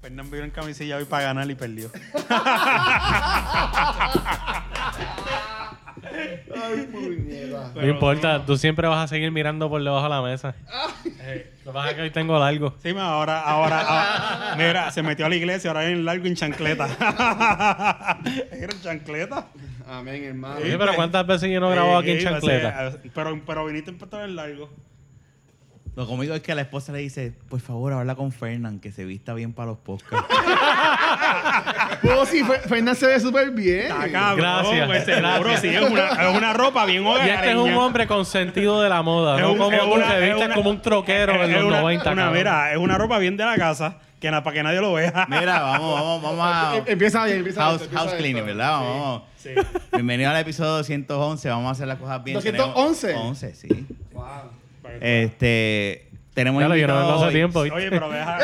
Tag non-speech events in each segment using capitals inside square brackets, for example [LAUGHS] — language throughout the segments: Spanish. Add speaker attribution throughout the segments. Speaker 1: Fernan vino en camisilla hoy para ganar y
Speaker 2: [LAUGHS]
Speaker 1: perdió.
Speaker 3: Ay, puñeta.
Speaker 1: Pero
Speaker 2: No importa, tú siempre vas a seguir mirando por debajo de la mesa. Lo que pasa es que hoy tengo largo.
Speaker 1: Sí, ma, ahora, ahora, ahora- Mira, se metió a la iglesia, ahora es en largo y en chancleta. [LAUGHS] Era en chancleta.
Speaker 3: Amén, hermano.
Speaker 2: Sí, pero ¿cuántas veces yo no he grabado aquí en
Speaker 1: pues. Sí, pues, va a ser- ah,
Speaker 2: chancleta?
Speaker 1: Pero, pero viniste en pantalón largo.
Speaker 4: Lo conmigo es que la esposa le dice, por favor, habla con Fernan, que se vista bien para los podcasts.
Speaker 3: Pues sí, Fe- Fernan se ve súper bien.
Speaker 1: Está cabrón,
Speaker 2: Gracias,
Speaker 1: pues, seguro,
Speaker 2: gracias.
Speaker 1: sí, es una, es una ropa bien
Speaker 2: Y
Speaker 1: hogareña.
Speaker 2: este es un hombre con sentido de la moda,
Speaker 1: Es
Speaker 2: no
Speaker 1: un-
Speaker 2: como
Speaker 1: es
Speaker 2: tú
Speaker 1: una-
Speaker 2: que
Speaker 1: es
Speaker 2: vistes
Speaker 1: una-
Speaker 2: como un troquero
Speaker 1: es
Speaker 2: en los
Speaker 1: una-
Speaker 2: 90.
Speaker 1: una-
Speaker 2: cabrón.
Speaker 1: mira, es una ropa bien de la casa, que na- para que nadie lo vea.
Speaker 4: [LAUGHS] Mira, vamos, vamos,
Speaker 3: Em-
Speaker 4: vamos a...
Speaker 3: Empieza bien, empieza
Speaker 4: House,
Speaker 3: esto, empieza
Speaker 4: house cleaning,
Speaker 3: esto.
Speaker 4: ¿verdad? Vamos.
Speaker 1: Sí.
Speaker 4: [LAUGHS] Bienvenido al episodio 211. Vamos a hacer las cosas bien.
Speaker 3: 211.
Speaker 4: Tenemos- 11, sí.
Speaker 3: Wow.
Speaker 4: Este... Tenemos
Speaker 2: Ya lo yo no
Speaker 4: invitado
Speaker 2: vengo hace
Speaker 4: hoy.
Speaker 2: tiempo. ¿viste?
Speaker 1: Oye, pero deja.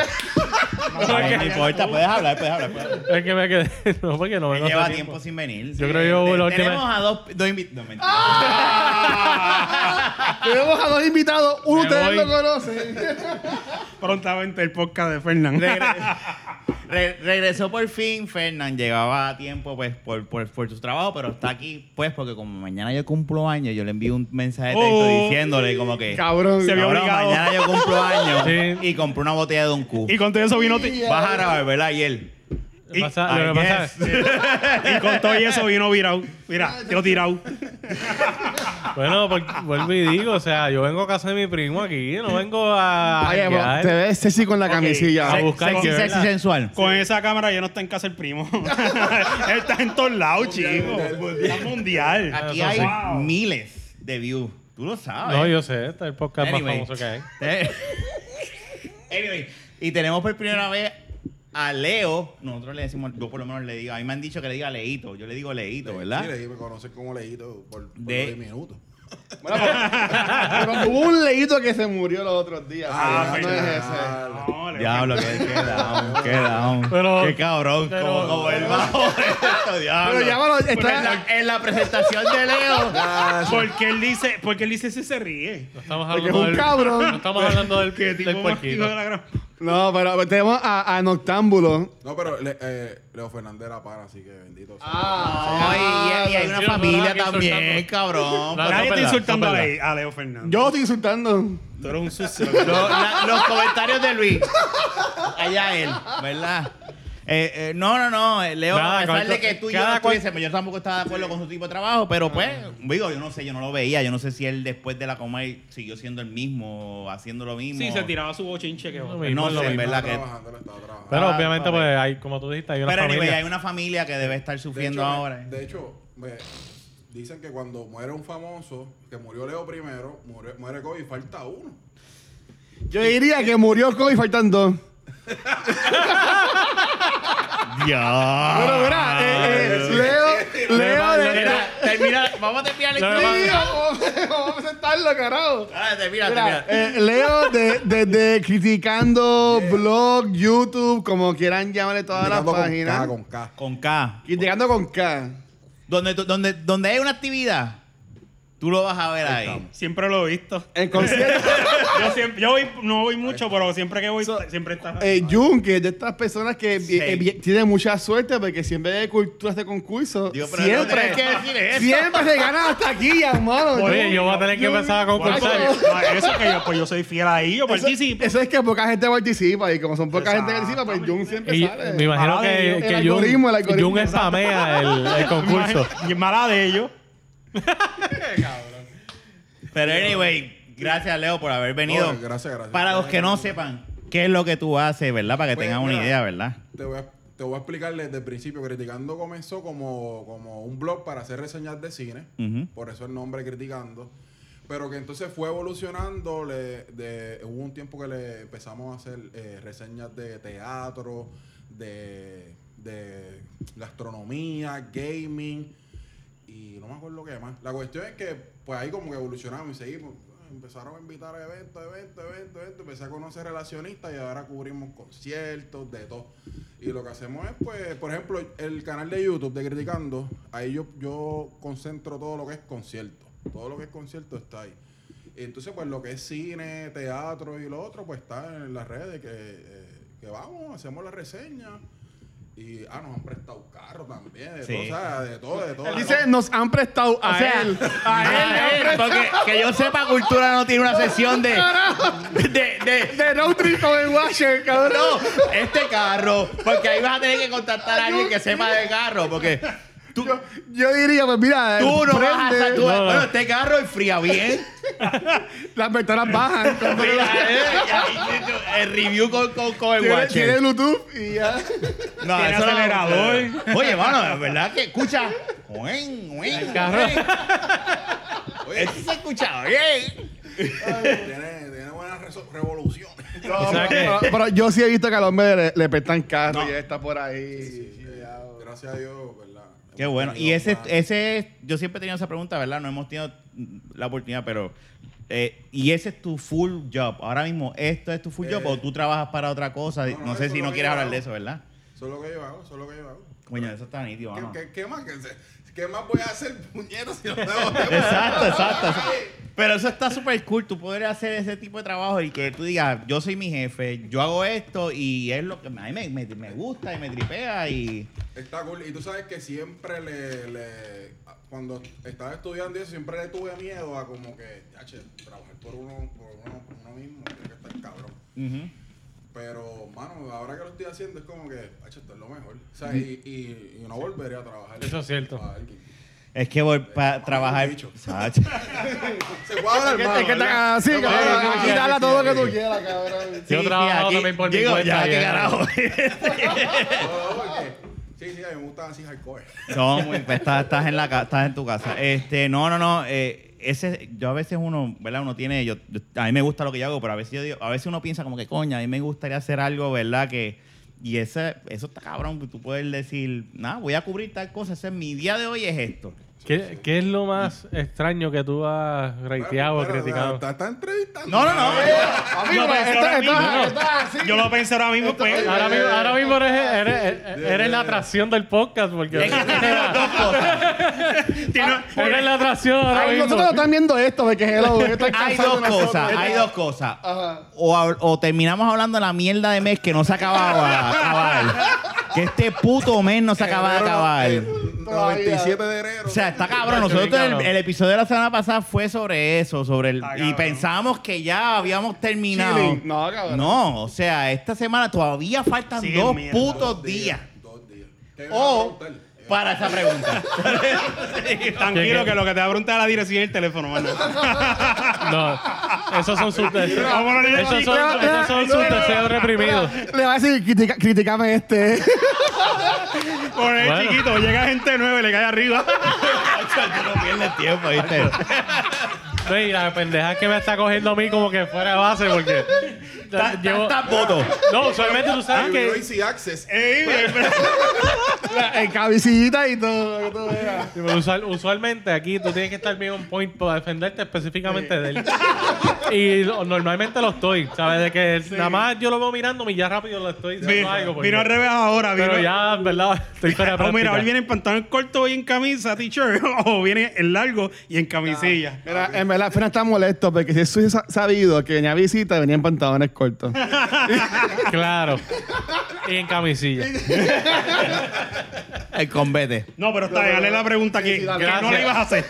Speaker 4: No, no, no importa, puedes hablar, puedes hablar. Puedes
Speaker 2: [LAUGHS]
Speaker 4: hablar.
Speaker 2: Es que me quedé. [LAUGHS] No, porque no vengo hace
Speaker 4: Lleva tiempo.
Speaker 2: tiempo.
Speaker 4: sin venir.
Speaker 2: Yo creo que yo
Speaker 4: Te-
Speaker 2: la última-
Speaker 4: Tenemos a dos, dos invitados. No, mentira.
Speaker 3: Tenemos a dos invitados. Uno
Speaker 2: Me
Speaker 3: ustedes
Speaker 2: voy.
Speaker 3: lo
Speaker 4: [LAUGHS]
Speaker 3: conocen. [LAUGHS]
Speaker 1: Prontamente el podcast de Fernán.
Speaker 4: Regre- re- regresó por fin, Fernán. Llegaba a tiempo pues por, por, por su trabajo, pero está aquí pues porque como mañana yo cumplo años, yo le envío un mensaje de texto
Speaker 1: Oh.
Speaker 4: diciéndole como que...
Speaker 3: Cabrón.
Speaker 1: Se vio
Speaker 4: "Cabrón,
Speaker 1: obligado.
Speaker 4: mañana yo cumplo años
Speaker 2: Sí.
Speaker 4: y compré una botella de un Q.
Speaker 1: Y con todo eso vino. ti-
Speaker 4: Vas a grabar, ¿verdad? Y él...
Speaker 2: Lo que pasa- lo que
Speaker 4: I
Speaker 2: pasa
Speaker 4: guess.
Speaker 2: es-
Speaker 1: [LAUGHS] Y con todo y eso vino virado.
Speaker 3: [LAUGHS]
Speaker 1: Mira, yo tirado.
Speaker 2: Bueno, por- vuelvo y digo, o sea, yo vengo a casa de mi primo aquí, no vengo a.
Speaker 3: Ay,
Speaker 2: janguear.
Speaker 3: bro, te ves sexy con la
Speaker 1: Ok.
Speaker 3: camisilla.
Speaker 2: Se-
Speaker 3: bro.
Speaker 2: buscar
Speaker 4: sexy,
Speaker 2: que-
Speaker 4: sexy, sensual.
Speaker 1: Con esa cámara ya no está en casa el primo. [LAUGHS] Él está en todos lados, chico. Está mundial.
Speaker 4: Aquí
Speaker 2: Eso
Speaker 4: hay
Speaker 2: sí.
Speaker 4: miles de views. Tú lo sabes.
Speaker 2: No, yo sé, este es el podcast
Speaker 4: Anyway.
Speaker 2: más famoso que hay.
Speaker 4: Eh, [LAUGHS] anyway, y tenemos por primera vez a Leo. Nosotros le decimos, yo por lo menos le digo, a mí me han dicho que le diga Leito. Yo le digo Leito, ¿verdad?
Speaker 5: Sí, leí, me conocen como leíto por, por
Speaker 4: De-
Speaker 5: los 10 minutos.
Speaker 3: Bueno, pero- pero hubo un leíto que se murió los otros días.
Speaker 1: Ah,
Speaker 3: pero no es ese.
Speaker 5: Ah,
Speaker 1: No, le-
Speaker 4: Diablo, qué, qué down, qué
Speaker 2: [LAUGHS]
Speaker 4: down.
Speaker 2: Pero-
Speaker 4: qué cabrón,
Speaker 2: pero-
Speaker 4: como, como el bajo esto, diablo.
Speaker 3: Pero llámalo.
Speaker 4: Pero en,
Speaker 3: Está,
Speaker 4: la, en la presentación de [LAUGHS] Leo.
Speaker 1: Porque él dice, porque él dice si se ríe.
Speaker 2: No estamos
Speaker 3: porque es
Speaker 2: hablando
Speaker 3: un
Speaker 2: del, no
Speaker 3: cabrón.
Speaker 2: estamos hablando del,
Speaker 1: Qué
Speaker 2: del
Speaker 1: tipo más hijo
Speaker 2: puerquito.
Speaker 1: de la gran-
Speaker 3: No, pero tenemos a, a Noctámbulo.
Speaker 5: No, pero le- eh, Leo Fernández era pana, así que bendito. sea.
Speaker 3: Ah.
Speaker 4: Ay, y, y hay una
Speaker 2: Dios, no
Speaker 4: familia
Speaker 2: la hagas
Speaker 4: también,
Speaker 2: insultando.
Speaker 1: Nadie
Speaker 2: La-
Speaker 4: cabrón.
Speaker 2: no,
Speaker 1: está
Speaker 2: verdad,
Speaker 1: insultando
Speaker 2: no,
Speaker 1: a,
Speaker 2: verdad.
Speaker 1: Le- a Leo Fernández.
Speaker 3: Yo lo estoy insultando.
Speaker 1: Tú eres un sucio.
Speaker 4: [LAUGHS] Lo- la- los comentarios de Luis. Allá él, ¿verdad? Eh, eh, no, no, no, eh, Leo,
Speaker 2: Nada,
Speaker 4: a pesar de
Speaker 2: cualquier-
Speaker 4: que tú y yo
Speaker 2: cada Ah.
Speaker 4: no estuviésemos, yo tampoco estaba de acuerdo con su tipo de trabajo, pero pues, digo, yo no sé, yo no lo veía, yo no sé si él después de la coma él siguió siendo el mismo, o haciendo lo mismo.
Speaker 1: Sí, se tiraba su bochinche que
Speaker 2: No,
Speaker 4: No sé, en
Speaker 5: Estaba
Speaker 4: verdad que...
Speaker 5: trabajando, él estaba trabajando.
Speaker 2: Pero
Speaker 4: Ah,
Speaker 2: obviamente,
Speaker 4: vale.
Speaker 2: pues, hay, como tú dijiste, hay una
Speaker 4: Pero anyway,
Speaker 2: familia.
Speaker 4: hay una familia que debe estar
Speaker 5: de
Speaker 4: sufriendo
Speaker 5: hecho, me-
Speaker 4: ahora.
Speaker 5: De hecho, me dicen que cuando muere un famoso, que murió Leo primero, muere, muere Kobe y falta uno.
Speaker 3: Yo diría que murió Kobe faltando.
Speaker 4: Ya.
Speaker 3: Pero mira, eh, eh, Leo, Leo
Speaker 2: Lo
Speaker 3: de.
Speaker 2: que pasa-
Speaker 4: Mira, termina, vamos a terminar el
Speaker 2: Lo que
Speaker 4: estudio.
Speaker 2: pasa-
Speaker 3: Vamos a sentarlo, carajo.
Speaker 4: Ah, termina,
Speaker 3: Mira,
Speaker 4: termina.
Speaker 3: eh, Leo de, de- de criticando blog, YouTube, como quieran llamarle todas las
Speaker 5: Criticando
Speaker 3: páginas.
Speaker 5: Con K,
Speaker 4: eh, Con
Speaker 5: con K.
Speaker 4: K.
Speaker 3: Criticando con K.
Speaker 4: Donde, tú- donde, donde hay una actividad, tú lo vas a ver ahí.
Speaker 1: Siempre lo he visto.
Speaker 3: En
Speaker 2: [LAUGHS]
Speaker 3: concierto.
Speaker 1: Yo, siempre, yo voy- no voy mucho, pero siempre que voy, siempre está.
Speaker 3: eh, Jun, que es de estas personas que
Speaker 4: Sí.
Speaker 3: eh, eh, tiene mucha suerte porque siempre hay culturas de concurso.
Speaker 4: Digo, pero no
Speaker 3: siempre.
Speaker 4: tienes que decir eso.
Speaker 3: Siempre se gana hasta aquí, hermano.
Speaker 2: Oye,
Speaker 3: Jun.
Speaker 2: yo voy a tener que
Speaker 3: Jun.
Speaker 2: empezar a
Speaker 1: Bueno,
Speaker 2: concursar.
Speaker 1: pues, no, eso que yo, pues yo soy fiel ahí, yo
Speaker 3: Eso,
Speaker 1: participo.
Speaker 3: eso es que poca gente participa y como son poca gente que participa, pues Jun siempre
Speaker 2: Y
Speaker 3: sale.
Speaker 2: me imagino
Speaker 1: Ah,
Speaker 2: que,
Speaker 1: el
Speaker 2: que
Speaker 3: algoritmo, el algoritmo.
Speaker 2: Jun spamea el,
Speaker 3: [LAUGHS]
Speaker 2: el concurso.
Speaker 1: Y es mala de ellos.
Speaker 4: Pero anyway, gracias Leo por haber venido.
Speaker 5: No, gracias, gracias.
Speaker 4: Para los que no sepan qué es lo que tú haces, ¿verdad? Para que
Speaker 5: Pues,
Speaker 4: tengan una
Speaker 5: mira.
Speaker 4: idea, ¿verdad?
Speaker 5: Te voy a, te voy a explicar desde el principio. Criticando comenzó como, como un blog para hacer reseñas de cine.
Speaker 4: Ujú.
Speaker 5: Por eso el nombre Criticando. Pero que entonces fue evolucionando. le- de- hubo un tiempo que le empezamos a hacer eh, reseñas de teatro, de, de gastronomía, gaming. Y no me acuerdo qué más. La cuestión es que pues ahí como que evolucionamos y seguimos. Empezaron a invitar a eventos, eventos, eventos, eventos. Empecé a conocer relacionistas y ahora cubrimos conciertos, de todo. Y lo que hacemos es, pues, por ejemplo, el canal de YouTube de Criticando, ahí yo, yo concentro todo lo que es concierto. Todo lo que es concierto está ahí. Entonces, pues lo que es cine, teatro y lo otro, pues está en las redes que eh, que vamos, hacemos la reseña. Y, ah, nos han prestado carro también, de
Speaker 4: Sí.
Speaker 5: todo, o sea, de todo, de todo.
Speaker 3: Él
Speaker 5: de
Speaker 3: dice,
Speaker 5: todo.
Speaker 3: nos han prestado a
Speaker 4: sea,
Speaker 3: él.
Speaker 4: [LAUGHS]
Speaker 3: A él le han prestado.
Speaker 4: Porque que yo sepa, cultura no tiene una sesión de. de, de-
Speaker 3: De road trip con el washer, cabrón.
Speaker 4: no, este carro. Porque ahí vas a tener que contactar a alguien que sepa de carro. Porque tú,
Speaker 3: Yo, yo diría, pues mira,
Speaker 4: tú no vas a
Speaker 3: prende,
Speaker 4: sa- tú-
Speaker 2: No, no.
Speaker 4: Bueno, este carro enfría bien.
Speaker 3: las ventanas bajan. cuando-
Speaker 4: Mira, eh, eh, eh, el [LAUGHS] review con, con, con el
Speaker 3: tiene,
Speaker 4: watcher.
Speaker 3: tiene Bluetooth y ya.
Speaker 4: No,
Speaker 1: Tiene
Speaker 4: eso no-
Speaker 1: acelerador.
Speaker 4: Oye, mano, la verdad que escucha. Uén, uén, uén. Oye, eso se escucha bien.
Speaker 5: tiene, tiene buenas reso-
Speaker 4: [LAUGHS]
Speaker 5: revoluciones.
Speaker 3: No,
Speaker 2: ¿Sabes
Speaker 3: pero,
Speaker 2: qué?
Speaker 3: pero yo sí he visto que al hombre le, le prestan carro y él está por ahí.
Speaker 5: Eh, gracias a Dios, ¿verdad?
Speaker 4: Qué
Speaker 5: Hemos
Speaker 4: bueno. Y
Speaker 5: tenido
Speaker 4: ese,
Speaker 5: más-
Speaker 4: ese, yo siempre he tenido esa pregunta, ¿verdad? No hemos tenido la oportunidad, pero. eh, y ese es tu full job. Ahora mismo, ¿esto es tu full
Speaker 5: Eh,
Speaker 4: job o tú trabajas para otra cosa? No,
Speaker 5: no,
Speaker 4: sé
Speaker 5: eso
Speaker 4: si
Speaker 5: lo
Speaker 4: no
Speaker 5: que
Speaker 4: quieres
Speaker 5: yo
Speaker 4: hablar de
Speaker 5: hago.
Speaker 4: eso, ¿verdad?
Speaker 5: Eso es lo que yo hago, eso es lo que yo hago.
Speaker 4: Coño, eso está nítido,
Speaker 5: ¿Qué,
Speaker 4: mano.
Speaker 5: qué- qué más? ¿Qué, se- qué más voy a hacer, [LAUGHS] puñetas, si
Speaker 4: [LAUGHS]
Speaker 5: no tengo tiempo?
Speaker 4: Exacto, exacto. Pero eso está súper cool, tú poder hacer ese tipo de trabajo y que tú digas, yo soy mi jefe, yo hago esto y es lo que a mí me, me- me gusta y me tripea y...
Speaker 5: Está cool. Y tú sabes que siempre le, le- Cuando estaba estudiando eso, siempre le tuve miedo a como que... "Yache, trabajar por uno, por uno, por uno mismo, tiene que estar cabrón.
Speaker 4: Ujú.
Speaker 5: Pero, mano, ahora que lo estoy haciendo es como que... "Yache, esto es lo mejor. O sea, y, y, y no volvería a trabajar.
Speaker 2: Eso es cierto.
Speaker 5: para alguien.
Speaker 4: Es que vol- para
Speaker 5: Mamá,
Speaker 4: trabajar...
Speaker 5: bicho.
Speaker 4: Sacho.
Speaker 5: Se puede
Speaker 2: [LAUGHS]
Speaker 5: hablar,
Speaker 3: Es
Speaker 5: mano,
Speaker 3: que
Speaker 5: ¿verdad?
Speaker 3: está así,
Speaker 5: Se puede
Speaker 3: cabrón.
Speaker 5: hablar,
Speaker 3: Aquí
Speaker 5: mano.
Speaker 3: dale todo lo que tú quieras, cabrón.
Speaker 2: Yo he trabajado
Speaker 4: aquí-
Speaker 2: también por mi
Speaker 4: Digo,
Speaker 2: cuenta
Speaker 4: ya,
Speaker 2: y
Speaker 4: qué
Speaker 2: es-
Speaker 4: carajo.
Speaker 5: No, no, porque- Sí, sí, a mí me gustan así hardcore.
Speaker 4: No, muy- pues, estás, estás en la ca- estás en tu casa. Este, no, no, no. eh, ese, yo a veces uno, ¿verdad? Uno tiene, yo, yo- a mí me gusta lo que yo hago, pero a veces yo digo, a veces uno piensa como que coña, a mí me gustaría hacer algo, ¿verdad? Que y ese, eso está cabrón. pues, Tú puedes decir, nada, voy a cubrir tal cosa. Ese, mi día de hoy es esto.
Speaker 2: ¿Qué, qué es lo más extraño que tú has reiteado o
Speaker 5: Espera, espera,
Speaker 2: criticado?
Speaker 5: Está, está entrevistando.
Speaker 4: No, no, no.
Speaker 3: Amigo,
Speaker 1: Yo pensé ahora
Speaker 3: está,
Speaker 1: mismo.
Speaker 3: está, está así.
Speaker 1: Yo lo pensé ahora mismo, pues.
Speaker 2: Ahora mismo, ahora mismo eres, eres- eres- eres la atracción del podcast porque
Speaker 4: Es que [LAUGHS] tiene las dos cosas. Tiene-
Speaker 2: [LAUGHS] eres la atracción ahora
Speaker 3: Ay,
Speaker 2: mismo.
Speaker 3: nosotros no están viendo esto, porque hello, esto es
Speaker 4: Hay
Speaker 3: cansado
Speaker 4: dos
Speaker 3: de nosotros.
Speaker 4: cosas, hay dos cosas.
Speaker 3: Ajá.
Speaker 4: O, hab- o terminamos hablando de la mierda de mes que no se acababa de acabar. Que este puto mes no se acaba de acabar.
Speaker 5: Eh, 97 de enero.
Speaker 4: O sea, está cabrón.
Speaker 2: Está
Speaker 4: Nosotros
Speaker 2: bien,
Speaker 4: el,
Speaker 2: cabrón.
Speaker 4: el episodio de la semana pasada fue sobre eso, sobre el
Speaker 1: Está
Speaker 4: y
Speaker 1: cabrón.
Speaker 4: pensamos que ya habíamos terminado.
Speaker 3: Chilling. No, cabrón.
Speaker 4: No, o sea, esta semana todavía faltan
Speaker 1: Siguen
Speaker 4: dos
Speaker 1: mierda.
Speaker 4: putos días
Speaker 5: Dos días. ¿Qué me
Speaker 4: o
Speaker 5: va a preguntar?
Speaker 4: para esa pregunta.
Speaker 1: Tranquilo, que lo que te va a preguntar es la dirección y el teléfono, mano.
Speaker 2: No, esos son sus deseos.
Speaker 1: Vamos a leer
Speaker 2: Esos
Speaker 1: el
Speaker 2: son,
Speaker 1: chico.
Speaker 2: esos son sus deseos reprimidos.
Speaker 3: Le va a decir, "Critica- criticame este. [LAUGHS]
Speaker 1: Por el
Speaker 2: Bueno.
Speaker 1: chiquito, llega gente nueva y le cae
Speaker 4: [LAUGHS]
Speaker 1: arriba.
Speaker 4: Tú no pierdes tiempo, ¿viste?
Speaker 2: No, y la pendeja que me está cogiendo a mí como que fuera de base porque
Speaker 4: Ta- ta-
Speaker 2: llevo-
Speaker 4: Tantas votos.
Speaker 2: No, solamente tú sabes
Speaker 5: Ay,
Speaker 2: que
Speaker 5: Easy Ah, Access.
Speaker 1: Ey,
Speaker 4: [LAUGHS]
Speaker 3: En cabecillita y todo. que tú veas.
Speaker 2: Sí, pero usual- usualmente aquí tú tienes que estar bien on point para defenderte específicamente de él. [LAUGHS] Y lo- normalmente lo estoy, ¿sabes? De que nada más yo lo veo mirándome y ya rápido lo estoy diciendo
Speaker 1: vino,
Speaker 2: algo. porque-
Speaker 1: vino al revés ahora, vino.
Speaker 2: Pero ya, en verdad, estoy fuera de
Speaker 1: Oh, mira,
Speaker 2: práctica.
Speaker 1: hoy viene en pantalón corto y en camisa, teacher. [LAUGHS] O viene en largo y en camisilla.
Speaker 3: Mira, en verdad, Fena está molesto porque si eso hubiese sabido que venía a visita, venía en pantalones cortos.
Speaker 2: Claro. Y
Speaker 1: [LAUGHS]
Speaker 2: en camisilla.
Speaker 4: [LAUGHS] El combate.
Speaker 1: No, pero está, dale la pregunta que,
Speaker 3: sí,
Speaker 1: que
Speaker 3: dale.
Speaker 1: no le
Speaker 2: Gracias.
Speaker 1: ibas a hacer.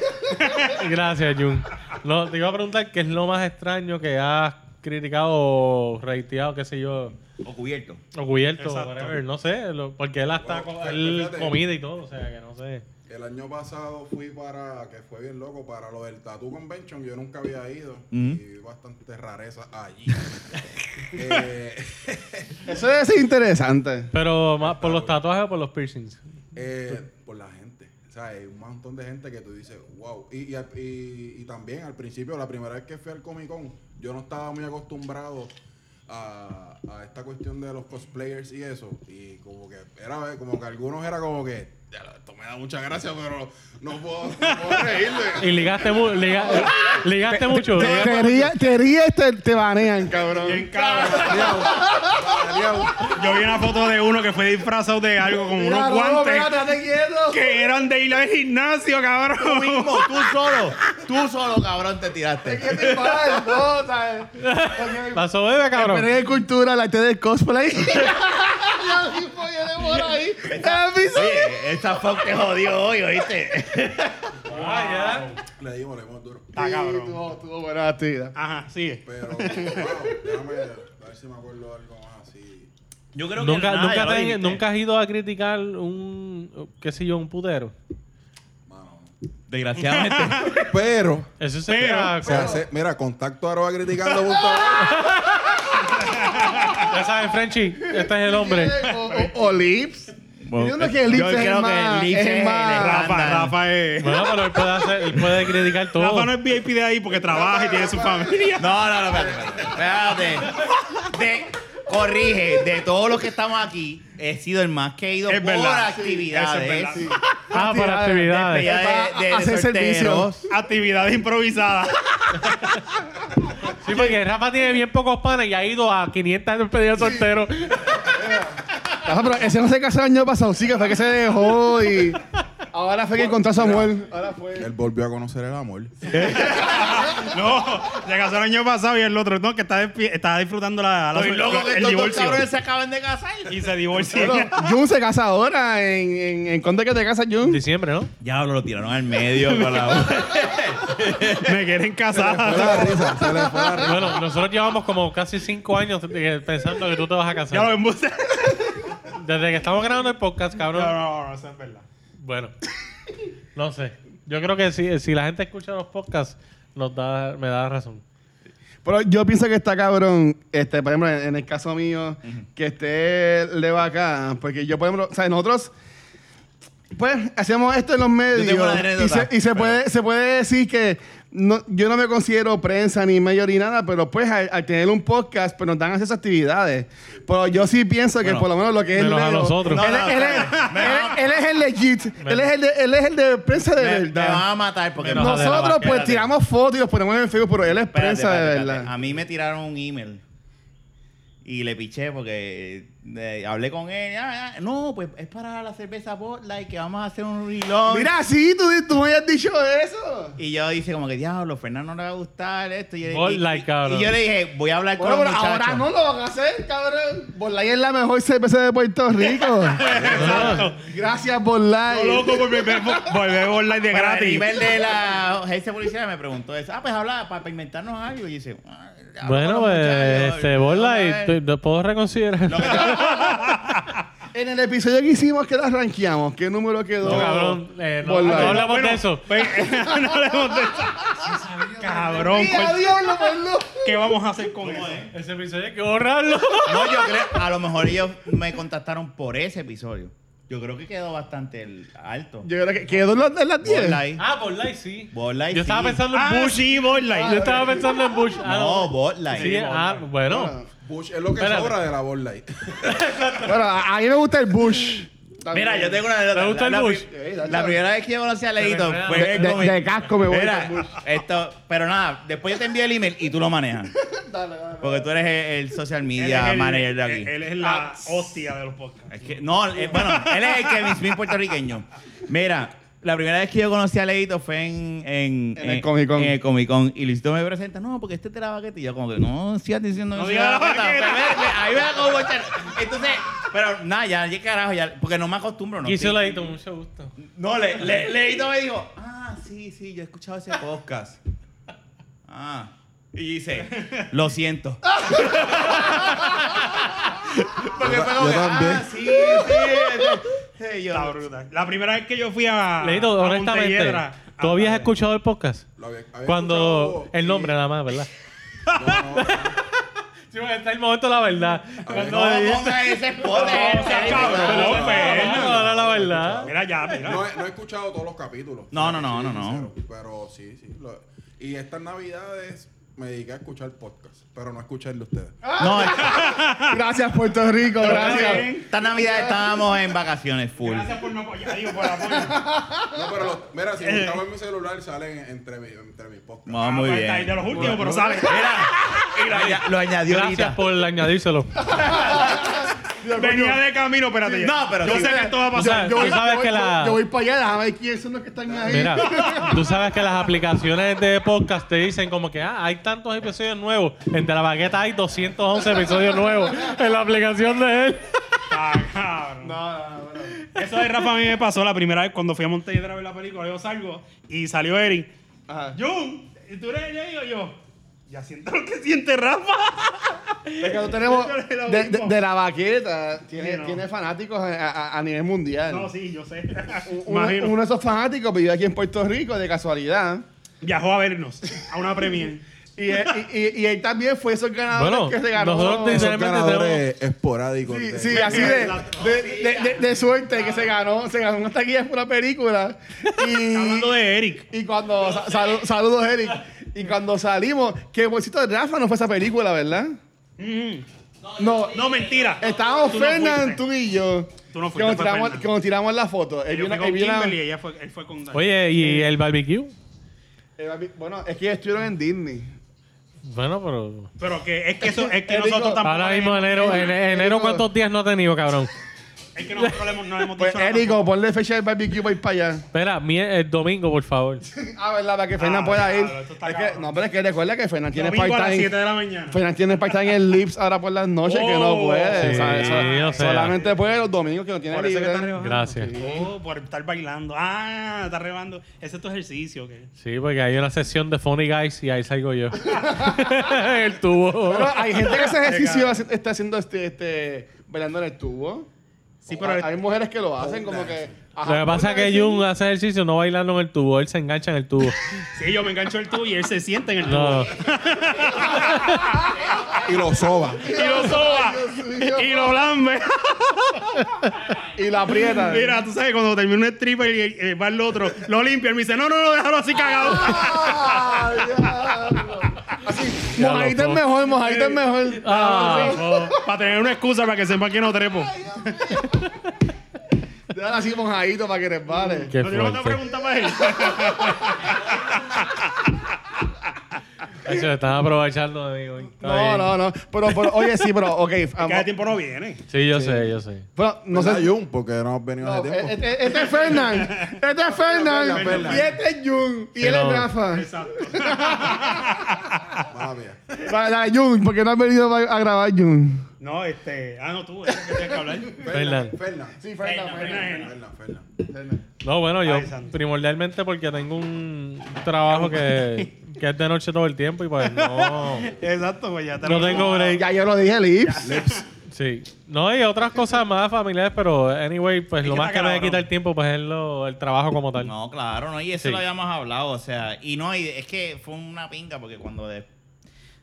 Speaker 2: Gracias, Jun. No, te iba a preguntar qué es lo más extraño que has criticado o reiteado, qué sé yo,
Speaker 4: O cubierto. pues,
Speaker 2: o cubierto,
Speaker 1: Exacto.
Speaker 2: whatever, no sé, lo- porque él hasta
Speaker 5: Bueno,
Speaker 2: co-
Speaker 5: fíjate.
Speaker 2: él comida y todo, o sea, que no sé.
Speaker 5: El año pasado fui para, que fue bien loco, para lo del Tattoo Convention. Yo nunca había ido
Speaker 4: Mm.
Speaker 5: y vi bastante rareza allí. [LAUGHS] Eh,
Speaker 3: Eso es interesante.
Speaker 2: Pero más por los tatuajes o por los piercings.
Speaker 5: eh, por la gente. O sea, hay un montón de gente que tú dices, wow. Y, y, al- y- y también al principio, la primera vez que fui al Comic Con, yo no estaba muy acostumbrado a, a esta cuestión de los cosplayers y eso. Y como que era como que algunos era como que ya lo- esto me da mucha gracia, pero no puedo, no puedo reírme. [LAUGHS]
Speaker 2: Y ligaste, mu- liga- ligaste mucho.
Speaker 3: Te, te ríes, te, ríes, te, te banean, cabrón. [LAUGHS]
Speaker 1: Bien cabrón. Yo vi una foto de uno que fue disfrazado de algo con unos
Speaker 3: Mira,
Speaker 1: guantes
Speaker 3: espérate, te quiero.
Speaker 1: que eran de ir al gimnasio,
Speaker 4: Tú
Speaker 1: cabrón. [LAUGHS]
Speaker 4: mismo, tú solo. Tú solo, cabrón, te tiraste.
Speaker 3: ¿Qué te pasa? No, ¿sabes? Porque-
Speaker 2: Pasó bebé, cabrón.
Speaker 3: Pero de cultura, la arte del cosplay. [LAUGHS] Ya, sí, pues, ya de por ahí. Eh, mi son-
Speaker 4: Oye, esta fuck te jodió hoy, ¿oíste?
Speaker 5: Le dimos, le dimos duro.
Speaker 1: Está
Speaker 3: Ah, Sí,
Speaker 1: cabrón.
Speaker 3: tuvo- tuvo buena actividad.
Speaker 1: Ajá, sigue.
Speaker 5: Pero, wow, déjame a ver si me acuerdo de algo más así.
Speaker 4: Yo creo
Speaker 2: Nunca,
Speaker 4: nada, ya
Speaker 2: nunca,
Speaker 4: lo
Speaker 2: te-
Speaker 4: dijiste.
Speaker 2: nunca has ido a criticar un, qué sé yo, un putero.
Speaker 5: Mano.
Speaker 4: Desgraciadamente.
Speaker 5: [LAUGHS] Pero,
Speaker 2: Eso se
Speaker 5: o sea, se- mira, contacto arroba criticando. punto com.
Speaker 2: Ya sabes, Frenchy, este es
Speaker 3: [LAUGHS]
Speaker 2: el hombre.
Speaker 3: O- O o Lips. Yo creo que Lips
Speaker 4: Yo
Speaker 3: es
Speaker 4: creo
Speaker 3: el
Speaker 4: que
Speaker 3: más.
Speaker 4: Lips
Speaker 3: es
Speaker 4: es
Speaker 3: el
Speaker 4: el
Speaker 3: más-
Speaker 1: Rafa,
Speaker 4: Andan.
Speaker 1: Rafa es.
Speaker 2: Bueno, pero él puede, hacer, él puede criticar todo.
Speaker 1: Rafa no es VIP de ahí porque trabaja y tiene su familia.
Speaker 4: No, no, no, espérate, espérate. Espérate. De- corrige, de todos los que estamos aquí, he sido el más que he ido
Speaker 1: Es
Speaker 4: por
Speaker 1: verdad. Eso
Speaker 4: actividades.
Speaker 1: es verdad.
Speaker 4: Sí.
Speaker 2: ah, para actividades.
Speaker 4: Actividades de, de,
Speaker 3: Hacer
Speaker 4: solteros.
Speaker 1: Actividades improvisadas.
Speaker 2: Sí, porque Rafa tiene bien pocos panes y ha ido a 500 despedidas solteros.
Speaker 3: Rafa, Ah, pero ese no se casó el año pasado, sí, que fue que se dejó y. Ahora fue que encontró a Samuel. Ahora fue.
Speaker 5: Él volvió a conocer el amor. [LAUGHS]
Speaker 1: No, se casó el año pasado y el otro no, que está, despi- está disfrutando la, la-
Speaker 4: Estoy loco que
Speaker 1: el
Speaker 4: estos dos
Speaker 1: divorcio.
Speaker 4: cabrones se acaban de casar.
Speaker 1: Y se divorcia.
Speaker 3: Bueno, Jun se casa ahora. ¿En, en, en cuándo es que te casas,
Speaker 2: En
Speaker 3: Jun?
Speaker 2: diciembre, ¿no?
Speaker 4: Diablo, lo tiraron al medio con [LAUGHS] la
Speaker 1: Me quieren
Speaker 5: Se le fue
Speaker 1: casar.
Speaker 5: la risa, se le fue la risa.
Speaker 2: Bueno, nosotros llevamos como casi 5 años eh, pensando que tú te vas a
Speaker 1: Ya lo
Speaker 2: casar.
Speaker 1: embuste.
Speaker 2: Desde que estamos grabando el podcast,
Speaker 1: No,
Speaker 2: cabrón.
Speaker 1: no, no, eso es verdad.
Speaker 2: Bueno, no sé. Yo creo que si, si la gente escucha los podcasts, nos da, me da razón.
Speaker 3: Pero yo pienso que está cabrón, este, por ejemplo, en, en el caso mío, que esté Leva acá. Porque yo, por ejemplo, o sea, nosotros. Pues hacemos esto en los medios.
Speaker 4: tengo una
Speaker 3: y
Speaker 4: anécdota,
Speaker 3: se, y se
Speaker 4: pero-
Speaker 3: puede, se puede decir que no- yo no me considero prensa ni medio ni nada, pero pues al, al tener un podcast, pues nos dan esas actividades. Pero yo sí pienso que
Speaker 4: Bueno,
Speaker 3: por lo menos lo que es.
Speaker 2: menos a
Speaker 3: Leo-
Speaker 2: nosotros.
Speaker 3: Él,
Speaker 4: No,
Speaker 3: [LAUGHS]
Speaker 4: no,
Speaker 3: él-
Speaker 4: espérate.
Speaker 3: él- él es el legit. Él es el, de, él es el de prensa de
Speaker 4: me, me
Speaker 3: verdad.
Speaker 4: van a matar porque
Speaker 2: Menos a de la
Speaker 3: Nosotros
Speaker 2: Espérate.
Speaker 3: pues tiramos fotos y los ponemos en Facebook, pero él es
Speaker 4: Espérate,
Speaker 3: prensa
Speaker 4: espérate,
Speaker 3: de
Speaker 4: espérate.
Speaker 3: verdad.
Speaker 4: A mí me tiraron un email y le piché porque eh, hablé con él. Ah, ah, no, pues es para la cerveza Bud Light que vamos a hacer un reload.
Speaker 3: Mira, sí, tú, tú me habías dicho eso.
Speaker 4: Y yo dije como que, diablo, Fernando no le va a gustar esto. Y, yo-
Speaker 2: Bud
Speaker 4: y-
Speaker 2: Light,
Speaker 4: y-
Speaker 2: cabrón.
Speaker 4: y yo le dije, voy a hablar
Speaker 3: Bueno,
Speaker 4: con
Speaker 3: pero
Speaker 4: los muchachos.
Speaker 3: ahora no lo van a hacer, cabrón. Borlay es la mejor cerveza de Puerto Rico.
Speaker 1: Exacto.
Speaker 3: Gracias, Borlay.
Speaker 1: Yo loco por volver volver online de
Speaker 4: Pero a
Speaker 1: gratis.
Speaker 4: nivel de la agencia policial me preguntó eso. Ah, pues habla para inventarnos algo. Y yo dije, ah, habla
Speaker 2: Bueno,
Speaker 4: con los
Speaker 2: pues,
Speaker 4: muchachos.
Speaker 2: este, Borla,
Speaker 4: Vamos a
Speaker 2: y
Speaker 4: ver.
Speaker 2: te- te puedo reconsiderar. [LAUGHS]
Speaker 3: En el episodio que hicimos, que la ranqueamos? ¿Qué número quedó?
Speaker 2: No, cabrón, eh, no,
Speaker 3: Bud Light.
Speaker 2: no hablamos
Speaker 1: Bueno,
Speaker 2: de eso.
Speaker 1: pues, [LAUGHS] no hablemos de eso. Cabrón,
Speaker 3: ¡Sí,
Speaker 1: pues,
Speaker 3: adiós, lo borró!
Speaker 1: ¿qué vamos a hacer con eso?
Speaker 2: Ese episodio hay que borrarlo.
Speaker 4: No, yo creo, a lo mejor ellos me contactaron por ese episodio. Yo creo que quedó bastante el- alto.
Speaker 3: Yo creo que quedó en las- en las 10.
Speaker 4: Botlight.
Speaker 2: ah, Borla, sí.
Speaker 4: Borla,
Speaker 2: Yo estaba
Speaker 4: sí.
Speaker 2: pensando en
Speaker 1: Ah,
Speaker 2: Bush.
Speaker 1: sí, online.
Speaker 2: Yo estaba pensando en Bush. Ah,
Speaker 4: No, Botlight.
Speaker 2: Sí, ah, bueno.
Speaker 5: Bush es lo que
Speaker 2: Espérate.
Speaker 5: sobra de la Bud Light.
Speaker 3: Bueno, a, a mí me gusta el Bush.
Speaker 4: Mira, yo tengo una anécdota.
Speaker 2: ¿Te gusta el
Speaker 4: La pri-
Speaker 2: Bush?
Speaker 4: La, primera vez que yo conocí a Leito
Speaker 2: Pero,
Speaker 4: fue
Speaker 3: De, de-
Speaker 4: como-
Speaker 3: de casco me voy.
Speaker 4: Mira,
Speaker 3: con
Speaker 4: [LAUGHS]
Speaker 3: Bush.
Speaker 4: esto, pero nada, después yo te envío el email y tú lo manejas.
Speaker 3: Dale, dale.
Speaker 4: Porque tú eres el, el social
Speaker 1: Él
Speaker 4: media
Speaker 1: es el-
Speaker 4: manager de aquí.
Speaker 1: él- Él es la hostia de los podcasts.
Speaker 4: Es que- no, eh, bueno, él es el Kevin Smith puertorriqueño. Mira, la primera vez que yo conocí a Leito fue en, en,
Speaker 3: En el Comic-Con.
Speaker 4: en el Comic-Con. Y Luisito me presenta, no, porque este te la baqueta. Y yo como que, no, sigas diciendo
Speaker 1: No
Speaker 4: que
Speaker 1: digas la
Speaker 4: Pero
Speaker 1: baqueta.
Speaker 4: me- me- Ahí me da como bochar. Entonces, pero nada, ya, ya carajo, ya, porque no me acostumbro. No,
Speaker 2: Quiso
Speaker 4: Sí.
Speaker 2: la hito, mucho gusto.
Speaker 4: No, le, le, Leito me dijo, ah, sí, sí, yo he escuchado ese podcast. Ah. Y dice, lo siento. Porque
Speaker 5: Yo
Speaker 4: fue
Speaker 5: ta-
Speaker 4: como
Speaker 5: yo
Speaker 4: que, ah,
Speaker 5: también.
Speaker 4: sí, sí. sí". Y yo,
Speaker 1: Está brutal. La primera vez que yo fui a.
Speaker 2: Leito,
Speaker 1: a Ah,
Speaker 2: honestamente,
Speaker 1: Montelledra,
Speaker 2: ¿tú
Speaker 1: a-
Speaker 2: habías escuchado el podcast?
Speaker 5: Lo había- había
Speaker 2: Cuando.
Speaker 5: escuchado
Speaker 2: El
Speaker 5: y-
Speaker 2: nombre, nada más,
Speaker 5: [LAUGHS]
Speaker 2: ¿verdad?
Speaker 5: No, no,
Speaker 2: Sí, bueno, está el momento de la verdad. Cuando
Speaker 4: Pues No
Speaker 2: dijiste-
Speaker 4: pongas ese spoiler.
Speaker 1: No, sea
Speaker 2: No,
Speaker 1: cabrón,
Speaker 2: pero
Speaker 1: Fernando.
Speaker 2: ahora la verdad.
Speaker 1: Mira ya, mira.
Speaker 5: No he, no he escuchado todos los capítulos.
Speaker 4: No, no,
Speaker 5: para
Speaker 4: no, no,
Speaker 5: ser
Speaker 4: no.
Speaker 5: sincero, Pero sí, sí. lo- y estas navidades me dediqué a escuchar podcast, pero no a escucharle a [LAUGHS] ustedes.
Speaker 4: [LAUGHS] No, es-
Speaker 3: Gracias, Puerto Rico. Gracias.
Speaker 4: esta Navidad estábamos en vacaciones full.
Speaker 1: Gracias por no apoyar, digo, por
Speaker 4: Ah,
Speaker 1: apoyar.
Speaker 5: No, pero los- mira, si
Speaker 2: Eh.
Speaker 5: buscamos en mi celular salen entre, mi- entre mis podcasts.
Speaker 4: No, muy
Speaker 1: Ah, pues,
Speaker 4: bien.
Speaker 1: De los últimos, pero sale.
Speaker 4: Y lo, aña- lo añadió
Speaker 2: Gracias
Speaker 4: ahorita.
Speaker 2: por añadírselo.
Speaker 1: Venía de camino, espérate.
Speaker 4: No, pero
Speaker 1: yo
Speaker 4: sí.
Speaker 1: sé que esto va a
Speaker 2: O sea,
Speaker 1: pasar.
Speaker 2: tú sabes que la...
Speaker 3: Yo voy para allá, déjame ver quiénes son los que están ahí.
Speaker 5: [LAUGHS]
Speaker 2: Mira, tú sabes que las aplicaciones de podcast te dicen como que ah, hay tantos episodios nuevos. Entre la bagueta hay 211 episodios nuevos en la aplicación de él.
Speaker 1: Ah, cabrón.
Speaker 3: Ah,
Speaker 1: Eso de Rafa a mí me pasó la primera vez cuando fui a Montelledra a ver la película. Yo salgo y salió Eric.
Speaker 3: Ajá.
Speaker 1: Jun, ¿y ¿tú eres ella? Digo yo. Ya siento lo que siente Rafa.
Speaker 3: Es que no tenemos
Speaker 1: Esto es lo
Speaker 3: [LAUGHS] de,
Speaker 1: mismo.
Speaker 3: de- de la vaqueta, tiene,
Speaker 1: Sí, no.
Speaker 3: tiene fanáticos a, a- a nivel mundial.
Speaker 1: No, sí, yo sé.
Speaker 3: uno,
Speaker 1: Imagino.
Speaker 3: uno de esos fanáticos vivió aquí en Puerto Rico de casualidad.
Speaker 1: Viajó a vernos a una premier.
Speaker 3: Y él, y, y- y él también fue esos ganadores
Speaker 2: Bueno,
Speaker 3: que se ganó.
Speaker 2: nosotros te-
Speaker 5: Esos
Speaker 2: Sinceramente,
Speaker 5: ganadores esporádicos.
Speaker 3: Sí,
Speaker 5: de-
Speaker 3: sí, así de, de, de- de- de suerte que se ganó, se ganó una taquilla por una película.
Speaker 1: Está
Speaker 3: Y,
Speaker 1: hablando de Eric.
Speaker 3: y cuando sa- salu- saludos Eric. Y cuando salimos, que bolsito de Rafa no fue esa película, ¿verdad?
Speaker 1: Mm.
Speaker 3: No,
Speaker 1: No, mentira.
Speaker 3: estábamos
Speaker 1: Tú no
Speaker 3: Fernán,
Speaker 1: fuiste.
Speaker 3: tú y yo.
Speaker 1: Tú no fuiste,
Speaker 3: que nos
Speaker 1: fue
Speaker 3: tiramos,
Speaker 1: Fernan.
Speaker 3: que nos tiramos la foto. Él
Speaker 1: Yo
Speaker 3: vino-
Speaker 1: fui
Speaker 3: él
Speaker 1: con
Speaker 3: vino-
Speaker 1: Kimberly y ella fue, él fue con Dani.
Speaker 2: Oye, ¿y el barbecue?
Speaker 3: él- Eh, bueno, es que ellos estuvieron en Disney.
Speaker 2: Bueno, pero...
Speaker 1: Pero que es que eso, es que
Speaker 3: Eric,
Speaker 1: nosotros tampoco.
Speaker 2: Ahora mismo enero, en, enero ¿cuántos días no ha tenido, cabrón?
Speaker 1: Es que nosotros le hemos- no le hemos
Speaker 3: Pues
Speaker 1: dicho nada
Speaker 3: Érico,
Speaker 1: tampoco.
Speaker 3: ponle fecha del barbecue para ir para allá.
Speaker 2: Espera, mi- el domingo, por
Speaker 5: [LAUGHS]
Speaker 2: favor.
Speaker 3: [LAUGHS] Ah, verdad, para que Fernan
Speaker 1: Ah,
Speaker 3: pueda
Speaker 1: diablo,
Speaker 3: ir.
Speaker 1: esto está
Speaker 3: Es que-
Speaker 1: cabrón.
Speaker 3: no, pero es que recuerda que Fernan tiene
Speaker 1: Domingo a las
Speaker 3: part-time.
Speaker 1: 7 de la mañana.
Speaker 3: Fernan tiene part-time en Lips ahora por las noches que no
Speaker 1: Oh,
Speaker 3: puede.
Speaker 2: sí,
Speaker 3: ¿sabes? Sol-
Speaker 2: o sea.
Speaker 3: solamente puede los domingos que no tiene
Speaker 5: Por eso que está
Speaker 3: libre.
Speaker 5: arriba.
Speaker 2: Gracias.
Speaker 1: Oh, por estar bailando. Ah, está rebando. Ese es tu ejercicio. ¿qué?
Speaker 2: Sí, porque hay una sesión de Funny Guys y ahí salgo yo. [LAUGHS] el tubo.
Speaker 3: Pero hay gente que ese ejercicio hace- está haciendo este, este bailando en el tubo.
Speaker 1: Sí, pero
Speaker 3: hay, hay mujeres que lo hacen como que.
Speaker 2: Lo que pasa es que Jun hace ejercicio no bailando en el tubo, él se engancha en el tubo.
Speaker 1: Sí, yo me engancho el tubo y él se sienta en el tubo.
Speaker 2: No,
Speaker 5: Y los soba.
Speaker 1: Y lo soba. y lo lambe.
Speaker 3: Y la aprieta.
Speaker 1: [LAUGHS] Mira, tú sabes, cuando termina un stripper y eh, va el otro, lo limpia. Él me dice, no, no, no, déjalo así cagado.
Speaker 3: [LAUGHS] Ah, diablo. Así,
Speaker 2: Ya lo
Speaker 3: mojadita es
Speaker 2: fue.
Speaker 3: mejor, mojadita es mejor.
Speaker 2: Ah,
Speaker 1: Oh, para tener una excusa para que sepa que no trepo.
Speaker 3: Déjala así mojadito para que resbale.
Speaker 2: qué
Speaker 1: ¿No tiene otra
Speaker 2: fuerte.
Speaker 1: pregunta para él?
Speaker 2: Eso, están aprovechando de mí hoy. Está
Speaker 3: No,
Speaker 2: bien.
Speaker 3: no, no. Pero, pero, oye, sí, pero, ok. am-
Speaker 1: Cada tiempo no viene.
Speaker 2: Sí, yo sé, yo sé.
Speaker 3: Bueno, no sé.
Speaker 5: Jun, porque no has venido
Speaker 3: No,
Speaker 5: hace tiempo.
Speaker 3: eh, eh, este es Fernán. Este es Fernán.
Speaker 5: Fernan.
Speaker 3: Y este es Jun. Y él es
Speaker 2: no.
Speaker 3: Rafa.
Speaker 1: Exacto. [LAUGHS]
Speaker 5: Mala
Speaker 3: [LAUGHS]
Speaker 5: mía.
Speaker 3: Dale, dale, Jun, porque no has venido a a grabar Jun.
Speaker 1: No, este. Ah, no, tú, es que tienes que hablar.
Speaker 2: Fernan.
Speaker 5: Fernan.
Speaker 3: Sí,
Speaker 1: Fernan, Fernan.
Speaker 5: Fernan, Fernan.
Speaker 2: No, bueno, yo
Speaker 1: Ay, santo.
Speaker 2: primordialmente porque tengo un trabajo que, que es de noche todo el tiempo y pues no,
Speaker 1: Exacto, pues ya te
Speaker 2: no tengo break.
Speaker 3: Ya yo lo dije, Lips.
Speaker 2: Sí. No, y otras cosas más familiares, pero anyway, pues
Speaker 1: ¿Y
Speaker 2: lo
Speaker 1: qué
Speaker 2: más
Speaker 1: te
Speaker 2: que me
Speaker 1: acabaron?
Speaker 2: quita el tiempo pues es lo- el trabajo como tal.
Speaker 4: No, claro, no, y eso
Speaker 2: Sí.
Speaker 4: lo habíamos hablado, o sea, y no, y es que fue una pinga porque cuando, de- o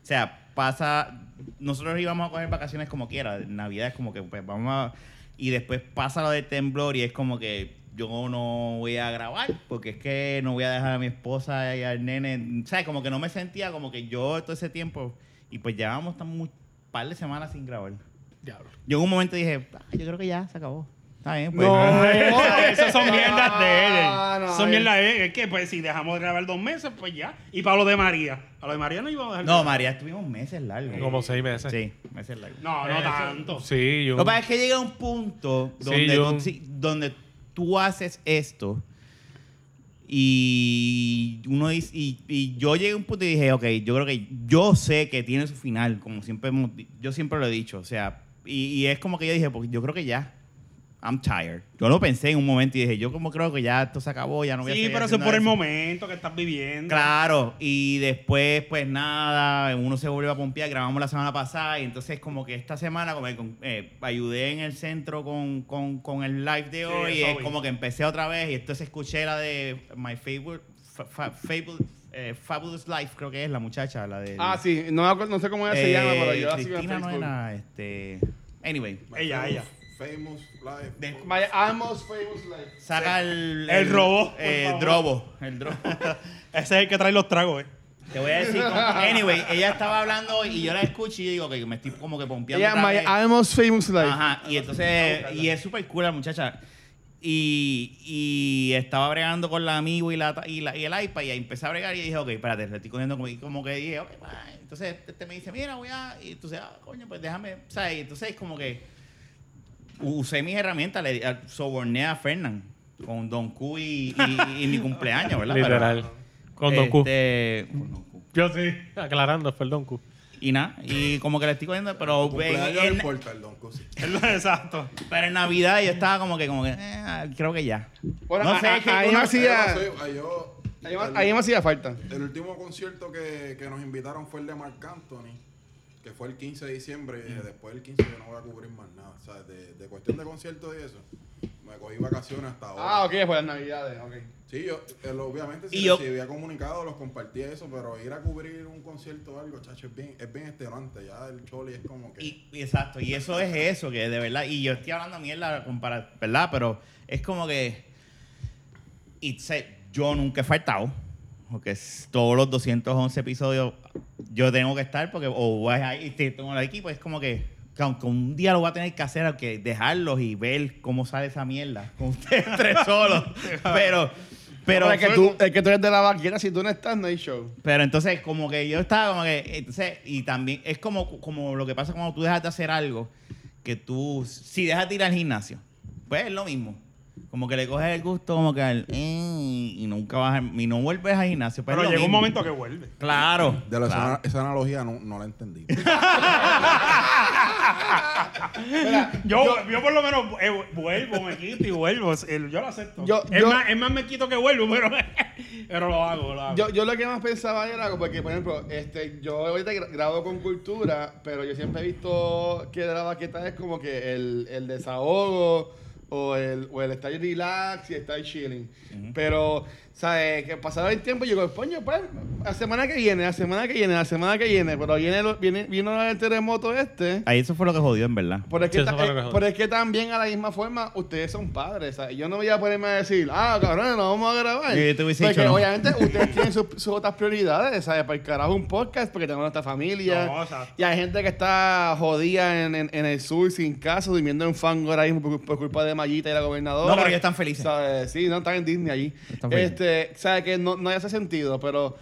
Speaker 4: sea, pasa, nosotros íbamos a coger vacaciones como quiera, Navidad es como que, pues vamos a, y después pasa lo del temblor y es como que yo no voy a grabar porque es que no voy a dejar a mi esposa y al nene, o sea, como que no me sentía como que yo todo ese tiempo, y pues llevábamos tan un par de semanas sin grabar. Yo en un momento dije, "Ah, yo creo que ya se acabó. Está bien, pues. [LAUGHS]
Speaker 1: Esas son mierdas de él.
Speaker 3: Ah, no,
Speaker 1: son
Speaker 3: eh.
Speaker 1: mierdas de él. Es que, pues, si dejamos de grabar dos meses, pues ya. Y para lo de María. A lo de María no íbamos a dejar.
Speaker 4: No, María, estuvimos meses largos.
Speaker 2: Como seis meses.
Speaker 4: Sí, meses largos.
Speaker 1: No, no tanto.
Speaker 2: Sí, yo.
Speaker 4: Lo que pasa es que llega un punto
Speaker 2: Sí,
Speaker 4: donde,
Speaker 2: yo-
Speaker 4: tú, sí, donde tú haces esto y uno dice- y, y yo llegué a un punto y dije, ok, yo creo que yo sé que tiene su final, como siempre hemos di- yo siempre lo he dicho, o sea, y, y es como que yo dije, porque yo creo que ya. I'm tired. Yo lo pensé en un momento y dije, yo como creo que ya esto se acabó, ya no voy a
Speaker 1: Sí,
Speaker 4: seguir
Speaker 1: pero eso es
Speaker 4: haciendo
Speaker 1: por el momento que estás viviendo.
Speaker 4: Claro, y después, pues nada, uno se vuelve a pompear, grabamos la semana pasada, y entonces como que esta semana como que con- eh, ayudé en el centro con, con- con el live de hoy, y
Speaker 1: eso
Speaker 4: es
Speaker 1: vi.
Speaker 4: como que empecé otra vez, y entonces escuché la de My Favorite, Fa- Fa- Fable- eh, Fabulous Life, creo que es la muchacha, la de...
Speaker 3: Ah, sí. No, me acuerdo- no sé cómo ella se
Speaker 4: Eh,
Speaker 3: llama, pero yo la sigo en
Speaker 4: Cristina no
Speaker 3: Facebook.
Speaker 4: era, este... Anyway,
Speaker 1: Ella, ella.
Speaker 5: Famous Life.
Speaker 4: De-
Speaker 3: My almost famous life.
Speaker 4: saca el...
Speaker 1: El robot, por
Speaker 4: eh,
Speaker 1: favor.
Speaker 4: drobo, el drobo.
Speaker 1: Ese es el que trae los tragos, eh. [LAUGHS]
Speaker 4: Te voy a decir. cómo- Anyway, ella estaba hablando y yo la escucho y yo digo que me estoy como que pompeando.
Speaker 3: Yeah,
Speaker 4: otra
Speaker 3: my
Speaker 4: vez.
Speaker 3: almost famous life.
Speaker 4: Ajá, y entonces, y es súper cool la muchacha. Y, y estaba bregando con la amigo y, la, ta- y, la- y el iPad y ahí empecé a bregar y dije, ok, espérate, le estoy cogiendo como, y como que dije, ok, bye. Entonces este me dice, mira, voy a... Y entonces, ah, coño, pues déjame, ¿sabes? Y entonces como que usé mis herramientas, le di- a- soborné a Fernán con Don Q y, y- y mi cumpleaños, ¿verdad?
Speaker 2: [LAUGHS]
Speaker 4: Pero,
Speaker 2: Literal. Con Don Q.
Speaker 4: este, con Don Q.
Speaker 2: Yo sí. Aclarando, fue el Don Q.
Speaker 4: Y nada, y como que le estoy cogiendo, pero...
Speaker 5: Cumpleaños
Speaker 4: en-
Speaker 5: no
Speaker 4: en-
Speaker 5: importa el Don Cusi.
Speaker 1: Exacto.
Speaker 4: Pero en Navidad yo estaba como que, como que, eh, creo que ya.
Speaker 3: Bueno,
Speaker 4: no
Speaker 3: a-
Speaker 4: sé,
Speaker 3: a-
Speaker 4: es que
Speaker 3: ahí
Speaker 4: uno-
Speaker 3: me hacía,
Speaker 5: Yo no sé, yo-
Speaker 3: ahí me- ahí me hacía falta.
Speaker 5: El último concierto que, que nos invitaron fue el de Marc Anthony, que fue el 15 de diciembre. y después del 15 yo no voy a cubrir más nada. O sea, de, de cuestión de conciertos y eso, me cogí vacaciones hasta ahora.
Speaker 3: Ah, ok, fue las navidades, ok.
Speaker 5: Sí, yo, el- obviamente,
Speaker 4: Y
Speaker 5: si
Speaker 4: yo-
Speaker 5: recibía comunicados, los compartía eso, pero ir a cubrir un concierto o algo, chacho, es bien, es bien extenuante. Ya el choli es como que.
Speaker 4: Y, y exacto, y eso es eso, que de verdad, y yo estoy hablando mierda, compara- ¿verdad? Pero es como que, it's a- yo nunca he faltado, porque es- todos los 211 episodios yo tengo que estar, porque o voy a ir, te- tengo el equipo, es como que, que aunque un día lo voy a tener que hacer, aunque dejarlos y ver cómo sale esa mierda con [LAUGHS] ustedes tres
Speaker 3: [LAUGHS]
Speaker 4: solos, pero... Pero
Speaker 3: Pero es que, tú, es que tú eres de la vaquera, si tú no estás, no hay show.
Speaker 4: Pero entonces, como que yo estaba como que. Entonces, y también es como, como lo que pasa cuando tú dejas de hacer algo, que tú. Si dejas de ir al gimnasio, pues es lo mismo. Como que le coges el gusto, como que al. "Eh", y nunca vas. al- Y no vuelves al gimnasio. pues
Speaker 1: Pero
Speaker 4: es lo
Speaker 1: llega un
Speaker 4: mismo.
Speaker 1: momento que vuelve.
Speaker 4: Claro.
Speaker 5: De la,
Speaker 4: claro.
Speaker 5: esa, esa analogía no, no
Speaker 4: [LAUGHS]
Speaker 5: la entendí.
Speaker 1: Yo, yo, por lo menos eh, vuelvo, me quito y vuelvo. Es- el- yo lo acepto.
Speaker 3: Yo-
Speaker 1: es,
Speaker 3: yo-
Speaker 1: más, es más me quito que vuelvo, pero, [LAUGHS] pero lo hago, lo hago.
Speaker 3: Yo, yo lo que más pensaba era, porque por ejemplo, este, yo ahorita gra- grabo con cultura, pero yo siempre he visto que la vaqueta es como que el, el desahogo o el, o el estar relax y estar chilling. Pero, ¿sabes? Que pasaba el tiempo y yo digo, coño, pues, la semana que viene, la semana que viene, la semana que viene, pero viene, lo- viene vino el terremoto este.
Speaker 4: Ahí eso fue lo que jodió, en verdad.
Speaker 3: Pero es, que
Speaker 2: Sí, eso
Speaker 3: ta-
Speaker 2: fue lo que
Speaker 3: eh,
Speaker 2: jodí.
Speaker 3: pero es que también a la misma forma ustedes son padres. ¿sabes? Yo no voy a ponerme a decir, ah, cabrón, no vamos a grabar.
Speaker 4: Sí, te hubiese
Speaker 3: porque
Speaker 4: dicho, no.
Speaker 3: obviamente ustedes tienen sus, sus otras prioridades, ¿sabes? Para el carajo un podcast, porque tenemos nuestra familia.
Speaker 1: No, exacto.
Speaker 3: y hay gente que está jodida en, en- en el sur, sin casa, durmiendo en fango ahora mismo por, por culpa de Mayita y la gobernadora.
Speaker 4: No, pero ellos están felices.
Speaker 3: ¿sabes? Sí, no, están en Disney allí.
Speaker 4: Están felices.
Speaker 3: Este, ¿sabes? Que no, no hace sentido, pero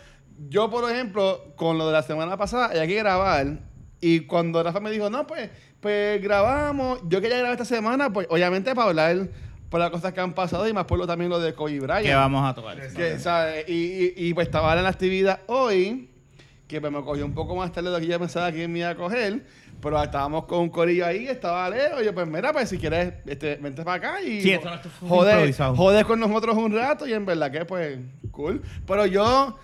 Speaker 3: yo, por ejemplo, con lo de la semana pasada, había que grabar. Y cuando Rafa me dijo, no, pues, pues grabamos. Yo quería grabar esta semana, pues, obviamente para hablar por las cosas que han pasado y más por lo también lo de Kobe Bryant.
Speaker 4: Que vamos a tocar.
Speaker 3: Que, ¿sabes? Y, y, y, pues estaba en la actividad hoy, que pues, me cogió un poco más tarde de lo que yo pensaba que me iba a coger. Pero estábamos con un corillo ahí, estaba Leo. Y yo, pues mira, pues si quieres, este, vente para acá y
Speaker 4: Sí, esto no- esto fue
Speaker 3: joder,
Speaker 4: improvisado.
Speaker 3: joder con nosotros un rato. Y en verdad que, pues, cool. Pero yo,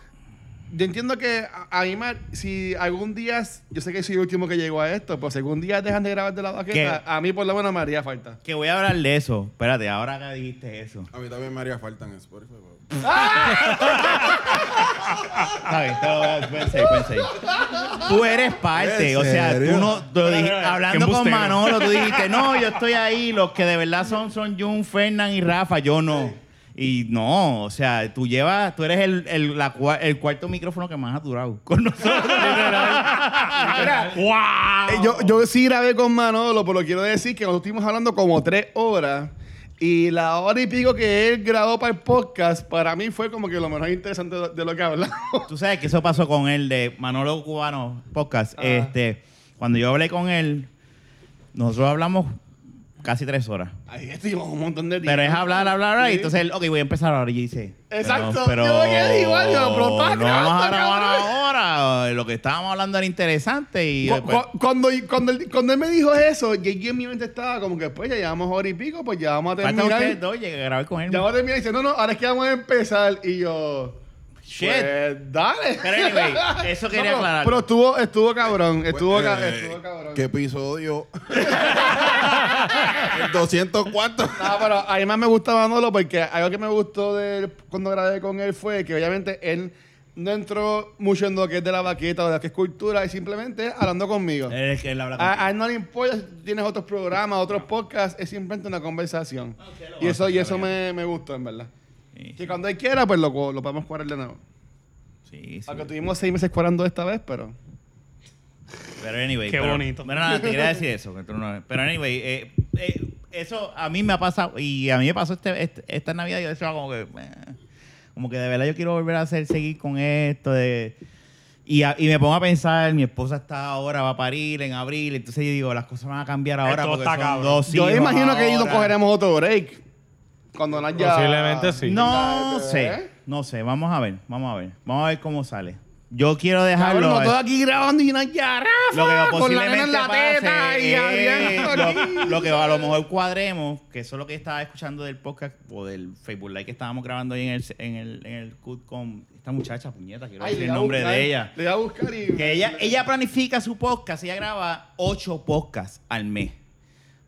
Speaker 3: yo entiendo que a, a mí, me- si algún día, yo sé que soy el último que llegó a esto, pero si algún día dejan de grabar de la vaqueta,
Speaker 4: ¿Qué?
Speaker 3: a mí por lo menos me haría falta.
Speaker 4: Que voy a hablar de eso. Espérate, ahora que dijiste eso.
Speaker 5: A mí también me haría falta en Spotify. pero-
Speaker 4: Está bien, te lo voy a- pensé, pensé. Tú eres parte,
Speaker 5: ¿En
Speaker 4: o sea, tú
Speaker 5: serio?
Speaker 4: no, tú
Speaker 1: Espera,
Speaker 4: dij-
Speaker 1: espera,
Speaker 4: hablando
Speaker 1: qué
Speaker 4: con
Speaker 1: embustero.
Speaker 4: Manolo, tú
Speaker 1: [LAUGHS]
Speaker 4: dijiste, no, yo estoy ahí, los que de verdad son, son Jun, Fernán y Rafa, yo no. Y no, o sea, tú llevas, tú eres el, el, la cua- el cuarto micrófono que más ha durado con nosotros.
Speaker 3: Eh,
Speaker 1: ¡Wow!
Speaker 3: yo, yo sí grabé con Manolo, pero quiero decir que nosotros estuvimos hablando como tres horas. Y la hora y pico que él grabó para el podcast, para mí fue como que lo menos interesante de- de lo que hablamos. [LAUGHS]
Speaker 4: Tú sabes que eso pasó con el de Manolo Cubano Podcast.
Speaker 5: Ah.
Speaker 4: Este, cuando yo hablé con él, nosotros hablamos casi tres horas.
Speaker 3: Ahí estuvimos un montón de tiempo.
Speaker 4: Pero es hablar, hablar, hablar.
Speaker 3: Sí.
Speaker 4: Y entonces él, ok, voy a empezar ahora. Y yo hice.
Speaker 3: Exacto, yo me quedé igual, yo, pero está
Speaker 4: No vamos
Speaker 3: grabando,
Speaker 4: a grabar
Speaker 3: cabrón.
Speaker 4: ahora. Lo que estábamos hablando era interesante. Y
Speaker 3: Cu-
Speaker 4: después-
Speaker 3: cu- cuando, cuando, él, cuando él me dijo eso, yo, yo en mi mente estaba como que después ya llevamos hora y pico, pues ya vamos a
Speaker 4: faltan ustedes
Speaker 3: terminar.
Speaker 4: dos, llegué a grabar con él.
Speaker 3: Ya vamos a terminar y dice, no, no, ahora es que vamos a empezar. Y yo,
Speaker 4: Shit.
Speaker 3: pues, dale. [LAUGHS]
Speaker 4: Pero anyway, eso quería
Speaker 3: No, pero-
Speaker 4: aclarar.
Speaker 3: Pero estuvo, estuvo cabrón, estuvo,
Speaker 5: Eh,
Speaker 3: ca- estuvo cabrón.
Speaker 5: ¿Qué episodio? [LAUGHS] el 204.
Speaker 3: No, pero a mí más me gusta Manolo porque algo que me gustó de él cuando grabé con él fue que obviamente él no entró mucho en lo que es de la vaqueta o de lo que es cultura y simplemente hablando conmigo.
Speaker 4: Él es que él habla
Speaker 3: A,
Speaker 4: contigo.
Speaker 3: a él no le importa si tú tienes otros programas, otros podcasts, es simplemente una conversación.
Speaker 4: usted Ah, lo
Speaker 3: Y eso,
Speaker 4: hace,
Speaker 3: y eso
Speaker 4: está
Speaker 3: me, me gustó, en verdad.
Speaker 4: Sí.
Speaker 3: Que cuando él quiera, pues lo, lo podemos cuadrar de nuevo.
Speaker 5: Sí,
Speaker 4: Sí, sí.
Speaker 3: Aunque tuvimos seis meses cuadrando esta vez, pero.
Speaker 4: Pero anyway.
Speaker 1: Qué
Speaker 4: pero-
Speaker 1: bonito.
Speaker 4: Pero nada, te quería decir eso. que tú no- pero anyway, eh, eh, eso a mí me ha pasado, y a mí me pasó este, este- esta Navidad, yo decía como que... "Eh, como que de verdad yo quiero volver a hacer, seguir con esto de... Y, a- y me pongo a pensar, mi esposa está ahora, va a parir en abril, entonces yo digo, las cosas van a cambiar ahora
Speaker 1: Esto
Speaker 4: porque
Speaker 1: está
Speaker 4: son
Speaker 1: cabrón.
Speaker 4: dos
Speaker 3: Yo
Speaker 4: hijos
Speaker 3: imagino que ellos
Speaker 4: ahora.
Speaker 3: cogeremos otro break. Cuando Nat ya.
Speaker 2: Posiblemente sí.
Speaker 4: No
Speaker 3: Dale,
Speaker 4: sé,
Speaker 3: ¿eh?
Speaker 4: no sé, vamos a ver, vamos a ver, vamos a ver cómo sale. Yo quiero dejarlo...
Speaker 3: Cabrón,
Speaker 4: a-
Speaker 3: todo aquí grabando y Nat ya. "Ah, Rafa,
Speaker 4: eh. lo
Speaker 3: [LAUGHS]
Speaker 4: que
Speaker 3: con la
Speaker 4: posiblemente
Speaker 3: nena en la
Speaker 4: pase
Speaker 3: teta y
Speaker 4: es
Speaker 3: abriendo
Speaker 4: lo,
Speaker 3: aquí.
Speaker 4: lo que a lo mejor cuadremos, que eso es lo que estaba escuchando del podcast o del Facebook Live que estábamos grabando hoy en el en el, en el CUT con esta muchacha puñeta, quiero
Speaker 3: Ay, le
Speaker 4: decir el
Speaker 3: voy a
Speaker 4: nombre
Speaker 3: buscar-
Speaker 4: de ella.
Speaker 3: Le voy a buscar y. [LAUGHS]
Speaker 4: Que ella, ella planifica su podcast, ella graba ocho podcasts al mes.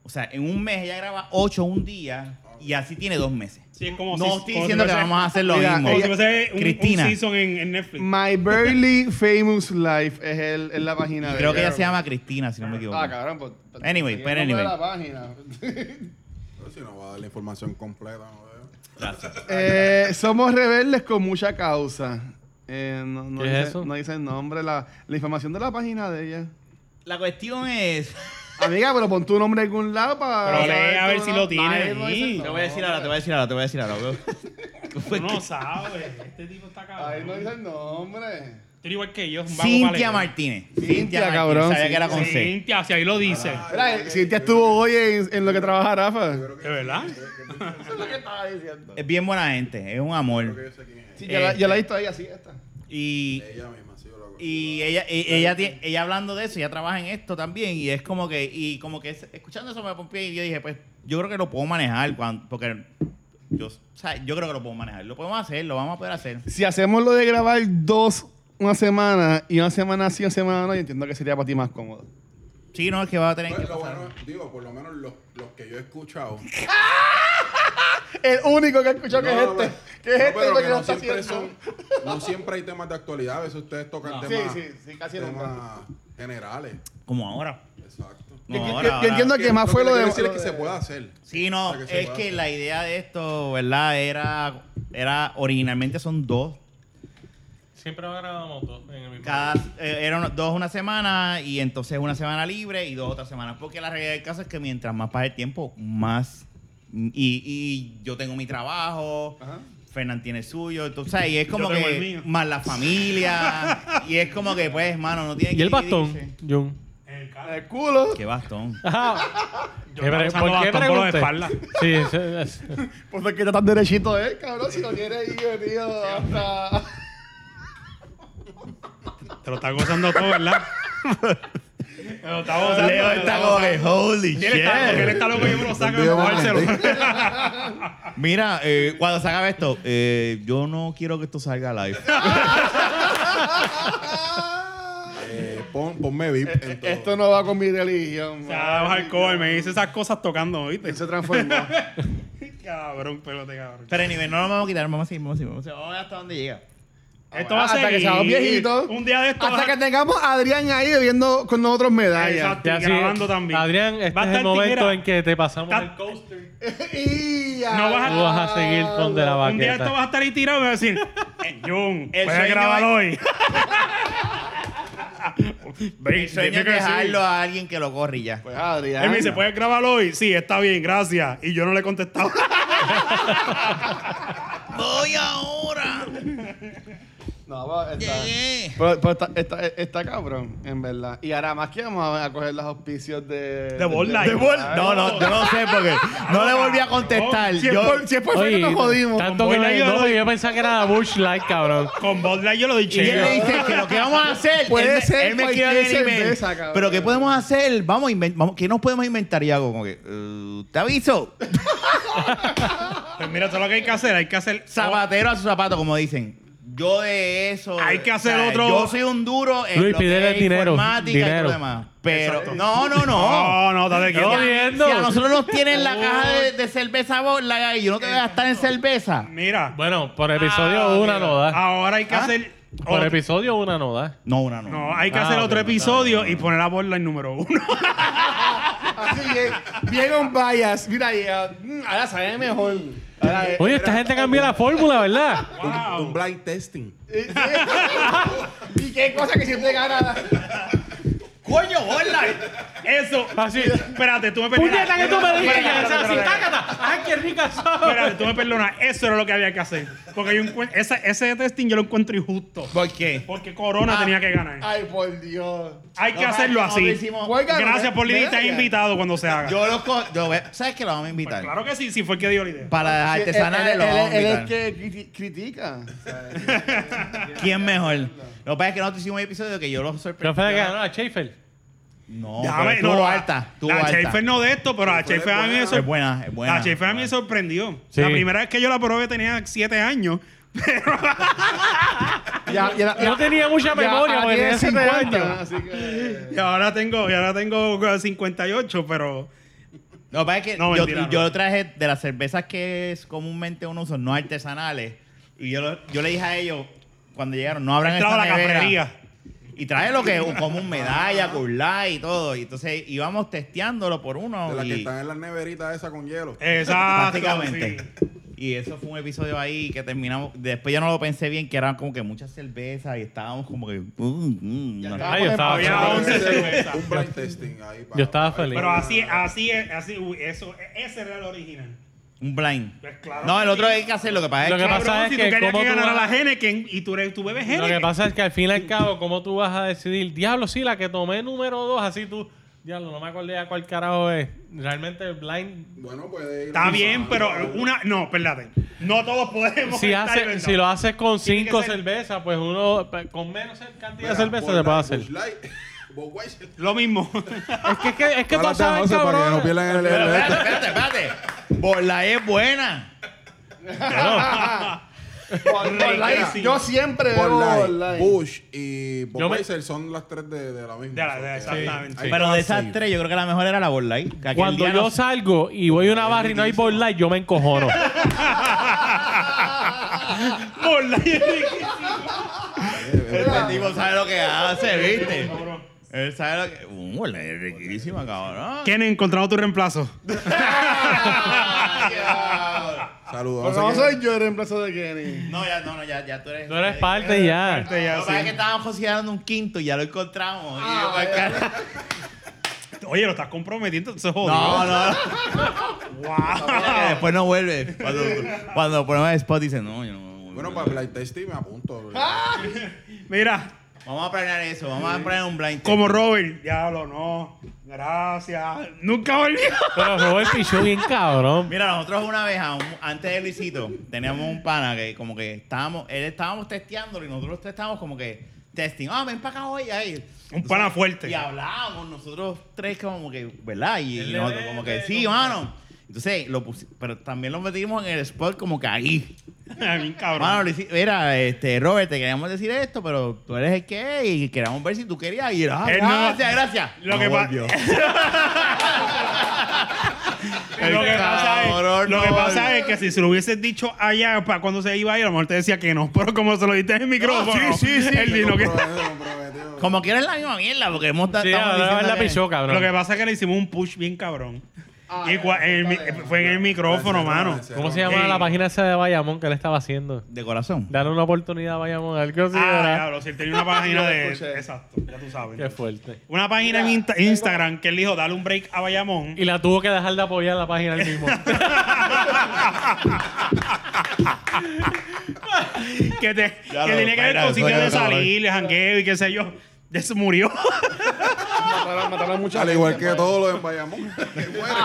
Speaker 4: O sea, en un mes ella graba ocho un día y así tiene dos meses.
Speaker 1: Sí, es como
Speaker 4: no
Speaker 1: si-
Speaker 4: estoy
Speaker 1: como si
Speaker 4: diciendo que
Speaker 1: fuese-
Speaker 4: vamos a hacer lo
Speaker 3: Mira,
Speaker 4: mismo.
Speaker 1: [LAUGHS] Como si
Speaker 3: Ella-
Speaker 1: fuese un,
Speaker 4: Cristina. Mm,
Speaker 1: un season en, en Netflix.
Speaker 3: My Barely Famous Life es, el, es la página de
Speaker 4: Creo que ella se llama Cristina, si no me equivoco.
Speaker 3: Ah, cabrón. Pues,
Speaker 4: Anyway,
Speaker 3: seguí
Speaker 4: pero
Speaker 3: el nombre de
Speaker 4: anyway.
Speaker 3: la página.
Speaker 5: Pero si no va a dar la información completa, no veo.
Speaker 3: Eh, somos rebeldes con mucha causa. Eh, no, no
Speaker 2: ¿Qué
Speaker 3: dice,
Speaker 2: es eso?
Speaker 3: no dice el nombre, la, la información de la página de ella.
Speaker 4: La cuestión es...
Speaker 3: Amiga, pero pon tu nombre en algún lado para.
Speaker 1: Pero lee a ver si lo tiene
Speaker 3: ahí no
Speaker 1: ahí.
Speaker 3: dice el
Speaker 1: Te
Speaker 4: Te voy a decir ahora, te voy a decir ahora, te voy a decir
Speaker 5: [LAUGHS]
Speaker 4: ahora. pues
Speaker 1: Tú no sabes. Este tipo está cabrón.
Speaker 3: Ahí no dice el nombre.
Speaker 1: Tú eres igual que yo. es un vago
Speaker 4: Cintia
Speaker 1: paleta.
Speaker 4: Martínez.
Speaker 3: Cintia,
Speaker 4: Martínez,
Speaker 3: cabrón,
Speaker 4: Sabía
Speaker 3: sí.
Speaker 4: que era con C.
Speaker 1: Cintia, si ahí lo dice.
Speaker 4: Ah,
Speaker 3: Mira, eh, Cintia estuvo hoy en, en lo que trabaja Rafa. Eso
Speaker 1: ¿De verdad?
Speaker 3: es lo que estaba diciendo.
Speaker 4: Es bien buena gente, es un amor.
Speaker 5: Yo sé quién es.
Speaker 3: Sí, ya, la, ya la he visto ahí, así está.
Speaker 4: Y,
Speaker 5: Ella misma, sí, yo la
Speaker 4: y ella, y- ella, tiene- ella hablando de eso, ella trabaja en esto también. Y es como que, y como que es- escuchando eso me pompié y yo dije, pues, yo creo que lo puedo manejar cuan- porque yo, o sea, yo creo que lo puedo manejar. Lo podemos hacer, lo vamos a poder hacer.
Speaker 3: Si hacemos lo de grabar dos una semana y una semana sí, una semana no, yo entiendo que sería para ti más cómodo.
Speaker 4: Sí, no, es que va a tener que
Speaker 5: Pues, lo
Speaker 4: pasar.
Speaker 5: bueno, digo, por lo menos los, los que yo he escuchado.
Speaker 3: El único que he escuchado que es
Speaker 5: No,
Speaker 3: este.
Speaker 5: pero-
Speaker 3: Que es
Speaker 5: no,
Speaker 3: este
Speaker 5: pero
Speaker 3: lo que,
Speaker 5: que
Speaker 3: no
Speaker 5: no
Speaker 3: está
Speaker 5: siempre
Speaker 3: haciendo.
Speaker 5: son- No siempre hay temas de actualidad, a veces ustedes tocan
Speaker 3: Sí,
Speaker 5: temas,
Speaker 3: sí, sí, casi
Speaker 5: temas generales.
Speaker 4: Como ahora.
Speaker 5: Exacto.
Speaker 3: Yo-
Speaker 4: Como
Speaker 3: yo-
Speaker 4: ahora,
Speaker 3: yo
Speaker 4: ahora.
Speaker 3: entiendo Lo que más fue
Speaker 5: te
Speaker 3: lo de-
Speaker 5: quiero decir
Speaker 3: lo
Speaker 5: es que
Speaker 3: de-
Speaker 5: se puede hacer.
Speaker 4: Sí, no,
Speaker 5: O sea, que se
Speaker 4: es
Speaker 5: puede
Speaker 4: que
Speaker 5: hacer.
Speaker 4: la idea de esto, ¿verdad? Era, era originalmente son dos
Speaker 2: Siempre grabamos dos en el mismo.
Speaker 4: Cada, eh, eran unos- dos una semana y entonces una semana libre y dos otras semanas. Porque la realidad del caso es que mientras más pasa el tiempo, más. Y, y yo tengo mi trabajo, Fernán tiene el suyo, entonces y es como
Speaker 1: Yo tengo el
Speaker 4: que
Speaker 1: mío.
Speaker 4: más la familia y es como que pues, hermano, no tiene
Speaker 2: ¿Y
Speaker 4: que
Speaker 2: el bastón,
Speaker 4: dividirse.
Speaker 2: Jun? Eh,
Speaker 3: El culo.
Speaker 4: Qué bastón.
Speaker 1: Yo estaba usando bastón por lo de espalda.
Speaker 2: Sí, es- es-
Speaker 3: Pues es que está tan derechito él, cabrón. Si lo quiere ir, tío, hasta.
Speaker 1: Te lo estás gozando todo, ¿verdad? [LAUGHS] Te lo estás gozando.
Speaker 4: Leo
Speaker 1: te lo
Speaker 4: está
Speaker 1: estás
Speaker 4: como que
Speaker 1: gozando.
Speaker 4: holy
Speaker 1: Él está, porque él
Speaker 4: shit.
Speaker 1: está loco y yo me lo saco
Speaker 5: Dios,
Speaker 1: para cogérselo.
Speaker 4: Mira, eh, cuando se acabe esto, eh, yo no quiero que esto salga live.
Speaker 5: Eh, pon, ponme VIP en todo.
Speaker 3: eh, Esto no va con mi religión.
Speaker 1: O sea, baja
Speaker 3: madre.
Speaker 1: el cover, me dice esas cosas tocando, ¿viste?
Speaker 3: Él se transformó.
Speaker 1: [LAUGHS] Cabrón, pelote, cabrón.
Speaker 4: Pero anyway, no lo vamos a quitar, vamos a seguir, vamos a seguir, vamos a seguir. Vamos a ver hasta dónde llega.
Speaker 1: Esto va a ser.
Speaker 3: Hasta que seamos viejitos.
Speaker 1: Un día de esto.
Speaker 3: Hasta que tengamos a Adrián ahí bebiendo con nosotros medallas.
Speaker 1: Exacto. Y
Speaker 2: sí,
Speaker 1: grabando también.
Speaker 2: Adrián,
Speaker 1: Va
Speaker 2: este
Speaker 1: a
Speaker 2: es
Speaker 1: estar
Speaker 2: el momento
Speaker 1: tijera.
Speaker 2: en que te pasamos
Speaker 1: Ta-
Speaker 2: el coaster.
Speaker 3: [LAUGHS] Y ya.
Speaker 1: No vas
Speaker 2: Tú vas a seguir con de la
Speaker 1: un día de esto
Speaker 2: vaqueta.
Speaker 1: vas a estar ahí tirado y me vas a decir, eh, Jun,
Speaker 4: El
Speaker 1: puedes
Speaker 4: sueño
Speaker 1: grabar
Speaker 4: es- [LAUGHS]
Speaker 1: hoy.
Speaker 4: Mi sueño es dejarlo a alguien que lo corre y ya.
Speaker 3: Pues Adrián.
Speaker 1: Él me dice, ¿puedes grabarlo hoy? Sí, está bien, gracias. Y yo no le he contestado.
Speaker 4: Voy ahora.
Speaker 3: No, va, está.
Speaker 4: Llegué.
Speaker 3: Pero, pero está, está, está cabrón, en verdad. Y ahora más que vamos a coger los auspicios de.
Speaker 1: De Bud Light.
Speaker 3: de
Speaker 1: De
Speaker 3: Bud
Speaker 1: Bud-
Speaker 3: Light.
Speaker 4: No, no, yo no sé porque no le volví a
Speaker 1: Oh,
Speaker 4: contestar.
Speaker 3: Si es
Speaker 4: Yo,
Speaker 3: por, si es por fe que
Speaker 2: Oye,
Speaker 3: nos jodimos.
Speaker 2: Tanto
Speaker 1: Voy
Speaker 2: que
Speaker 1: a
Speaker 2: me-
Speaker 1: ir a
Speaker 2: no,
Speaker 1: lo-
Speaker 2: pero yo pensaba que era Bush Light, cabrón.
Speaker 1: Con Botlight yo lo
Speaker 4: y él le
Speaker 1: dije.
Speaker 4: dice que lo que vamos a hacer
Speaker 3: Puede
Speaker 4: él, me-
Speaker 3: ser
Speaker 4: él me
Speaker 3: cualquier
Speaker 4: escribe en el email,
Speaker 3: cerveza, cabrón.
Speaker 4: Pero qué podemos hacer? Vamos a inven- vamos- ¿qué nos podemos inventar y hago como que eh, te aviso,
Speaker 1: Pues mira, todo lo que hay que hacer, hay que hacer.
Speaker 4: zapatero a su zapato como dicen. Yo de eso.
Speaker 1: Hay que hacer otro-
Speaker 4: Yo soy un duro en
Speaker 2: Luis,
Speaker 4: lo que
Speaker 2: pídele
Speaker 4: es
Speaker 2: dinero,
Speaker 4: informática y todo
Speaker 2: dinero.
Speaker 4: lo demás. Pero no, no, no.
Speaker 1: No, no, dale
Speaker 4: Si
Speaker 1: quieto.
Speaker 2: Estoy
Speaker 4: a,
Speaker 2: viendo.
Speaker 4: si a nosotros nos tienen la caja de, de cerveza bola y yo no te voy a gastar en cerveza.
Speaker 1: Mira,
Speaker 2: Bueno,
Speaker 1: Ah,
Speaker 2: por episodio una no da.
Speaker 1: ahora hay que hacer.
Speaker 2: Por
Speaker 1: otro-
Speaker 2: episodio una no da.
Speaker 4: No, una no.
Speaker 1: No, hay que
Speaker 2: Ah,
Speaker 1: hacer
Speaker 2: ok,
Speaker 1: otro
Speaker 2: no,
Speaker 1: episodio y poner a Botlight número uno.
Speaker 3: Así Ah, bien, bien on bias. Mira, y, ah, mm, ahora sabe mejor. Ahora, eh,
Speaker 2: Oye, esta gente cambió la fórmula, ¿verdad?
Speaker 5: Un,
Speaker 1: Wow.
Speaker 5: un blind testing.
Speaker 3: y qué cosa que siempre gana.
Speaker 1: ¡Coño, online! Eso.
Speaker 2: Así.
Speaker 1: Espérate, tú me perdonas.
Speaker 2: ¡Puñeta que tú me digas!
Speaker 1: Espérate,
Speaker 2: O sea, así,
Speaker 1: espérate,
Speaker 2: tácata. ¡Ay, qué rica
Speaker 1: Espérate,
Speaker 2: soy!
Speaker 1: tú me perdonas. Eso era lo que había que hacer. Porque yo encuent- esa- ese testing yo lo encuentro injusto.
Speaker 4: ¿Por qué?
Speaker 1: Porque Corona tenía que ganar.
Speaker 3: Ay, por Dios.
Speaker 1: Hay que
Speaker 4: No,
Speaker 1: hacerlo
Speaker 4: no,
Speaker 1: así.
Speaker 4: lo hicimos.
Speaker 3: Juega,
Speaker 1: Gracias por la
Speaker 3: ¿verdad?
Speaker 1: idea. Estás invitado cuando se haga.
Speaker 4: Yo lo co- yo, ve- ¿Sabes qué? Lo vamos a
Speaker 1: Pues
Speaker 4: invitar.
Speaker 1: claro que sí, sí fue el que dio la idea.
Speaker 4: Para
Speaker 3: Él-
Speaker 4: las
Speaker 3: él-
Speaker 4: artesanales
Speaker 3: él-
Speaker 4: lo vamos
Speaker 3: él-
Speaker 4: a
Speaker 3: él es
Speaker 4: invitar.
Speaker 3: que criti- critica.
Speaker 4: ¿Quién mejor? Lo que pasa es que nosotros hicimos un episodio que yo lo
Speaker 2: ¿Qué
Speaker 4: sorprendí.
Speaker 2: fue la que ganó la Schaefer?
Speaker 4: No,
Speaker 1: Déjame-
Speaker 4: pero estuvo
Speaker 1: no,
Speaker 4: alta. Estuvo
Speaker 1: la
Speaker 4: alta.
Speaker 1: Schaefer no de esto, pero la
Speaker 5: Schaefer es
Speaker 1: Schaefer a mí me
Speaker 5: buena.
Speaker 1: sor-
Speaker 4: Es buena, es buena.
Speaker 1: La Schaefer a mí me sorprendió.
Speaker 2: Sí.
Speaker 1: La primera vez que yo la probé tenía 7 años.
Speaker 3: Ya-
Speaker 1: [LAUGHS]
Speaker 3: ya- ya-
Speaker 2: No tenía mucha
Speaker 3: ya-
Speaker 2: memoria
Speaker 3: ya
Speaker 2: porque
Speaker 3: tiene
Speaker 2: tenía 7
Speaker 3: 50,
Speaker 2: años.
Speaker 3: Así que.
Speaker 1: Y ahora tengo, y ahora tengo uh, 58, pero
Speaker 4: Lo que pasa es que
Speaker 1: No,
Speaker 4: yo,
Speaker 1: mentira, no.
Speaker 4: yo lo traje de las cervezas que es comúnmente uno usa, no artesanales. Y yo, lo- yo le dije a ellos, cuando llegaron, no abran
Speaker 1: entraba
Speaker 4: esa
Speaker 1: la
Speaker 4: nevera.
Speaker 1: cafetería.
Speaker 4: Y trae lo que es como un medalla, curla y todo. Y entonces íbamos testeándolo por uno.
Speaker 5: De las
Speaker 4: y,
Speaker 5: que están en las neveritas esa con hielo.
Speaker 1: Eh, Exacto.
Speaker 4: prácticamente.
Speaker 1: sí.
Speaker 4: Y eso fue un episodio ahí que terminamos. Después yo no lo pensé bien, que eran como que muchas cervezas y estábamos como que. mm, mm, no.
Speaker 3: estábamos
Speaker 2: Ay, yo estaba
Speaker 1: Había
Speaker 5: [LAUGHS]
Speaker 4: [LAUGHS]
Speaker 2: feliz.
Speaker 1: once
Speaker 5: Ese es
Speaker 1: cervezas.
Speaker 5: un- Un blind testing ahí. para-
Speaker 2: Yo estaba
Speaker 5: para-
Speaker 2: feliz.
Speaker 1: Pero así, así, es- así, uy, eso, ese era el original.
Speaker 4: Un blind.
Speaker 1: Pues claro
Speaker 4: no, el
Speaker 1: que
Speaker 4: otro
Speaker 1: sí.
Speaker 4: hay que hacer lo que pasa.
Speaker 2: Lo
Speaker 4: es
Speaker 2: que
Speaker 4: que
Speaker 2: pasa
Speaker 1: Cabrón,
Speaker 2: es
Speaker 1: si
Speaker 2: que
Speaker 1: tú querías
Speaker 2: cómo
Speaker 1: que
Speaker 2: tú
Speaker 1: ganara
Speaker 2: vas-
Speaker 1: la Henneken y tú, eres- tú bebes
Speaker 2: Lo que
Speaker 1: Henneken.
Speaker 2: pasa es que al fin y al cabo, ¿cómo tú vas a decidir? Diablo, sí, la que tomé número 2, así tú. Diablo, no me acuerdo ya cuál carajo es. Realmente el blind.
Speaker 5: Bueno, puede ir.
Speaker 1: Está bien, pero una. No, espérate. No todos podemos.
Speaker 2: Si,
Speaker 1: estar
Speaker 2: hace-
Speaker 1: inventados.
Speaker 2: si lo haces con
Speaker 1: Tiene que
Speaker 2: 5
Speaker 1: ser-
Speaker 2: cervezas, pues uno pe- con menos cantidad de cerveza se puede hacer.
Speaker 5: [LAUGHS]
Speaker 1: Lo mismo. [LAUGHS]
Speaker 2: Es que, es que, es que
Speaker 5: ¿Qué
Speaker 2: todos saben,
Speaker 5: Para que no
Speaker 2: cabrón.
Speaker 5: pierdan el
Speaker 4: Pero
Speaker 5: el-
Speaker 4: espérate, espérate, espérate. Borla es buena.
Speaker 3: Online,
Speaker 1: sí.
Speaker 3: Yo siempre
Speaker 5: Bud
Speaker 3: veo
Speaker 5: Light,
Speaker 3: online.
Speaker 5: Bush y Bob
Speaker 2: Yo me-
Speaker 5: son las tres de, de la misma.
Speaker 1: De la-
Speaker 5: so
Speaker 1: de-
Speaker 5: que-
Speaker 1: exactamente.
Speaker 5: ahí- ahí
Speaker 4: Pero
Speaker 5: está
Speaker 4: de esas
Speaker 5: safe.
Speaker 4: tres, yo creo que la mejor era la Borla. ¿eh? Que aquel
Speaker 2: Cuando
Speaker 4: día
Speaker 2: yo
Speaker 4: nos-
Speaker 2: salgo y voy a una barra y no hay Bud Light, yo me encojono.
Speaker 1: Por la-
Speaker 4: Este tipo sabe lo que hace, ¿viste? Él sabe lo que. Uh, Borla es riquísima, cabrón.
Speaker 1: Ken, he encontrado tu
Speaker 4: [LAUGHS]
Speaker 1: reemplazo.
Speaker 5: Saludos.
Speaker 3: Pero
Speaker 5: No
Speaker 3: no
Speaker 5: sé
Speaker 3: soy yo el reemplazo de
Speaker 4: [LAUGHS]
Speaker 3: Kenny.
Speaker 4: No, ya, no, no, ya, ya tú eres.
Speaker 2: Tú eres parte y ya.
Speaker 4: Lo
Speaker 1: Ya,
Speaker 4: que
Speaker 1: sí.
Speaker 4: pasa es que estábamos considerando un quinto y ya lo encontramos. Y
Speaker 2: Ah,
Speaker 4: yo, pues, cara-
Speaker 1: Oye, lo estás comprometiendo. Se jodió.
Speaker 4: [LAUGHS] no, no,
Speaker 2: [LAUGHS]
Speaker 4: no.
Speaker 1: [LAUGHS] Wow.
Speaker 4: Porque después no vuelve. Cuando, cuando ponemos el spot dice, no, yo no. voy a
Speaker 5: qué- Bueno,
Speaker 4: volver".
Speaker 5: para blind testing me apunto.
Speaker 1: Ah, Mira,
Speaker 4: Vamos a planear eso, vamos a planear un blind. test.
Speaker 1: como Robert. Diablo, no. Gracias. Nunca volvió. [LAUGHS]
Speaker 2: Pero [LAUGHS] Robert pichó bien cabrón.
Speaker 4: Mira, nosotros una vez, a un- antes de Luisito, teníamos un pana que como que estábamos, él estábamos testeándolo y nosotros estábamos como que testing. Ah, ven para acá hoy. Ahí.
Speaker 1: Un pana fuerte.
Speaker 4: Y hablábamos nosotros tres como que, ¿verdad? Y,
Speaker 2: Él
Speaker 4: y
Speaker 2: le
Speaker 4: nosotros
Speaker 2: ve,
Speaker 4: como
Speaker 2: ve,
Speaker 4: que, sí,
Speaker 2: como-
Speaker 4: mano. Entonces, lo pusi- pero también lo metimos en el spot como que ahí.
Speaker 1: Bien cabrón.
Speaker 4: Mano, Luis- mira, este, Robert, te queríamos decir esto, pero tú eres el que es y queríamos ver si tú querías ir. Ah,
Speaker 1: Él no-
Speaker 4: gracias, gracias.
Speaker 1: [LAUGHS] Lo
Speaker 4: No
Speaker 1: que pa-
Speaker 4: volvió.
Speaker 1: lo que,
Speaker 4: El
Speaker 1: pasa es,
Speaker 4: cabrón
Speaker 1: lo que
Speaker 4: no
Speaker 1: pasa
Speaker 4: volvió.
Speaker 1: es que si se lo hubieses dicho allá para cuando se iba a ir, a lo mejor te decía que no. [LAUGHS] Pero como se lo diste en el micrófono,
Speaker 4: No, sí, sí, sí.
Speaker 1: él dijo que. [LAUGHS]
Speaker 4: Como que eres la misma mierda, porque hemos ta-
Speaker 2: Sí,
Speaker 4: estamos
Speaker 2: ahora
Speaker 4: diciendo
Speaker 2: la
Speaker 4: que-
Speaker 2: pichó,
Speaker 1: Lo que
Speaker 2: cabrón.
Speaker 1: pasa es que le hicimos un push bien cabrón.
Speaker 3: Ah,
Speaker 1: y cua- en el mi-
Speaker 3: está bien.
Speaker 1: fue en el micrófono, mano.
Speaker 2: ¿Cómo se llama
Speaker 1: Ey.
Speaker 2: la página esa de Bayamón que él estaba haciendo?
Speaker 4: De corazón.
Speaker 2: Dale una oportunidad a Bayamón, algo así.
Speaker 1: Ah,
Speaker 2: ¿verdad?
Speaker 1: diablo, si él tenía una página
Speaker 3: [LAUGHS] Yo lo
Speaker 1: de.
Speaker 3: escuché.
Speaker 1: Exacto, ya tú sabes.
Speaker 2: Qué fuerte.
Speaker 1: Una página en Insta- Instagram que él dijo, dale un break a Bayamón.
Speaker 2: Y la tuvo que dejar de apoyar la página él mismo.
Speaker 1: que te-
Speaker 4: [LAUGHS] Ya
Speaker 1: que
Speaker 4: lo-
Speaker 1: tenía que ver
Speaker 4: mira,
Speaker 1: con sitios
Speaker 4: eso
Speaker 1: de
Speaker 4: ya lo-
Speaker 1: salir, de jangueo y qué sé yo. De eso murió. [LAUGHS]
Speaker 3: Mataron, mataron mucha
Speaker 5: Al igual
Speaker 3: gente,
Speaker 5: que
Speaker 3: man.
Speaker 5: todos los en Bayamón. que mueren.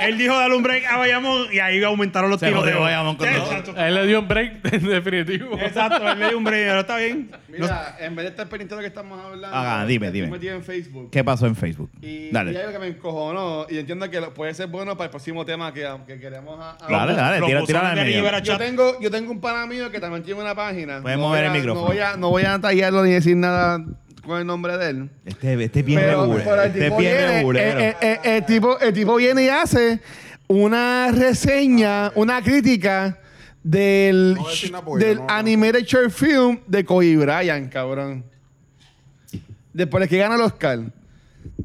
Speaker 1: él dijo, dale un break a Bayamón y ahí aumentaron los
Speaker 4: Se
Speaker 1: tiros de
Speaker 4: jodió Bayamón con todo.
Speaker 1: Exacto.
Speaker 2: A él le dio un break [LAUGHS] definitivo.
Speaker 1: Exacto, él le dio un break, pero está bien.
Speaker 3: Mira, en vez de estar pendiente de lo que estamos hablando,
Speaker 4: Ah, dime,
Speaker 3: estoy
Speaker 4: dime.
Speaker 3: metido en Facebook.
Speaker 4: ¿Qué pasó en Facebook?
Speaker 3: Y, y hay
Speaker 4: Dale.
Speaker 3: algo que me encojonó y entiendo que lo- puede ser bueno para el próximo tema que, que queremos a- a-
Speaker 4: Dale, dale,
Speaker 1: Los
Speaker 4: tira,
Speaker 1: buzones
Speaker 4: tira la
Speaker 1: de Rivera
Speaker 4: media.
Speaker 3: Yo
Speaker 1: Chat.
Speaker 3: tengo, yo tengo un pana mío que también tiene una página.
Speaker 4: Puedes
Speaker 3: No
Speaker 4: mover
Speaker 3: voy
Speaker 4: el
Speaker 3: a-
Speaker 4: micrófono.
Speaker 3: No voy a, no voy a tallarlo ni decir nada con el nombre de él.
Speaker 4: Este, este es bien regular.
Speaker 3: el
Speaker 4: Este es
Speaker 3: tipo
Speaker 4: bien
Speaker 3: viene,
Speaker 4: regulero.
Speaker 3: eh, eh, eh, el tipo, el tipo viene y hace una reseña, una crítica del,
Speaker 5: No voy a decir nada porque
Speaker 3: del
Speaker 5: no- no.
Speaker 3: animated short film de Kobe Bryant, cabrón. Después de que gana el Oscar.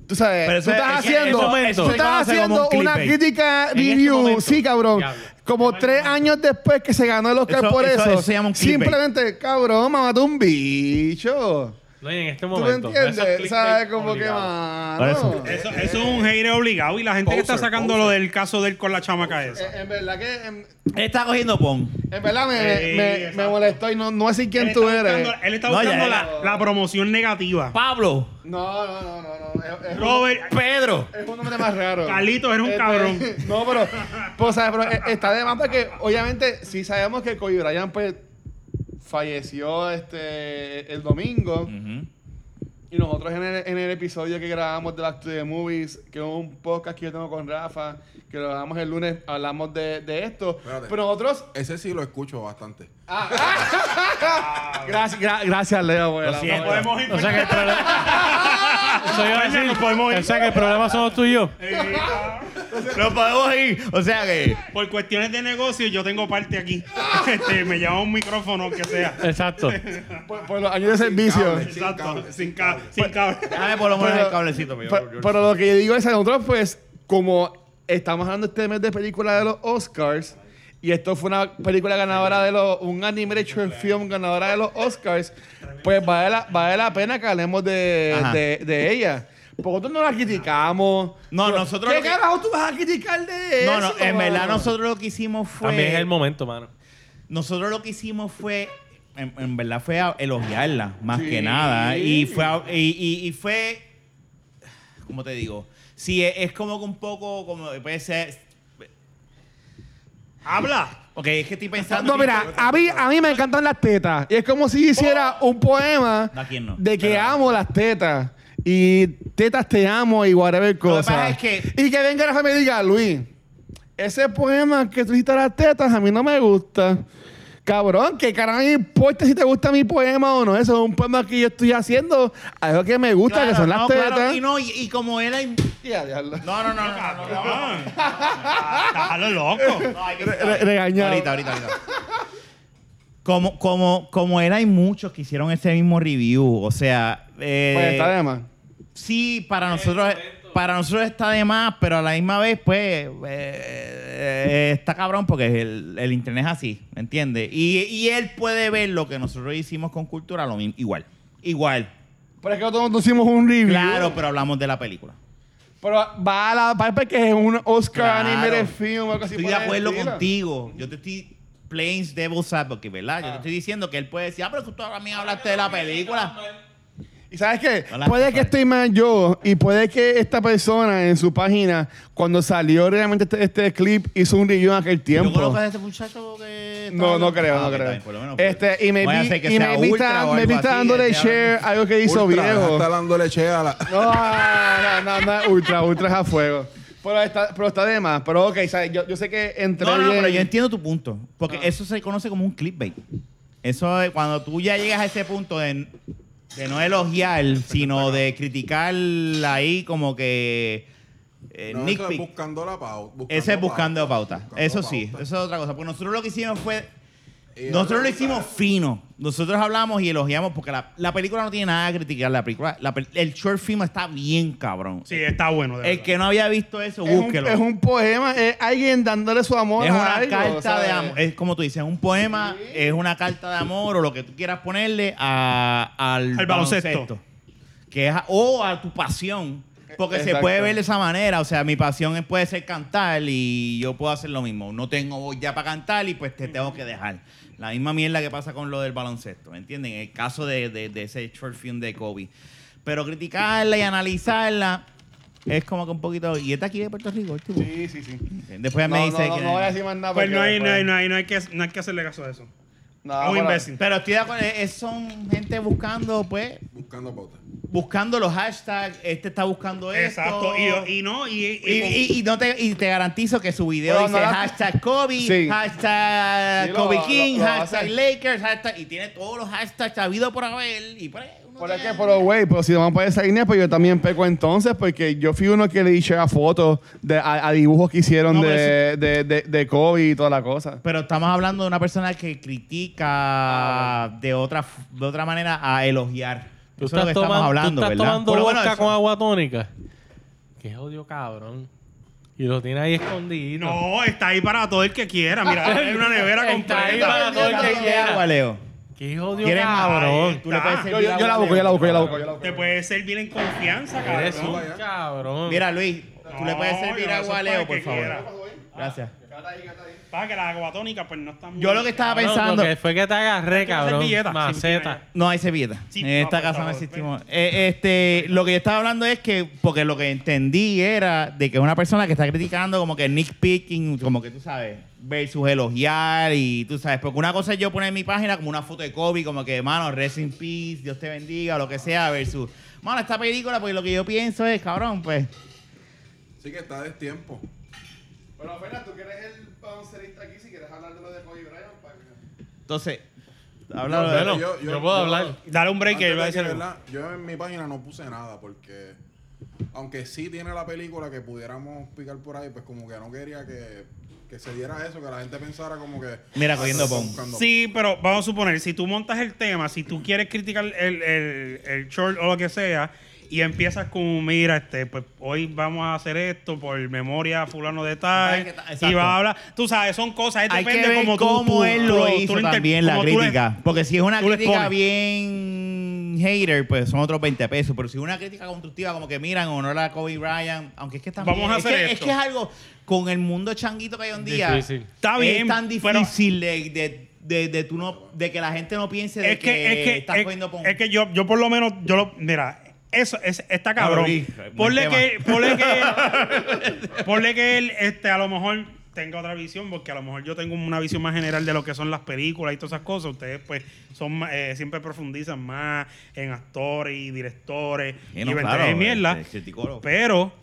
Speaker 3: Tú sabes,
Speaker 4: Pero eso-
Speaker 3: tú estás
Speaker 4: es que
Speaker 3: haciendo, tú
Speaker 4: eso- eso se conoce
Speaker 3: estás haciendo
Speaker 4: como un
Speaker 3: una
Speaker 4: clickbait.
Speaker 3: crítica
Speaker 2: En este
Speaker 3: review,
Speaker 2: momento.
Speaker 3: sí, cabrón.
Speaker 2: Diablo.
Speaker 3: Como tres años después que se ganó el Oscar
Speaker 4: este Eso-
Speaker 3: por
Speaker 4: eso-
Speaker 3: eso.
Speaker 4: eso se llama un clickbait.
Speaker 3: simplemente, cabrón, mamató un bicho.
Speaker 2: No, y en este
Speaker 3: ¿Tú
Speaker 2: momento.
Speaker 3: me entiendes?
Speaker 2: es
Speaker 3: ¿Sabes?
Speaker 2: clickbait
Speaker 3: Como que,
Speaker 2: obligado.
Speaker 3: mano. Eh,
Speaker 4: Eso-
Speaker 1: Eso, eso es un hater obligado. Y la gente que está
Speaker 5: Poser,
Speaker 1: sacando
Speaker 5: poser.
Speaker 1: lo del caso de él con la chamaca esa.
Speaker 3: eh, En, en verdad que. En,
Speaker 4: Él está cogiendo pon.
Speaker 3: en verdad me,
Speaker 1: Sí,
Speaker 3: me- me
Speaker 1: exacto.
Speaker 3: molestó y no, no sé quién
Speaker 1: Él
Speaker 3: tú
Speaker 1: está
Speaker 3: eres.
Speaker 1: buscando- él está
Speaker 4: No, ya,
Speaker 1: buscando
Speaker 4: ya.
Speaker 1: la, la promoción negativa.
Speaker 4: Pablo,
Speaker 3: No, no, no, no. no. Es- es-
Speaker 1: Robert,
Speaker 4: Pedro.
Speaker 3: Es un nombre más raro.
Speaker 1: Carlito, eres un
Speaker 3: Este,
Speaker 1: cabrón.
Speaker 3: [LAUGHS] No, pero, pues, ¿sabes? pero eh, está de más porque, obviamente, sí sabemos que Kobe Bryant, pues, falleció este el domingo.
Speaker 4: Mm.
Speaker 3: Y nosotros en el, en el episodio que grabamos de Back to the Movies, que es un podcast que yo tengo con Rafa, que lo grabamos el lunes, hablamos de, de esto.
Speaker 5: Espérate.
Speaker 3: Pero nosotros...
Speaker 5: Ese sí lo escucho bastante.
Speaker 3: Gracias, gra- gracias, Leo. por el
Speaker 4: Lo
Speaker 3: amor.
Speaker 4: siento.
Speaker 1: podemos ir.
Speaker 2: O sea que el problema. Eso iba a
Speaker 1: Coño, nos
Speaker 2: decir.
Speaker 1: [LAUGHS] podemos ir.
Speaker 2: O sea que el problema somos tú y yo.
Speaker 4: Lo podemos ir. O sea que.
Speaker 1: Por cuestiones de negocio, yo tengo parte aquí. [LAUGHS] Este, me llama un micrófono, que [LAUGHS] sea.
Speaker 2: Exacto.
Speaker 3: Por, por los años de servicio.
Speaker 5: cable. Sin
Speaker 1: Exacto,
Speaker 5: cable,
Speaker 1: sin cable. Sin cable. [LAUGHS]
Speaker 4: Dame por lo menos
Speaker 3: Pero-
Speaker 4: el cablecito, mío.
Speaker 3: Pero, pero lo que yo digo es a nosotros, pues, como estamos hablando este mes de película de los Oscars, y esto fue una película ganadora de los, un animated film ganadora de los Oscars, pues vale la, vale la pena que hablemos de,
Speaker 4: Ajá.
Speaker 3: de, de ella. Porque nosotros no la criticamos.
Speaker 4: No, nosotros
Speaker 3: ¿Qué
Speaker 4: lo que-
Speaker 3: carajo tú vas a criticar de eso?
Speaker 4: No, no, en verdad
Speaker 3: mano?
Speaker 4: nosotros lo que hicimos fue.
Speaker 2: También es el momento, mano.
Speaker 4: Nosotros lo que hicimos fue, en, en verdad fue a- elogiarla, más
Speaker 3: Sí.
Speaker 4: que nada. Y fue, a- y, y- y fue, ¿cómo te digo? Sí, es, es como que un poco, como puede ser...
Speaker 1: Habla.
Speaker 4: Ok, es que estoy pensando...
Speaker 3: Ah, No, mira, a mí, a mí me encantan las tetas. Y es como si hiciera
Speaker 4: Oh.
Speaker 3: un poema
Speaker 4: ¿A quién no?
Speaker 3: de que
Speaker 4: Pero-
Speaker 3: amo las tetas. Y tetas te amo y whatever cosa.
Speaker 4: pasa es que-
Speaker 3: Y que venga Rafa y me diga, Luis, ese poema que tú hiciste a las tetas a mí no me gusta. Cabrón, que carajo me importa si te gusta mi poema o no. Eso es un poema que yo estoy haciendo. Algo que me gusta,
Speaker 4: Claro,
Speaker 3: que son las
Speaker 4: no,
Speaker 3: tetas.
Speaker 4: claro, y no, y, y como él... hay-
Speaker 3: Ya, diablo.
Speaker 4: No, no, no, no, no, no, no, no.
Speaker 1: Déjalo Ah, loco.
Speaker 4: No, hay que-
Speaker 3: Re- re- regañado.
Speaker 4: Ahorita, ahorita, ahorita. Como, como, como él, hay muchos que hicieron ese mismo review. O sea, eh,
Speaker 3: Pues está de más.
Speaker 4: sí, para nosotros, para nosotros está de más, pero a la misma vez, pues, eh, eh, está cabrón porque el, el internet es así, ¿me entiendes? Y, y él puede ver lo que nosotros hicimos con cultura, lo mismo, igual. Igual.
Speaker 3: Pero es que nosotros hicimos un review.
Speaker 4: Claro, pero hablamos de la película.
Speaker 3: Pero va a la parte que es un Oscar
Speaker 4: Claro.
Speaker 3: anime de film o algo así.
Speaker 4: Estoy
Speaker 3: por
Speaker 4: de
Speaker 3: el
Speaker 4: acuerdo
Speaker 3: estilo.
Speaker 4: contigo. Yo te estoy playing devil's advocate, ¿verdad? Yo te estoy diciendo que él puede decir, ah, pero tú también hablaste de la película.
Speaker 3: ¿Y sabes qué?
Speaker 4: Hola,
Speaker 3: puede que
Speaker 4: Rafael.
Speaker 3: esté mal yo y puede que esta persona en su página, cuando salió realmente este, este clip, hizo un review en aquel
Speaker 4: Yo
Speaker 3: tiempo.
Speaker 4: conozco a ese muchacho que... está
Speaker 3: No, no
Speaker 4: hablando.
Speaker 3: creo,
Speaker 4: Ah,
Speaker 3: no
Speaker 4: ok,
Speaker 3: creo.
Speaker 4: está bien, por lo menos.
Speaker 3: este, y me
Speaker 4: Voy a
Speaker 3: vi,
Speaker 4: hacer que
Speaker 3: y
Speaker 4: sea
Speaker 3: me vi
Speaker 4: ultra
Speaker 3: está-
Speaker 4: o
Speaker 3: me
Speaker 4: algo
Speaker 3: vi
Speaker 4: así, este,
Speaker 3: está dándole
Speaker 4: él te habla- [LAUGHS]
Speaker 3: share a algo que hizo
Speaker 5: Ultra,
Speaker 3: viejo.
Speaker 5: Está dándole che a la...
Speaker 3: No, no, no, no, no, ultra, ultra es a fuego. Pero está, pero está de más. Pero ok, ¿sabes? Yo, yo sé que entré
Speaker 4: No, no,
Speaker 3: bien.
Speaker 4: pero yo entiendo tu punto.
Speaker 3: Ah.
Speaker 4: Porque eso se conoce como un clickbait. Eso es cuando tú ya llegas a ese punto de, de no elogiar, sino de criticar ahí como que... Eh,
Speaker 5: No,
Speaker 4: nitpick.
Speaker 5: eso es buscando la pauta.
Speaker 4: Ese es buscando pauta.
Speaker 5: buscando
Speaker 4: Eso sí,
Speaker 5: pauta.
Speaker 4: eso es otra cosa. Porque nosotros lo que hicimos fue.
Speaker 5: Y
Speaker 4: Nosotros lo
Speaker 5: hablar.
Speaker 4: hicimos fino. Nosotros hablamos y elogiamos porque la, la película no tiene nada que criticar. La película, la pel- el short film está bien cabrón.
Speaker 1: Sí, está bueno. de
Speaker 4: el
Speaker 1: verdad.
Speaker 4: que no había visto eso,
Speaker 3: es un,
Speaker 4: búsquelo.
Speaker 3: es un poema, es alguien dándole su amor
Speaker 4: Es
Speaker 3: a
Speaker 4: una
Speaker 3: algo,
Speaker 4: carta
Speaker 3: ¿sabes?
Speaker 4: de amor. Es como tú dices, un poema, es una carta de amor o lo que tú quieras ponerle a- al,
Speaker 1: Al baloncesto.
Speaker 4: Que es a- o a tu pasión. Porque se
Speaker 3: Exacto.
Speaker 4: puede ver de esa manera. O sea, mi pasión es- puede ser cantar y yo puedo hacer lo mismo. No tengo voz ya para cantar y pues te tengo que dejar. La misma mierda que pasa con lo del baloncesto, ¿me entienden? En el caso de, de- de ese short film de Kobe. Pero criticarla y analizarla es como que un poquito... Y está aquí de Puerto Rico, el tipo.
Speaker 3: Sí, sí, sí.
Speaker 4: Después
Speaker 3: No,
Speaker 4: me
Speaker 3: no,
Speaker 4: dice
Speaker 3: no,
Speaker 4: que...
Speaker 3: no voy a decir más nada.
Speaker 1: Pues
Speaker 3: porque
Speaker 1: no hay, no, hay,
Speaker 3: después-
Speaker 1: no, hay, no, hay que, no hay que hacerle caso a eso.
Speaker 3: No,
Speaker 1: es un
Speaker 3: pero-
Speaker 1: imbécil.
Speaker 4: Pero estoy de acuerdo, es- eh, son gente buscando, pues,
Speaker 5: Buscando pauta.
Speaker 4: buscando los hashtags, este está buscando esto.
Speaker 1: Exacto. Y, y no, y,
Speaker 4: Y, y- y no te, y te garantizo que su video
Speaker 3: Bueno,
Speaker 4: dice
Speaker 3: no la-
Speaker 4: hashtag Kobe,
Speaker 3: Sí.
Speaker 4: hashtag
Speaker 3: Sí, lo-
Speaker 4: Kobe
Speaker 3: lo-
Speaker 4: King,
Speaker 3: lo
Speaker 4: hashtag
Speaker 3: hacen.
Speaker 4: Lakers, hashtag, y tiene todos los hashtags habido por haber. Y por ahí uno
Speaker 3: Pero es que,
Speaker 4: llega-
Speaker 3: pero, güey, pero si vamos por esa línea, pues yo también peco entonces, porque yo fui uno que le hice a fotos de, a, a dibujos que hicieron
Speaker 4: No,
Speaker 3: de,
Speaker 4: pero
Speaker 3: de, de, de Kobe y toda la cosa.
Speaker 4: Pero estamos hablando de una persona que critica de, otra, f- de otra manera a elogiar.
Speaker 2: Tú
Speaker 4: Eso es lo que estamos
Speaker 2: toman-
Speaker 4: hablando,
Speaker 2: tú estás
Speaker 4: ¿verdad?
Speaker 2: tomando
Speaker 4: Por lo menos
Speaker 2: vodka
Speaker 4: eso.
Speaker 2: con agua tónica. Qué odio, cabrón. Y lo tiene ahí escondido.
Speaker 1: No, está ahí para todo el que quiera.
Speaker 4: [LAUGHS]
Speaker 1: Mira, hay una nevera
Speaker 2: Está
Speaker 1: completa.
Speaker 2: ahí para todo el que
Speaker 4: ¿Quieres
Speaker 2: quiera.
Speaker 4: agua, Leo?
Speaker 2: Qué odio,
Speaker 4: ¿Quieres
Speaker 1: Ahí
Speaker 4: cabrón? Tú le
Speaker 1: está.
Speaker 4: puedes servir
Speaker 3: Yo, yo- yo la
Speaker 4: agua,
Speaker 3: busco, yo la
Speaker 4: Leo.
Speaker 3: busco, yo la busco, yo la busco.
Speaker 1: Te puede servir en confianza,
Speaker 2: Eres
Speaker 1: cabrón.
Speaker 2: un cabrón.
Speaker 4: Mira, Luis, tú le puedes
Speaker 1: No,
Speaker 4: servir
Speaker 1: yo, eso
Speaker 4: agua,
Speaker 1: es para el
Speaker 4: Leo,
Speaker 1: que
Speaker 4: por
Speaker 1: quiera.
Speaker 4: favor. Gracias.
Speaker 1: Para que la agua tónica, pues no está muy.
Speaker 4: Yo lo que estaba
Speaker 2: Cabrón,
Speaker 4: pensando...
Speaker 2: Lo que fue que te agarré,
Speaker 1: que
Speaker 2: cabrón.
Speaker 1: servilleta.
Speaker 2: Maceta.
Speaker 1: Sí,
Speaker 4: No hay servilleta.
Speaker 1: Sí,
Speaker 4: en esta
Speaker 1: no, por
Speaker 4: casa no
Speaker 1: favor,
Speaker 4: existimos. Eh, este, lo que yo estaba hablando es que, porque lo que entendí era de que una persona que está criticando como que Nick Picking, como que tú sabes, versus elogiar y tú sabes, porque una cosa es yo poner en mi página como una foto de Kobe, como que, mano, rest in peace, Dios te bendiga, o lo que sea, versus, mano, esta película, pues lo que yo pienso es, cabrón, pues,
Speaker 5: Sí que está de tiempo.
Speaker 3: Bueno, Fernández, tú que eres el baloncerista aquí, si quieres hablar de lo de Kobe Bryant, pues, para que-
Speaker 4: entonces, háblalo de-
Speaker 2: Bueno, yo,
Speaker 5: yo- yo-
Speaker 2: puedo
Speaker 5: yo-
Speaker 2: hablar.
Speaker 1: Dale un break que
Speaker 5: Antes
Speaker 1: él va a
Speaker 5: de que,
Speaker 1: decir. algo.
Speaker 5: ¿verdad? Yo en mi página no puse nada porque aunque sí tiene la película que pudiéramos picar por ahí, pues como que no quería que, que se diera eso, que la gente pensara como que
Speaker 4: Mira,
Speaker 5: "Ah,
Speaker 4: cogiendo
Speaker 5: está
Speaker 4: pon".
Speaker 5: buscando
Speaker 1: Sí, pero vamos a suponer, si tú montas el tema, si tú quieres criticar el, el, el short o lo que sea, y empiezas con, mira, este, pues hoy vamos a hacer esto por memoria a fulano de tal,
Speaker 4: Exacto.
Speaker 1: y va a hablar, tú sabes, son cosas,
Speaker 4: Hay que
Speaker 1: depende
Speaker 4: ver
Speaker 1: como tú,
Speaker 4: cómo
Speaker 1: tú- tú
Speaker 4: él lo
Speaker 1: tú
Speaker 4: hizo
Speaker 1: inter-
Speaker 4: también la
Speaker 1: como tú le-
Speaker 4: crítica. Porque si es una
Speaker 1: tú le
Speaker 4: crítica
Speaker 1: expones.
Speaker 4: bien hater, pues son otros 20 pesos. Pero si es una crítica constructiva, como que miran en honor a Kobe Bryant, aunque es que también,
Speaker 1: Vamos a
Speaker 4: es,
Speaker 1: hacer
Speaker 4: que, es
Speaker 1: esto.
Speaker 4: que es algo con el mundo changuito que hay hoy en día.
Speaker 2: Difícil.
Speaker 1: Está bien,
Speaker 4: Es tan
Speaker 1: pero-
Speaker 4: difícil de, de, de, de tú no, de que la gente no piense de
Speaker 1: es que, es que,
Speaker 4: estás
Speaker 1: es-
Speaker 4: cogiendo pon-
Speaker 1: es que yo, yo por lo menos, yo lo, mira, eso es, está cabrón.
Speaker 4: Luis,
Speaker 1: ponle
Speaker 4: buen
Speaker 1: que, ponle
Speaker 4: [LAUGHS]
Speaker 1: que, ponle que él, este, a lo mejor tenga otra visión, porque a lo mejor yo tengo una visión más general de lo que son las películas y todas esas cosas. Ustedes, pues, son más- eh, siempre profundizan más en actores y directores
Speaker 4: Sí,
Speaker 1: y
Speaker 4: no,
Speaker 1: vender
Speaker 4: claro,
Speaker 1: mierda.
Speaker 4: este, criticólogo.
Speaker 1: Pero,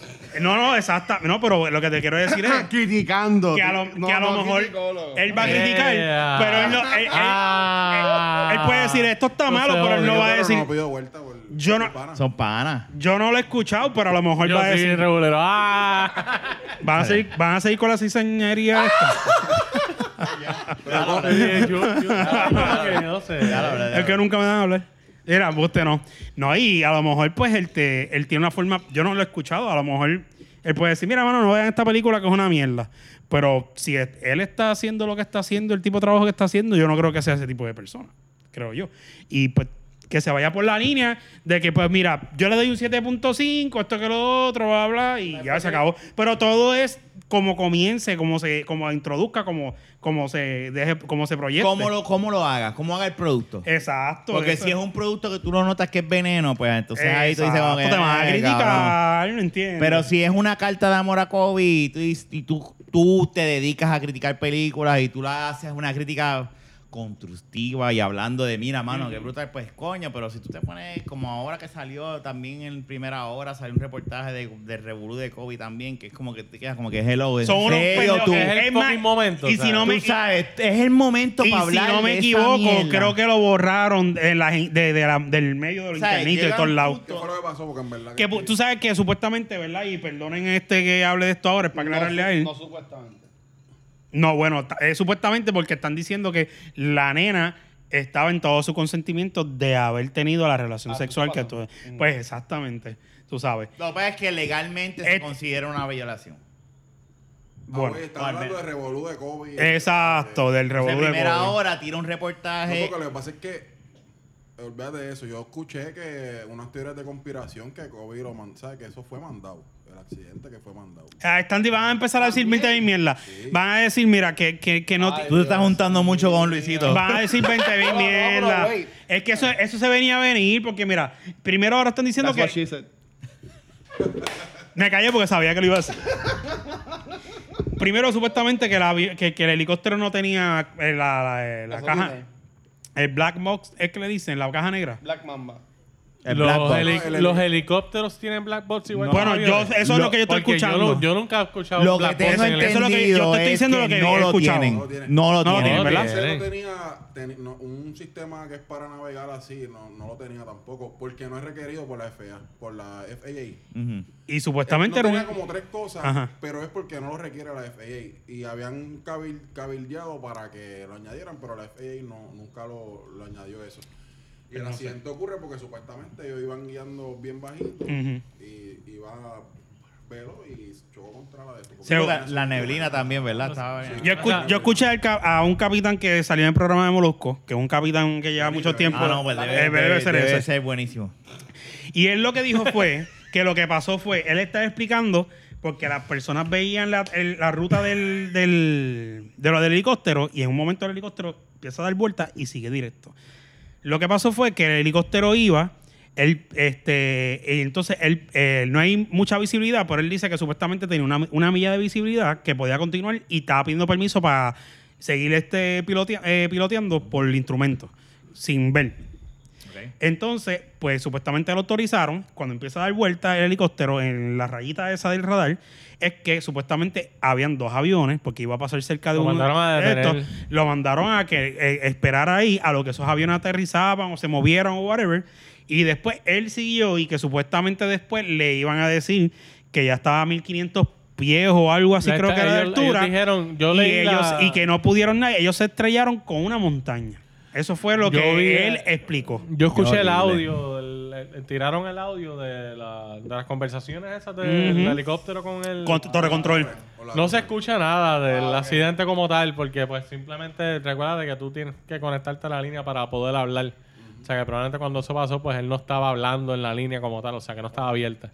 Speaker 1: no, no, exacta, no, pero lo que te quiero decir es
Speaker 3: Criticando.
Speaker 1: que a lo,
Speaker 3: No,
Speaker 1: que a lo
Speaker 3: no,
Speaker 1: mejor
Speaker 3: criticólogo.
Speaker 1: él va a
Speaker 2: Yeah.
Speaker 1: criticar,
Speaker 4: Eh,
Speaker 1: pero él no. él- él-
Speaker 2: Ah.
Speaker 1: él puede decir, esto está
Speaker 2: No
Speaker 1: malo,
Speaker 2: se
Speaker 1: pero él no
Speaker 2: odia,
Speaker 1: va a
Speaker 5: Pero
Speaker 1: decir.
Speaker 5: no pido vuelta por-
Speaker 1: Yo no-
Speaker 5: por pana.
Speaker 4: Son panas.
Speaker 1: Yo no lo he escuchado, pero a lo mejor
Speaker 2: Yo
Speaker 1: va a
Speaker 2: soy
Speaker 1: decir.
Speaker 2: regulero. Ah.
Speaker 1: Van a, seguir, van a seguir con la cizañería esta.
Speaker 5: Pero con-
Speaker 2: Oye, yo- yo- no sé.
Speaker 4: Ya, la verdad,
Speaker 1: Es que nunca me dan a hablar. Era, pues, usted no. No, y a lo mejor, pues, él, te, él tiene una forma. Yo no lo he escuchado. A lo mejor él puede decir, mira, mano, no vean esta película que es una mierda. Pero si es- él está haciendo lo que está haciendo, el tipo de trabajo que está haciendo, yo no creo que sea ese tipo de persona. Creo yo. Y pues, que se vaya por la línea de que, pues, mira, yo le doy un 7.5, esto que lo otro, bla, bla, bla, y ya se acabó. Pero todo es como comience, como se, como introduzca, como, como se deje, como se proyecte.
Speaker 4: ¿Cómo lo, ¿Cómo lo hagas? ¿Cómo haga el producto?
Speaker 1: Exacto.
Speaker 4: Porque
Speaker 1: eso
Speaker 4: si es un producto que tú no notas que es veneno, pues entonces ahí tú dices,
Speaker 1: Exacto,
Speaker 4: como que,
Speaker 1: te van a
Speaker 4: "Eh, cabrón".
Speaker 1: criticar, no entiendo.
Speaker 4: Pero si es una carta de amor a Kobe y tú, y tú, tú te dedicas a criticar películas y tú la haces una crítica constructiva y hablando de, mira, mano, qué brutal, pues coño, pero si tú te pones como ahora que salió también en primera hora, salió un reportaje de, de Revolú de Kobe también, que es como que te quedas como que hello, ¿en
Speaker 1: son unos
Speaker 4: serio,
Speaker 1: pendejos.
Speaker 4: tú?
Speaker 2: Es el
Speaker 1: más,
Speaker 2: fucking momento,
Speaker 1: Y
Speaker 2: o sea,
Speaker 1: si no
Speaker 4: Tú
Speaker 1: me,
Speaker 4: sabes, es el momento
Speaker 1: y
Speaker 4: para
Speaker 1: si
Speaker 4: hablar
Speaker 1: no me
Speaker 4: de esa
Speaker 1: equivoco,
Speaker 4: mierda.
Speaker 1: creo que lo borraron de la, gen- de, de la- del medio del
Speaker 4: O sea,
Speaker 1: internet y de
Speaker 4: llega
Speaker 1: todos
Speaker 4: un
Speaker 1: lados.
Speaker 5: ¿Qué fue lo que pasó? Porque en verdad
Speaker 1: Que, pu- tú sabes que supuestamente, ¿verdad? Y perdonen este que hable de esto ahora, es para aclararle
Speaker 3: no,
Speaker 1: a él.
Speaker 3: No, supuestamente.
Speaker 1: No, bueno, ta- eh, supuestamente porque están diciendo que la nena estaba en todo su consentimiento de haber tenido la relación
Speaker 3: Ah,
Speaker 1: sexual que
Speaker 3: pasó.
Speaker 1: tú... Pues exactamente, tú sabes.
Speaker 4: Lo que pasa es que legalmente
Speaker 1: Eh,
Speaker 4: se considera una violación.
Speaker 1: Bueno,
Speaker 5: Ah, está hablando de revolú de Kobe.
Speaker 1: Exacto, del
Speaker 4: En
Speaker 1: revolú de
Speaker 4: primera
Speaker 1: Kobe.
Speaker 4: hora tira un
Speaker 5: No,
Speaker 1: eh.
Speaker 4: reportaje.
Speaker 5: porque lo que pasa es que, olvídate de eso, yo escuché que unas teorías de conspiración que Kobe lo mandó, ¿sabes? Que eso fue mandado, el accidente que fue mandado.
Speaker 1: Ah, están, van a empezar a decir mil mil mierda. Van a decir, mira, que, que, que no.
Speaker 3: Ay,
Speaker 4: Tú te estás juntando mucho con Luisito.
Speaker 1: Van a decir 20 mil
Speaker 3: [LAUGHS] No, no, pero
Speaker 1: mierda.
Speaker 3: wait.
Speaker 1: Es que eso, eso se venía a venir porque, mira, primero ahora están diciendo
Speaker 3: That's what
Speaker 1: que.
Speaker 3: she said.
Speaker 1: Me callé porque sabía que lo iba a hacer. primero, supuestamente, que, la avi- que, que el helicóptero no tenía eh, la, la, eh, la
Speaker 3: Gasolina.
Speaker 1: caja. El black box, es que le dicen, la caja negra.
Speaker 3: Black Mamba.
Speaker 4: El
Speaker 2: los,
Speaker 4: Black Box.
Speaker 2: heli-
Speaker 5: No, el
Speaker 2: los
Speaker 5: heli-
Speaker 2: helicópteros tienen black box igual.
Speaker 1: No.
Speaker 2: que
Speaker 1: Bueno,
Speaker 2: los
Speaker 1: yo-
Speaker 2: aviones.
Speaker 1: eso es lo que yo estoy
Speaker 2: Porque
Speaker 1: escuchando.
Speaker 2: Yo, yo nunca he escuchado
Speaker 4: Lo que
Speaker 2: black
Speaker 4: tengo
Speaker 2: box en el-
Speaker 1: Eso es lo que- yo
Speaker 4: entendido
Speaker 1: te estoy
Speaker 4: es
Speaker 1: diciendo lo que
Speaker 4: que
Speaker 1: he
Speaker 4: no lo
Speaker 1: escuchado.
Speaker 4: tienen.
Speaker 5: No lo tienen.
Speaker 4: No lo
Speaker 1: No lo
Speaker 4: tienen.
Speaker 1: tienen. ¿verdad?
Speaker 5: Ese no
Speaker 2: Sí.
Speaker 5: tenía teni- no, un sistema que es para navegar así, no, no lo tenía tampoco, porque no es requerido por la FAA, por la FAA.
Speaker 4: Ujú.
Speaker 1: Y supuestamente
Speaker 3: Eh,
Speaker 5: no
Speaker 1: era
Speaker 5: tenía
Speaker 1: un-
Speaker 5: como tres cosas,
Speaker 1: Ajá.
Speaker 5: pero es porque no lo requiere la FAA. Y habían cabil- cabildeado para que lo añadieran, pero la FAA no, nunca lo, lo añadió eso. Y el
Speaker 1: No sé.
Speaker 5: accidente ocurre porque supuestamente ellos iban guiando bien bajito y iba velo y chocó contra la de esto. porque
Speaker 1: Sí,
Speaker 5: tenía
Speaker 4: la
Speaker 5: su-
Speaker 4: neblina también, ¿verdad? Estaba bien.
Speaker 1: Yo, escu- yo escuché al cap- a un capitán que salió en el programa de Molusco, que es un capitán que lleva mucho tiempo.
Speaker 4: Ah, no, pues
Speaker 1: Eh,
Speaker 4: debe,
Speaker 1: debe
Speaker 4: debe-
Speaker 1: ser
Speaker 4: debe
Speaker 1: ese.
Speaker 4: ser buenísimo.
Speaker 1: Y él lo que dijo fue que lo que pasó fue, él estaba explicando porque las personas veían la, el- la ruta del, del, de lo del helicóptero y en un momento el helicóptero empieza a dar vuelta y sigue directo. Lo que pasó fue que el helicóptero iba, él, este, y entonces él, eh, no hay mucha visibilidad, pero él dice que supuestamente tenía una, una milla de visibilidad que podía continuar y estaba pidiendo permiso para seguir este pilotea- eh, piloteando por el instrumento, sin ver.
Speaker 4: Ok.
Speaker 1: Entonces, pues supuestamente lo autorizaron. Cuando empieza a dar vuelta el helicóptero en la rayita esa del radar, es que supuestamente habían dos aviones, porque iba a pasar cerca de
Speaker 2: Lo
Speaker 1: uno.
Speaker 2: mandaron a
Speaker 1: de
Speaker 2: detener.
Speaker 1: estos. Lo mandaron a que eh, esperara ahí a lo que esos aviones aterrizaban o se movieron o whatever. Y después él siguió y que supuestamente después le iban a decir que ya estaba a 1500 pies o algo así,
Speaker 2: La
Speaker 1: creo
Speaker 2: esta-
Speaker 1: que era de
Speaker 2: ellos-
Speaker 1: altura.
Speaker 2: ellos dijeron, yo
Speaker 1: y,
Speaker 2: leí
Speaker 1: ellos-
Speaker 2: la-
Speaker 1: y que no pudieron nada. Ellos se estrellaron con una montaña. Eso fue lo
Speaker 2: Yo
Speaker 1: que
Speaker 2: vi-
Speaker 1: él explicó.
Speaker 2: Yo escuché el
Speaker 4: Horrible.
Speaker 2: audio, el- el- tiraron el audio de, la- de las conversaciones esas del
Speaker 1: Ujú.
Speaker 2: helicóptero con el...
Speaker 1: Con- torre control.
Speaker 5: o la-
Speaker 2: No se escucha nada
Speaker 3: Ah,
Speaker 2: del accidente como tal, porque pues simplemente recuerda de que tú tienes que conectarte a la línea para poder hablar. O sea que probablemente cuando eso pasó, pues él no estaba hablando en la línea como tal, o sea que no estaba abierta.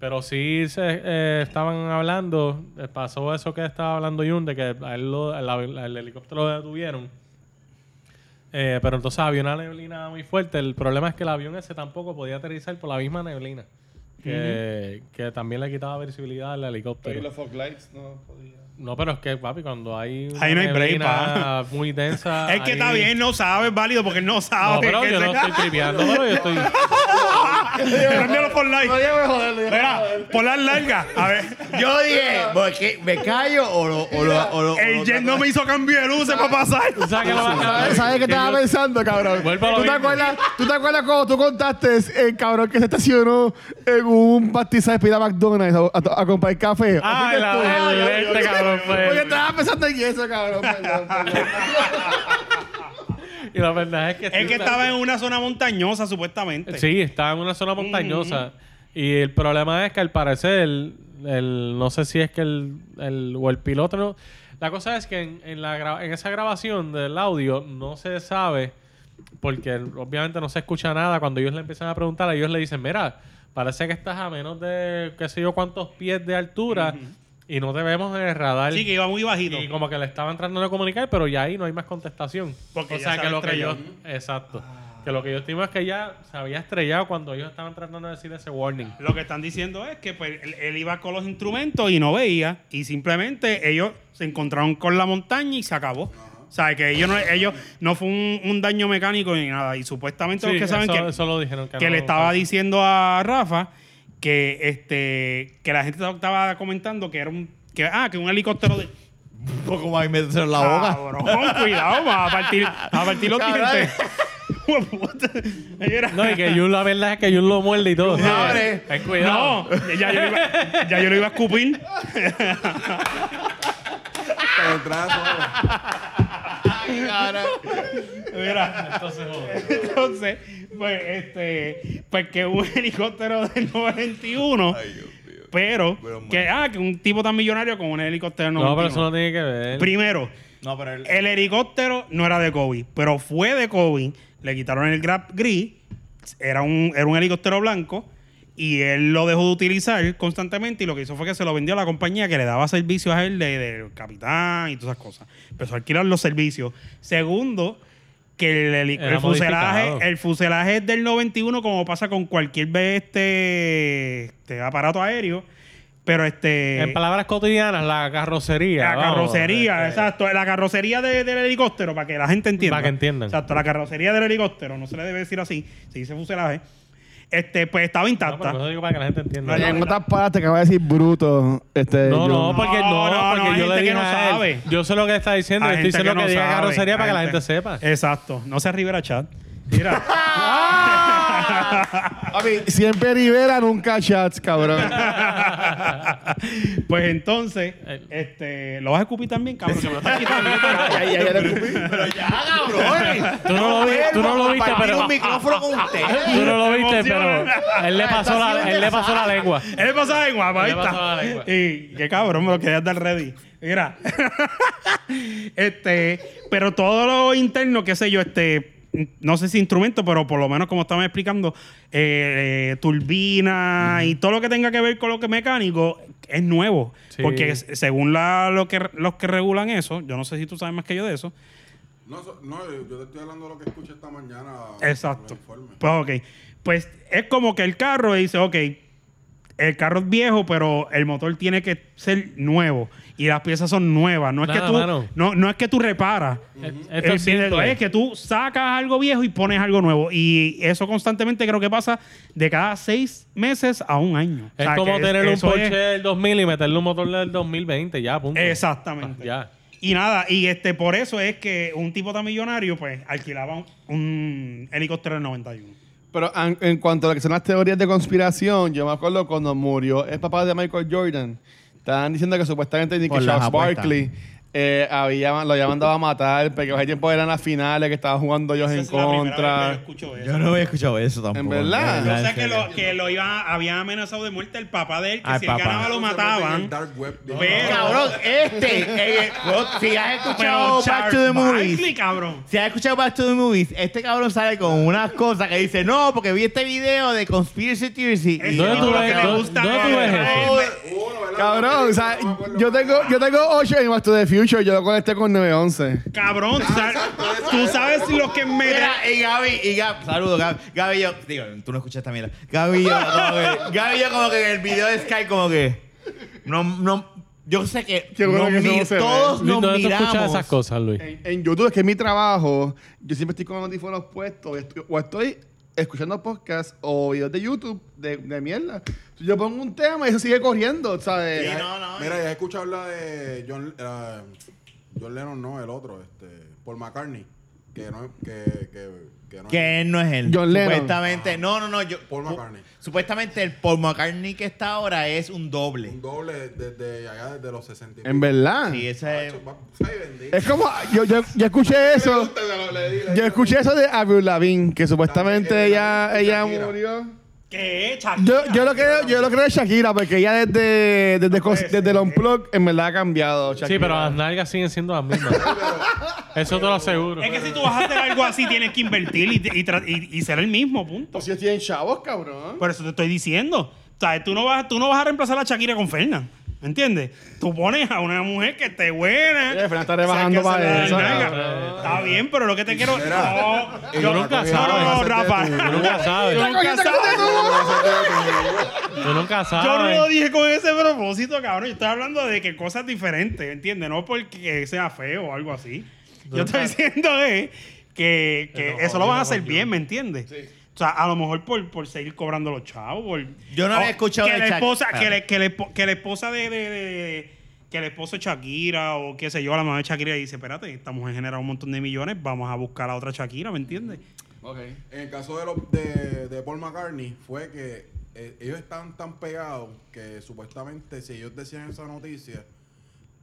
Speaker 2: Pero sí se eh, estaban hablando, eh, pasó eso que estaba hablando Jun, de que a él lo- el, av- el helicóptero lo detuvieron. Eh, pero entonces había una neblina muy fuerte. El problema es que el avión ese tampoco podía aterrizar por la misma neblina. Que, que también le quitaba visibilidad al helicóptero.
Speaker 3: Pero y los fog lights no podía.
Speaker 2: No, pero es que, papi, cuando hay una
Speaker 1: Ahí no hay break,
Speaker 2: neblina muy densa...
Speaker 1: [LAUGHS] Es que
Speaker 2: ahí-
Speaker 1: está bien, no sabe, es válido porque él no
Speaker 2: No,
Speaker 1: sabe.
Speaker 2: pero
Speaker 1: que
Speaker 2: yo
Speaker 1: se-
Speaker 2: no estoy
Speaker 1: [LAUGHS]
Speaker 2: tripeando, pero yo estoy...
Speaker 1: Cámbialo por
Speaker 3: No,
Speaker 1: like.
Speaker 3: ya me joder, ya me
Speaker 1: Mira, por las largas. A ver.
Speaker 4: Yo dije, porque ¿me callo o lo.? O lo, o lo- o
Speaker 1: El
Speaker 4: lo-
Speaker 1: jet no me hizo cambio de luces para
Speaker 2: [LAUGHS]
Speaker 1: pasar.
Speaker 2: ¿Tú sabes qué lo más
Speaker 6: ¿Sabes,
Speaker 2: cabrón?
Speaker 6: sabes qué
Speaker 2: Que
Speaker 6: estaba
Speaker 2: yo-
Speaker 6: pensando, cabrón?
Speaker 2: Vuelvo a lo
Speaker 6: ¿Tú te,
Speaker 2: mismo.
Speaker 6: acuerdas, ¿Tú te acuerdas cuando tú contaste el cabrón que se estacionó en un pastizal de a McDonald's a, a- a comprar café? ¿O
Speaker 2: Ah,
Speaker 6: fuiste
Speaker 2: el-
Speaker 6: tú?
Speaker 2: el-
Speaker 6: Ah,
Speaker 2: este
Speaker 6: yo- yo-
Speaker 2: cabrón fue
Speaker 6: Porque
Speaker 2: él.
Speaker 6: estaba pensando en eso, cabrón.
Speaker 2: [LAUGHS]
Speaker 6: Perdón, perdón.
Speaker 2: Y la verdad es que... sí,
Speaker 1: Es que
Speaker 2: la-
Speaker 1: estaba en una zona montañosa, supuestamente.
Speaker 2: Sí, estaba en una zona montañosa. Y el problema es que al parecer, el, el- no sé si es que el, el- o el piloto no. La cosa es que en, en la gra- en esa grabación del audio no se sabe, porque obviamente no se escucha nada. Cuando ellos le empiezan a preguntar, ellos le dicen, mira, parece que estás a menos de qué sé yo cuántos pies de altura y no te vemos en el radar.
Speaker 1: Sí, que iba muy bajito.
Speaker 2: Y como que le estaban tratando de comunicar, pero ya ahí no hay más contestación.
Speaker 1: Porque
Speaker 2: o
Speaker 1: ya
Speaker 2: sea,
Speaker 1: se Ah.
Speaker 2: que
Speaker 1: había
Speaker 2: lo que yo.
Speaker 1: estrellado.
Speaker 2: Exacto. Que lo que yo estimo es que ya se había estrellado cuando ellos estaban tratando de decir ese warning.
Speaker 1: Lo que están diciendo es que pues, él, él iba con los instrumentos y no veía. Y simplemente ellos se encontraron con la montaña y se acabó. O sea, que ellos no, ellos no fue un, un daño mecánico ni nada. Y supuestamente los que saben
Speaker 2: eso,
Speaker 1: que
Speaker 2: eso lo dijeron. Que,
Speaker 1: que
Speaker 2: no-
Speaker 1: le estaba diciendo a Rafa que este que la gente estaba comentando que era un que ah que un helicóptero de
Speaker 4: Un poco más y meterse en la boca.
Speaker 1: Cabrón, cuidado va a partir a partir los
Speaker 4: Cabrón.
Speaker 1: dientes Hijo de puta. Era-
Speaker 2: No, y que Jun, la verdad es que Jun lo muerde y todo.
Speaker 4: abre.
Speaker 2: Ten
Speaker 1: No,
Speaker 2: cuidado.
Speaker 1: ya yo, lo iba, ya yo lo iba a escupir.
Speaker 5: Pero entraba suave.
Speaker 1: Mira,
Speaker 2: Entonces, joder.
Speaker 1: entonces, pues, este, pues que un helicóptero del 91, pero
Speaker 4: Pero,
Speaker 1: que, ah, que un tipo tan millonario con un helicóptero del
Speaker 2: No,
Speaker 1: 91.
Speaker 2: pero eso no tiene que ver.
Speaker 1: Primero,
Speaker 4: No, pero el-
Speaker 1: El helicóptero no era de Kobe, pero fue de Kobe. Le quitaron el grab gris. Era un, era un helicóptero blanco. Y él lo dejó de utilizar constantemente. Y lo que hizo fue que se lo vendió a la compañía que le daba servicios a él de, del capitán y todas esas cosas. Empezó a alquilar los servicios. Segundo, que el, heli-
Speaker 2: Era
Speaker 1: el fuselaje,
Speaker 2: modificado.
Speaker 1: el fuselaje es del 91, como pasa con cualquier ve- este, este aparato aéreo. Pero este.
Speaker 2: en palabras cotidianas, la carrocería.
Speaker 1: La
Speaker 2: vamos,
Speaker 1: carrocería,
Speaker 2: este,
Speaker 1: exacto. La carrocería de- del helicóptero, para que la gente entienda.
Speaker 2: Para que entiendan.
Speaker 1: Exacto, la carrocería del helicóptero, no se le debe decir así, se dice fuselaje. Este, pues estaba
Speaker 2: No, pero
Speaker 1: intacta.
Speaker 2: eso digo para que la gente entienda.
Speaker 1: No,
Speaker 6: En
Speaker 1: no,
Speaker 6: otras partes que va a decir bruto. Este, yo-
Speaker 2: No, no, porque no,
Speaker 1: No, no,
Speaker 2: porque
Speaker 1: no, hay
Speaker 2: yo le
Speaker 1: gente que
Speaker 2: dije
Speaker 1: no
Speaker 2: a él.
Speaker 1: sabe.
Speaker 2: Yo sé lo que está diciendo,
Speaker 1: Hay
Speaker 2: yo estoy
Speaker 1: gente
Speaker 2: diciendo que, diga
Speaker 1: sabe,
Speaker 2: carrocería para que
Speaker 1: hay
Speaker 2: la gente sepa.
Speaker 1: Exacto, no se Rivera Chat.
Speaker 2: [LAUGHS]
Speaker 1: Mira, [LAUGHS]
Speaker 6: Papi, siempre Rivera, nunca chats, cabrón.
Speaker 1: Pues entonces,
Speaker 2: El-
Speaker 1: este, ¿lo vas a escupir también, cabrón? Que me lo estás quitando.
Speaker 3: [LAUGHS] Ya, ya, ya le escupí.
Speaker 1: [LAUGHS]
Speaker 4: Pero ya, cabrón.
Speaker 2: Tú no lo vi- tú no lo viste,
Speaker 4: Compartir
Speaker 2: pero-
Speaker 4: un micrófono con usted.
Speaker 2: [LAUGHS] Tú no lo viste, pero
Speaker 1: Emociona.
Speaker 2: él le pasó la, él le pasó la lengua.
Speaker 1: [LAUGHS] Él le pasaba en guapa, ahí
Speaker 2: Él le pasaba
Speaker 1: está.
Speaker 2: la lengua.
Speaker 1: Y qué cabrón, me lo querías dar ready. Mira. [LAUGHS] este, pero todo lo interno, qué sé yo, este, no sé si instrumento, pero por lo menos como estaba explicando, eh, eh, turbina y todo lo que tenga que ver con lo que es mecánico es nuevo.
Speaker 2: Sí.
Speaker 1: Porque es- según la, lo que, los que regulan eso, yo no sé si tú sabes más que yo de eso,
Speaker 5: No, so- no, yo yo te estoy hablando de lo que escuché esta mañana.
Speaker 1: Exacto.
Speaker 5: el informe.
Speaker 1: Pues ok. Pues es como que el carro dice, ok, el carro es viejo, pero el motor tiene que ser nuevo. Y las piezas son nuevas. No es
Speaker 2: Nada,
Speaker 1: que tú,
Speaker 2: mano.
Speaker 1: no, no es que tú reparas.
Speaker 2: Esto es
Speaker 1: Eh,
Speaker 2: simple.
Speaker 1: es que tú sacas algo viejo y pones algo nuevo. Y eso constantemente creo que pasa de cada seis meses a un año. O
Speaker 2: Es
Speaker 1: sea,
Speaker 2: como
Speaker 1: Ah, que
Speaker 2: tener un
Speaker 1: eso es-
Speaker 2: Porsche del 2000 y meterle un motor del 2020, ya, punto.
Speaker 1: Exactamente.
Speaker 2: Ah, Ya.
Speaker 1: Y nada, y este por eso es que un tipo tan millonario pues alquilaba un, un helicóptero del 91.
Speaker 3: Pero an- en cuanto a lo que son las teorías de conspiración, yo me acuerdo cuando murió el papá de Michael Jordan, estaban diciendo que supuestamente ni que
Speaker 4: Por las
Speaker 3: Charles
Speaker 4: apuestas.
Speaker 3: Barkley eh, había, lo había mandado a matar, porque ese tiempo eran las finales que estaban jugando ellos
Speaker 1: Esa
Speaker 3: en
Speaker 1: es la primera vez
Speaker 3: contra.
Speaker 1: que yo escucho eso.
Speaker 4: Yo no había escuchado eso tampoco.
Speaker 3: ¿En verdad?
Speaker 4: en
Speaker 1: Yo sé que
Speaker 4: en
Speaker 1: lo,
Speaker 4: serio.
Speaker 1: que lo iba, había amenazado de muerte el papá de él, que
Speaker 4: Al
Speaker 1: si
Speaker 4: papá.
Speaker 1: él ganaba lo
Speaker 5: pues, En el
Speaker 1: mataban.
Speaker 5: dark web, digo,
Speaker 1: Pero-
Speaker 4: Cabrón, este. eh, vos, si has escuchado Back to the Movies.
Speaker 1: Barkley, cabrón.
Speaker 4: Si has escuchado Back to the Movies, este cabrón sale con unas cosas que dice, no, porque vi este video de Conspiracy Theory. y-
Speaker 2: ¿Dónde tú
Speaker 1: Lo
Speaker 2: ves-
Speaker 1: que le
Speaker 2: dónde-
Speaker 1: gusta
Speaker 2: dónde tú
Speaker 1: es-
Speaker 2: ves eso?
Speaker 1: es-
Speaker 5: uno, ¿verdad?
Speaker 3: Cabrón, o sea,
Speaker 5: No me acuerdo.
Speaker 3: yo tengo, yo tengo 8 en Back to the Future, yo lo conecté con 911.
Speaker 1: Cabrón, o sea, tú sabes lo que me...
Speaker 4: Mira, y Gaby, y Gaby, saludos, Gaby. Gaby y yo, digo, tú no escuchas esta mierda. Gaby y yo, como que, Gaby y yo como que en el video de Sky, como que, no, no, yo sé que,
Speaker 3: Qué bueno
Speaker 4: nos
Speaker 3: que eso no
Speaker 4: mir-
Speaker 3: se ve.
Speaker 4: todos
Speaker 2: Luis,
Speaker 4: nos
Speaker 2: ¿Dónde tú
Speaker 4: miramos.
Speaker 2: escuchas esas cosas, Luis?
Speaker 3: En, en YouTube, es que es mi trabajo, yo siempre estoy con los audífonos puestos, estoy- o estoy escuchando podcasts o videos de YouTube de, de mierda. Yo pongo un tema y eso sigue corriendo, ¿sabes?
Speaker 4: Sí, no, no.
Speaker 5: Mira, ya he escuchado la de John, eh, John Lennon, no, el otro, este, Paul McCartney, que no, que, que, que no
Speaker 4: Que él no es él.
Speaker 3: John Lennon.
Speaker 4: Supuestamente, no, no, no. Yo,
Speaker 5: Paul McCartney.
Speaker 4: Supuestamente el Paul McCartney que está ahora es un doble.
Speaker 5: Un doble desde allá, desde los 60 y
Speaker 3: En verdad.
Speaker 4: Sí, ese es...
Speaker 5: pico. Macho, va- ay, bendito.
Speaker 3: Es como, yo, yo, yo escuché eso, yo escuché eso de Avril Lavigne, que supuestamente ella, ella murió.
Speaker 1: ¿Qué echa?
Speaker 3: Yo, yo lo creo, yo lo creo de Shakira, porque ella desde, desde, cos- desde el Unplugged en verdad ha cambiado.
Speaker 2: Sí,
Speaker 3: Shakira.
Speaker 2: pero las nalgas siguen siendo las mismas. Eso te lo aseguro.
Speaker 1: Es que si tú vas a hacer algo así, tienes que invertir y, y tra- y- y ser el mismo, punto.
Speaker 3: Pues ellos tienen chavos, cabrón.
Speaker 1: Por eso te estoy diciendo. O sea, tú no vas, tú no vas a reemplazar a Shakira con Fernan. ¿Me entiendes? Tú pones a una mujer que esté buena.
Speaker 3: Eh, Fernan está rebajando
Speaker 1: Sáquese
Speaker 3: para
Speaker 1: la
Speaker 3: eso,
Speaker 1: nalga.
Speaker 2: cabrón.
Speaker 1: Está bien, pero lo que te quiero.
Speaker 5: Mira,
Speaker 1: no,
Speaker 5: y
Speaker 1: yo
Speaker 5: tú
Speaker 1: nunca
Speaker 5: nunca
Speaker 1: No, no, no,
Speaker 5: sabes.
Speaker 1: Rafa.
Speaker 5: Tú
Speaker 2: Tú nunca sabes.
Speaker 1: Yo nunca sabes.
Speaker 2: Tú nunca
Speaker 1: Yo no lo
Speaker 2: sabes.
Speaker 1: dije con ese propósito, cabrón. Yo estoy hablando de que cosas diferentes, ¿entiendes? No porque sea feo o algo así. Yo estoy diciendo eh, que, que
Speaker 2: No,
Speaker 1: eso lo van a
Speaker 2: no,
Speaker 1: hacer
Speaker 2: yo-
Speaker 1: bien, ¿me entiendes? O sea, a lo mejor por, por seguir cobrando los chavos. por-
Speaker 4: Yo no
Speaker 1: o-
Speaker 4: había escuchado
Speaker 1: que
Speaker 4: de
Speaker 1: la
Speaker 4: Shak-
Speaker 1: esposa,
Speaker 4: Ah.
Speaker 1: que, le- que, le- que la esposa de, de- de- que el esposo de Shakira o qué sé yo, la mamá de Shakira dice, espérate, esta mujer genera un montón de millones, vamos a buscar a otra Shakira, ¿me entiendes?
Speaker 5: En el caso de, los- de, de Paul McCartney fue que eh, ellos estaban tan pegados que supuestamente si ellos decían esa noticia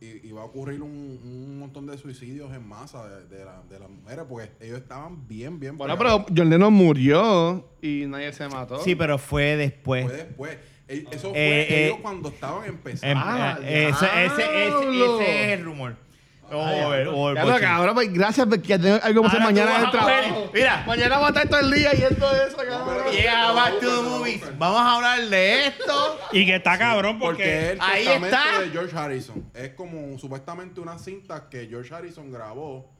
Speaker 5: i- iba a ocurrir un, un montón de suicidios en masa de, de la- de las mujeres porque ellos estaban bien, bien
Speaker 3: Bueno,
Speaker 5: pegados.
Speaker 3: pero John Lennon murió y nadie se mató.
Speaker 4: Sí, pero fue después.
Speaker 5: Fue después. Eh, Eso fue
Speaker 4: Eh,
Speaker 5: ellos
Speaker 4: eh,
Speaker 5: cuando estaban
Speaker 4: Em-
Speaker 5: empezando.
Speaker 3: Ah,
Speaker 4: eh, ese, ese,
Speaker 3: diablo.
Speaker 4: ese- ese es el rumor. O el- o el
Speaker 3: Ya lo
Speaker 4: bochinche.
Speaker 3: Ah, cabrón, pues gracias porque ya tengo algo que hacer
Speaker 4: Ahora tú
Speaker 3: mañana
Speaker 4: vas
Speaker 3: en el
Speaker 4: a
Speaker 3: trabajo.
Speaker 4: ver, mira.
Speaker 3: mañana va a estar todo el día yendo eso, cabrón.
Speaker 5: pero-
Speaker 4: Llega Back to the Movies. Vamos a hablar de esto.
Speaker 1: Y que está cabrón porque...
Speaker 5: Porque es el
Speaker 4: Ahí
Speaker 5: testamento
Speaker 4: está.
Speaker 5: de George Harrison. Es como supuestamente una cinta que George Harrison grabó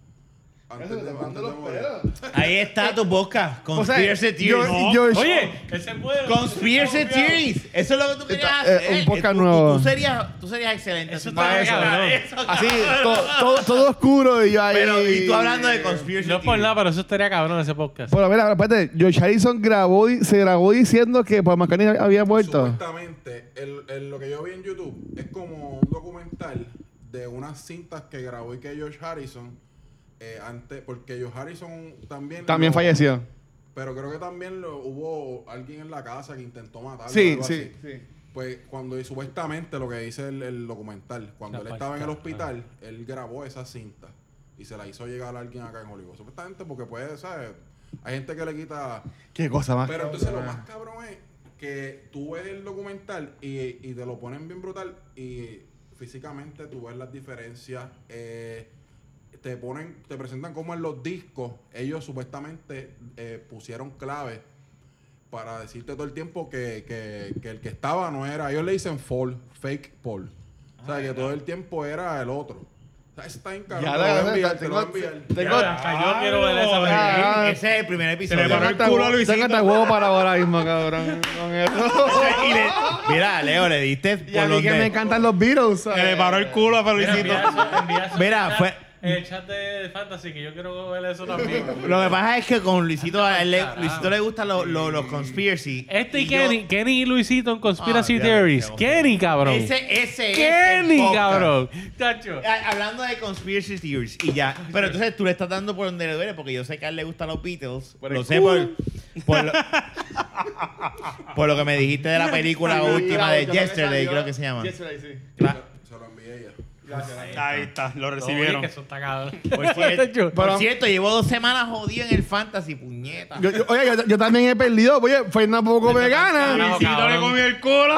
Speaker 5: antes
Speaker 3: Eso,
Speaker 5: de,
Speaker 3: te mando
Speaker 5: antes de
Speaker 3: los
Speaker 5: morir.
Speaker 3: pelos.
Speaker 4: Ahí está tu boca.
Speaker 3: O sea,
Speaker 4: Conspiracy
Speaker 3: yo-
Speaker 4: Theories.
Speaker 1: No.
Speaker 3: yo-
Speaker 2: Oye, ese puede.
Speaker 4: Conspiracy Theories. Eso es lo que tú querías
Speaker 3: Está- eh,
Speaker 4: hacer.
Speaker 3: un podcast
Speaker 4: Tú- tú-
Speaker 3: nuevo.
Speaker 4: Tú serías, tú serías excelente.
Speaker 2: Eso
Speaker 4: haciendo
Speaker 2: está cabrón.
Speaker 3: Así, to- to- todo oscuro y yo ahí.
Speaker 4: Pero, y tú hablando de Conspiracy
Speaker 2: No es por nada, pero eso estaría cabrón ese podcast.
Speaker 3: Bueno, mira, espérate, George Harrison grabó, di- se grabó diciendo que Paul McCartney había muerto.
Speaker 5: Supuestamente, el, el- lo que yo vi en YouTube es como un documental de unas cintas que grabó y que George Harrison eh, antes, porque George Harrison también.
Speaker 3: También
Speaker 5: lo-
Speaker 3: falleció.
Speaker 5: Pero creo que también lo, hubo alguien en la casa que intentó matarlo.
Speaker 3: Sí,
Speaker 5: algo
Speaker 3: sí,
Speaker 5: así.
Speaker 3: sí.
Speaker 5: Pues cuando y supuestamente lo que dice el, el documental, cuando
Speaker 2: La
Speaker 5: él estaba en el
Speaker 2: parte,
Speaker 5: hospital, él grabó esa cinta y se la hizo llegar a alguien acá en Hollywood. Supuestamente porque puede, ¿sabes? Hay gente que le quita
Speaker 3: Qué cosa más.
Speaker 5: pero entonces
Speaker 7: eh.
Speaker 5: lo más cabrón es que tú ves el documental y, y te lo ponen bien brutal y físicamente tú ves las diferencias. eh, te ponen, te presentan como en los discos ellos supuestamente eh, pusieron clave para decirte todo el tiempo que, que- que el que estaba no era. Ellos le dicen Paul, fake Paul. o sea, que todo el tiempo era el otro. O sea, eso está bien cabrón.
Speaker 7: Ya
Speaker 5: te
Speaker 7: la
Speaker 5: lo voy a
Speaker 7: ganaste,
Speaker 5: enviar, te lo voy a
Speaker 7: tengo-
Speaker 5: enviar.
Speaker 7: tengo-
Speaker 2: hasta yo quiero ver esa película.
Speaker 3: Ah,
Speaker 4: Ese es el primer episodio.
Speaker 1: Se le paró el culo a Luisito.
Speaker 3: Tengo hasta huevo para ahora mismo, cabrón. Con [LAUGHS] eso.
Speaker 4: Y le- mira, Leo, le diste
Speaker 3: Y a mí que
Speaker 4: donde-
Speaker 3: me encantan los virus.
Speaker 1: Se le paró el culo a
Speaker 2: Mira,
Speaker 1: Felicito.
Speaker 2: envía eso- envía eso
Speaker 4: Mira,
Speaker 2: en el chat-
Speaker 4: fue-
Speaker 2: en el chat de Fantasy, que yo quiero ver eso también.
Speaker 4: Lo que pasa es que con Luisito, a él le,
Speaker 2: Carajo.
Speaker 4: Luisito le gustan los- los- los conspiracy.
Speaker 2: [LAUGHS] Este y,
Speaker 4: yo-
Speaker 2: Kenny, Kenny y Luisito en Conspiracy
Speaker 4: Ah, ya,
Speaker 2: Theories.
Speaker 4: ya, ok.
Speaker 2: Kenny, cabrón.
Speaker 4: Ese, ese es el
Speaker 2: Kenny,
Speaker 4: podcast.
Speaker 2: cabrón. Tacho.
Speaker 4: Ah, Hablando de conspiracy theories y ya. Pero entonces tú le estás dando por donde le duele porque yo sé que a él le gustan los Beatles.
Speaker 7: Por
Speaker 4: lo
Speaker 7: el
Speaker 4: sé por, por, lo, por lo que me dijiste de la película última de Yesterday, creo que se llama.
Speaker 7: Yesterday, sí.
Speaker 4: Claro.
Speaker 5: Se lo envié ella.
Speaker 1: Ahí está, lo
Speaker 2: No,
Speaker 1: recibieron.
Speaker 2: que eso está cabrón.
Speaker 4: Por
Speaker 2: [LAUGHS]
Speaker 4: cierto,
Speaker 2: Tacho.
Speaker 4: por cierto, llevo dos semanas jodido en el fantasy, puñeta.
Speaker 3: Yo- yo- oye, yo, yo también he perdido. Oye, Fernanda poco vegana.
Speaker 2: Carajo,
Speaker 1: Luisito le
Speaker 2: cabrón.
Speaker 1: comió el culo.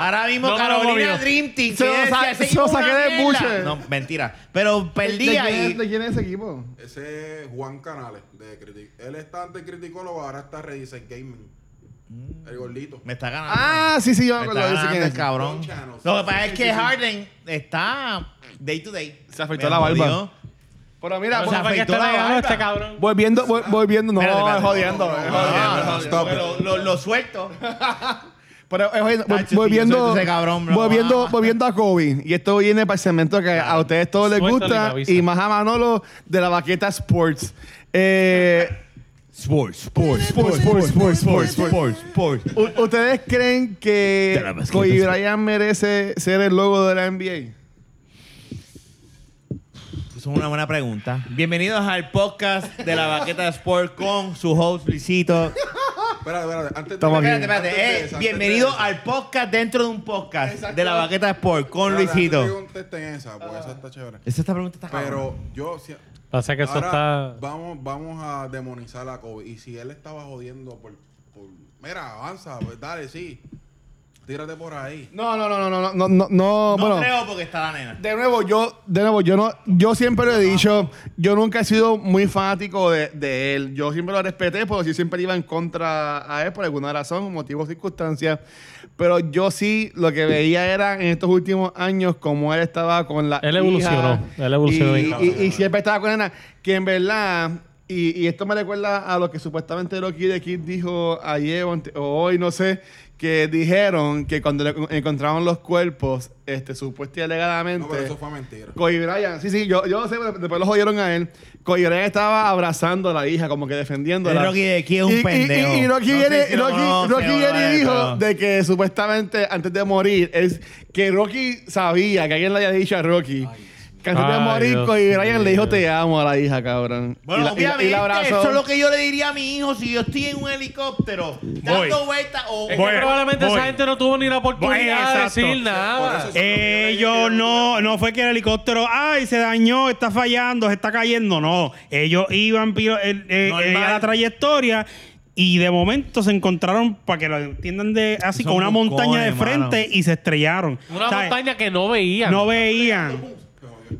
Speaker 4: Ahora mismo
Speaker 2: No me lo
Speaker 4: Carolina
Speaker 2: movió.
Speaker 4: Dream Team.
Speaker 3: Se lo
Speaker 4: quiere
Speaker 3: sa-
Speaker 4: decir, ese
Speaker 3: se lo
Speaker 4: equipo es
Speaker 3: saqué
Speaker 4: una
Speaker 3: de
Speaker 4: mierda.
Speaker 3: buche.
Speaker 4: No, mentira. Pero perdí
Speaker 3: ¿De quién, es-
Speaker 4: ahí.
Speaker 3: ¿De quién es ese equipo?
Speaker 5: Ese es Juan Canales de Critic. Él está antes criticólogo, ahora está Redice Gaming.
Speaker 2: Mm.
Speaker 5: El gordito.
Speaker 4: Me está ganando.
Speaker 3: Ah, sí, sí, yo me
Speaker 4: me
Speaker 3: acuerdo.
Speaker 4: está
Speaker 3: yo sé quién
Speaker 4: ganando
Speaker 3: es.
Speaker 4: el cabrón.
Speaker 5: Don Chanos.
Speaker 4: Lo que pasa es
Speaker 5: Sí,
Speaker 4: que
Speaker 5: sí, sí.
Speaker 4: Harden está day to day.
Speaker 3: Se afeitó
Speaker 4: Me
Speaker 3: la barba.
Speaker 4: jodió.
Speaker 3: Pero mira, pues, vol-
Speaker 4: O sea,
Speaker 2: ¿Para qué
Speaker 4: afectó
Speaker 2: está
Speaker 4: la
Speaker 2: negado
Speaker 4: barba.
Speaker 2: este cabrón?
Speaker 3: volviendo, vol- volviendo. No,
Speaker 4: Espérate, espérate.
Speaker 3: es jodiendo. es
Speaker 4: No,
Speaker 3: jodiendo.
Speaker 4: no, no,
Speaker 5: Stop it.
Speaker 4: pero lo, lo suelto.
Speaker 3: Pero es jodiendo.
Speaker 4: Tacho, sí, yo
Speaker 3: volviendo,
Speaker 4: soy ese cabrón, bro.
Speaker 3: volviendo,
Speaker 4: Ah.
Speaker 3: volviendo a Kobe. Y esto viene para el segmento que a ustedes todos les
Speaker 2: Suéltale la
Speaker 3: gusta.
Speaker 2: avisa.
Speaker 3: Y más a Manolo de la baqueta Sports. Eh,
Speaker 4: Sports, sports, sports,
Speaker 3: sports, sports, sports,
Speaker 4: sports, sports.
Speaker 3: U- ¿Ustedes creen que
Speaker 4: De la basqueta,
Speaker 3: Kobe
Speaker 4: sí.
Speaker 3: Bryant merece ser el logo de la NBA?
Speaker 4: Eso es una buena pregunta. Bienvenidos al podcast de la Baqueta Sport con su host Luisito.
Speaker 5: Espérate, espérate. Antes de-
Speaker 3: Estamos aquí.
Speaker 4: Espérate, espérate.
Speaker 5: antes de
Speaker 4: Eh,
Speaker 5: eso, antes
Speaker 4: bienvenido
Speaker 5: de eso.
Speaker 4: al podcast dentro de un podcast
Speaker 5: Exacto.
Speaker 4: de la Baqueta Sport con
Speaker 5: Espérate, antes de
Speaker 4: Luisito.
Speaker 5: que contesten esa, porque esa está chévere.
Speaker 4: Esa esta pregunta está cabrón.
Speaker 5: Pero yo... si-
Speaker 2: Pasa Ah. que eso
Speaker 5: ahora
Speaker 2: está.
Speaker 5: Vamos, vamos a demonizar a Kobe. Y si él estaba jodiendo por... por- mira, avanza. pues, dale, sí. Tírate por ahí.
Speaker 3: No, no, no, no, no, no, no, no,
Speaker 4: No
Speaker 3: bueno.
Speaker 4: creo porque está la nena.
Speaker 3: De nuevo, yo, de nuevo, yo no, yo siempre lo he dicho, yo nunca he sido muy fanático de, de él. Yo siempre lo respeté, porque yo siempre iba en contra a él por alguna razón, motivos, circunstancias. Pero yo sí lo que veía era en estos últimos años como él estaba con la.
Speaker 2: Él evolucionó,
Speaker 3: hija
Speaker 2: él evolucionó
Speaker 3: Y,
Speaker 2: bien cabrón.
Speaker 3: y- y siempre estaba con Ana, que en verdad. Y, y esto me recuerda a lo que supuestamente Loki de Kid dijo ayer o, ante- o hoy, no sé, que dijeron que cuando le encontraron los cuerpos, este, supuestamente alegadamente.
Speaker 5: No, pero eso fue mentira.
Speaker 3: Kobe Bryant, sí, sí, yo, yo sé, pero después lo jodieron a él. Kobe Bryant estaba abrazando a la hija, como que defendiéndola.
Speaker 4: El Rocky de aquí es un
Speaker 3: Y- y-
Speaker 4: pendejo.
Speaker 3: Y, y Rocky
Speaker 4: No sé
Speaker 3: viene,
Speaker 4: si lo
Speaker 3: Rocky,
Speaker 4: conoce,
Speaker 3: Rocky viene
Speaker 4: vale,
Speaker 3: y dijo
Speaker 4: pero-
Speaker 3: de que supuestamente antes de morir, es que Rocky sabía que alguien le había dicho a Rocky. Que antes de
Speaker 2: Ay,
Speaker 3: morir,
Speaker 2: Dios
Speaker 3: Kobe Bryant le dijo
Speaker 2: mío.
Speaker 3: te amo a la hija, cabrón.
Speaker 4: Bueno,
Speaker 3: y la, y la-
Speaker 4: obviamente,
Speaker 3: y la abrazó.
Speaker 4: eso es lo que yo le diría a mi hijo si yo estoy en un helicóptero dando vueltas o...
Speaker 2: Es que
Speaker 1: Voy,
Speaker 2: probablemente
Speaker 1: voy.
Speaker 2: esa gente no tuvo ni la oportunidad de
Speaker 1: exacto.
Speaker 2: decir nada.
Speaker 5: Por eso-
Speaker 1: Ellos Eh, no, no fue que el helicóptero, ay, se dañó, está fallando, se está cayendo. No, ellos iban piro- el- eh,
Speaker 4: Normal.
Speaker 1: eh, a la trayectoria y de momento se encontraron, para que lo entiendan de así,
Speaker 4: Son
Speaker 1: con una
Speaker 4: buscones,
Speaker 1: montaña de
Speaker 4: mano.
Speaker 1: frente y se estrellaron.
Speaker 2: Una
Speaker 1: O sea,
Speaker 2: montaña que no veían.
Speaker 1: No veían.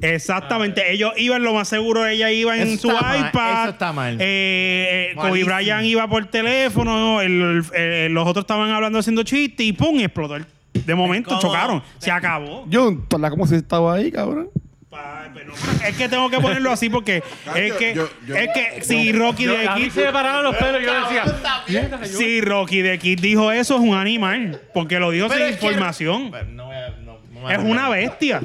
Speaker 1: Exactamente, ellos iban lo más seguro, ella iba en
Speaker 4: Ah. Eso
Speaker 1: su
Speaker 4: está mal,
Speaker 1: iPad.
Speaker 4: eso está mal.
Speaker 1: Eh, eh, Kobe
Speaker 4: Malísimo.
Speaker 1: Bryant iba por teléfono, el- el- eh, los otros estaban hablando haciendo chistes y ¡pum! explotó. el- De momento
Speaker 4: ¿Cómo?
Speaker 1: chocaron, se acabó.
Speaker 3: Jun, ¿tú la- ¿cómo se estaba ahí, cabrón?
Speaker 1: Pa- pues pero- Es que tengo que ponerlo así porque es que,
Speaker 5: Yo- yo-
Speaker 1: es que si Rocky
Speaker 2: Yo-
Speaker 1: de
Speaker 2: a mí
Speaker 1: Kid,
Speaker 2: se me pararon los pelos y yo decía.
Speaker 4: Cabrón, está bien.
Speaker 1: si Rocky de Kid dijo eso es un animal, porque lo dijo
Speaker 4: Pero
Speaker 1: sin
Speaker 4: es que-
Speaker 1: información.
Speaker 4: Pero no voy a- no- no me
Speaker 1: Es
Speaker 4: voy a-
Speaker 1: una bestia.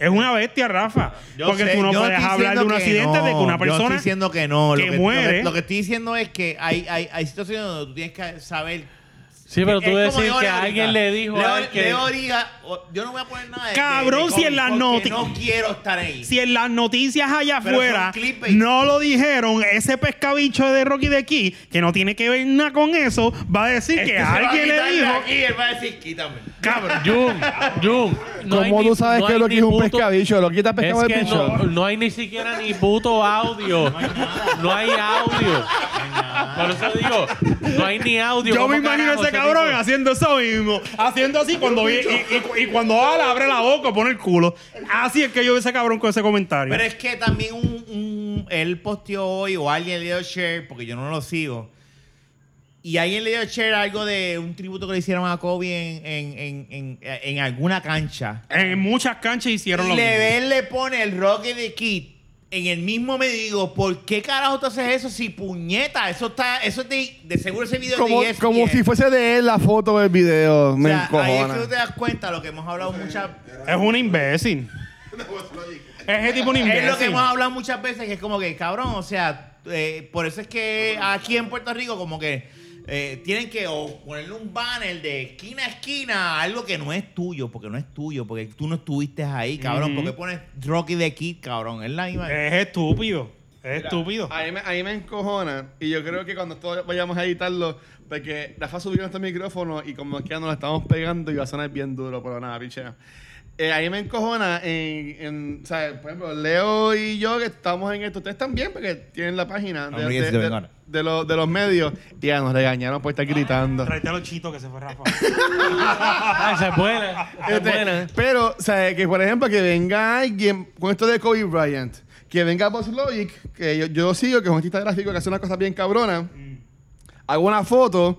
Speaker 1: Es una bestia, Rafa.
Speaker 4: Yo
Speaker 1: porque
Speaker 4: sé,
Speaker 1: tú no
Speaker 4: yo
Speaker 1: puedes
Speaker 4: estoy
Speaker 1: hablar de
Speaker 4: diciendo
Speaker 1: un
Speaker 4: que
Speaker 1: accidente
Speaker 4: no,
Speaker 1: de que una
Speaker 4: Yo estoy
Speaker 1: persona.
Speaker 4: diciendo que no.
Speaker 1: que
Speaker 4: lo que, Lo
Speaker 1: muere.
Speaker 4: que, lo que estoy diciendo es que hay, hay, hay situaciones donde tú tienes que saber.
Speaker 2: Sí, pero
Speaker 4: Es
Speaker 2: tú
Speaker 4: como
Speaker 2: decir
Speaker 4: Leo
Speaker 2: que
Speaker 4: Origa.
Speaker 2: alguien le dijo a
Speaker 4: Leo,
Speaker 2: él que.
Speaker 4: Leo Origa o- "Oh, yo no voy a poner nada. de- de-
Speaker 1: Cabrón,
Speaker 4: de
Speaker 1: si en la
Speaker 4: cómic, porque
Speaker 1: noti-
Speaker 4: No quiero estar ahí.
Speaker 1: Si en las noticias allá
Speaker 4: Pero son
Speaker 1: afuera
Speaker 4: clickbait.
Speaker 1: no lo dijeron, ese pescabicho de Rocky de aquí, que no tiene que ver nada con eso, va a decir
Speaker 4: Este
Speaker 1: que
Speaker 4: se va a
Speaker 1: alguien
Speaker 4: quitar
Speaker 1: le
Speaker 4: de
Speaker 1: dijo.
Speaker 4: Aquí, él va a decir, quítame.
Speaker 1: Cabrón.
Speaker 2: Jun, Jun. no hay
Speaker 6: ¿Cómo
Speaker 2: ni-
Speaker 6: tú sabes
Speaker 2: no
Speaker 6: que
Speaker 2: hay
Speaker 6: Loki
Speaker 2: ni
Speaker 6: es un
Speaker 2: puto-
Speaker 6: pescadillo? Loki está pescado
Speaker 2: Es
Speaker 6: de
Speaker 2: que
Speaker 6: pichón.
Speaker 2: no, no hay ni siquiera ni puto audio. No hay audio. Por eso digo, no hay ni audio.
Speaker 1: Yo
Speaker 2: ¿Cómo
Speaker 1: me imagino
Speaker 2: carajo
Speaker 1: ese
Speaker 2: ese
Speaker 1: cabrón
Speaker 2: tipo-
Speaker 1: haciendo eso mismo. Haciendo así cuando vi- y, y- y cuando habla, abre la boca, pone el culo. Así es que yo vi ese cabrón con ese comentario.
Speaker 4: Pero es que también un, un- él posteó hoy o alguien le dio share, porque yo no lo sigo. Y alguien le dio share algo de un tributo que le hicieron a Kobe en, en, en, en, en alguna cancha.
Speaker 1: en muchas canchas hicieron
Speaker 4: Y
Speaker 1: lo mismo.
Speaker 4: Lebel le pone el Rocky de Kid en el mismo me digo, ¿por qué carajo tú haces eso? Si puñeta, eso está, eso es de, de seguro ese video
Speaker 6: Como,
Speaker 4: de E ESPN.
Speaker 6: como si fuese de él la foto del video.
Speaker 4: O
Speaker 6: Me
Speaker 4: sea, ahí es que tú
Speaker 6: encojona.
Speaker 4: te das cuenta lo que hemos hablado muchas
Speaker 1: Es un imbécil. Ese tipo un
Speaker 4: Es lo que
Speaker 1: imbécil.
Speaker 4: hemos hablado muchas veces, que es como que, cabrón, o sea, eh, por eso es que aquí en Puerto Rico como que eh, tienen que o ponerle un banner de esquina a esquina, algo que no es tuyo, porque no es tuyo, porque tú no estuviste ahí, cabrón,
Speaker 1: Ujú.
Speaker 4: porque pones Rocky de Kid, cabrón, es la misma...
Speaker 6: Eh,
Speaker 1: Es estúpido. Es estúpido.
Speaker 3: A mí, me, a mí me encojona y yo creo que cuando todos vayamos a editarlo, porque Rafa subió nuestro micrófono y como que ya nos la estamos pegando y va a sonar bien duro, pero nada, pichea. Eh, a mí me encojona en, en, o sea, por ejemplo, Leo y yo que estamos en esto, ustedes también porque tienen la página de,
Speaker 4: Hombre,
Speaker 3: de-
Speaker 4: yes,
Speaker 3: de-
Speaker 4: doing it.
Speaker 3: de los- de los medios y ya nos regañaron por estar gritando.
Speaker 1: Tráete a los chitos que se fue Rafa.
Speaker 2: Ah, esa es buena. esa es
Speaker 3: Este,
Speaker 2: Ah, buena.
Speaker 3: Pero, o sea, que por ejemplo, que venga alguien con esto de Kobe Bryant, que venga Boss Logic, que yo, yo sigo, que es un artista gráfico que hace una cosa bien cabrona,
Speaker 2: Mm.
Speaker 3: hago una foto,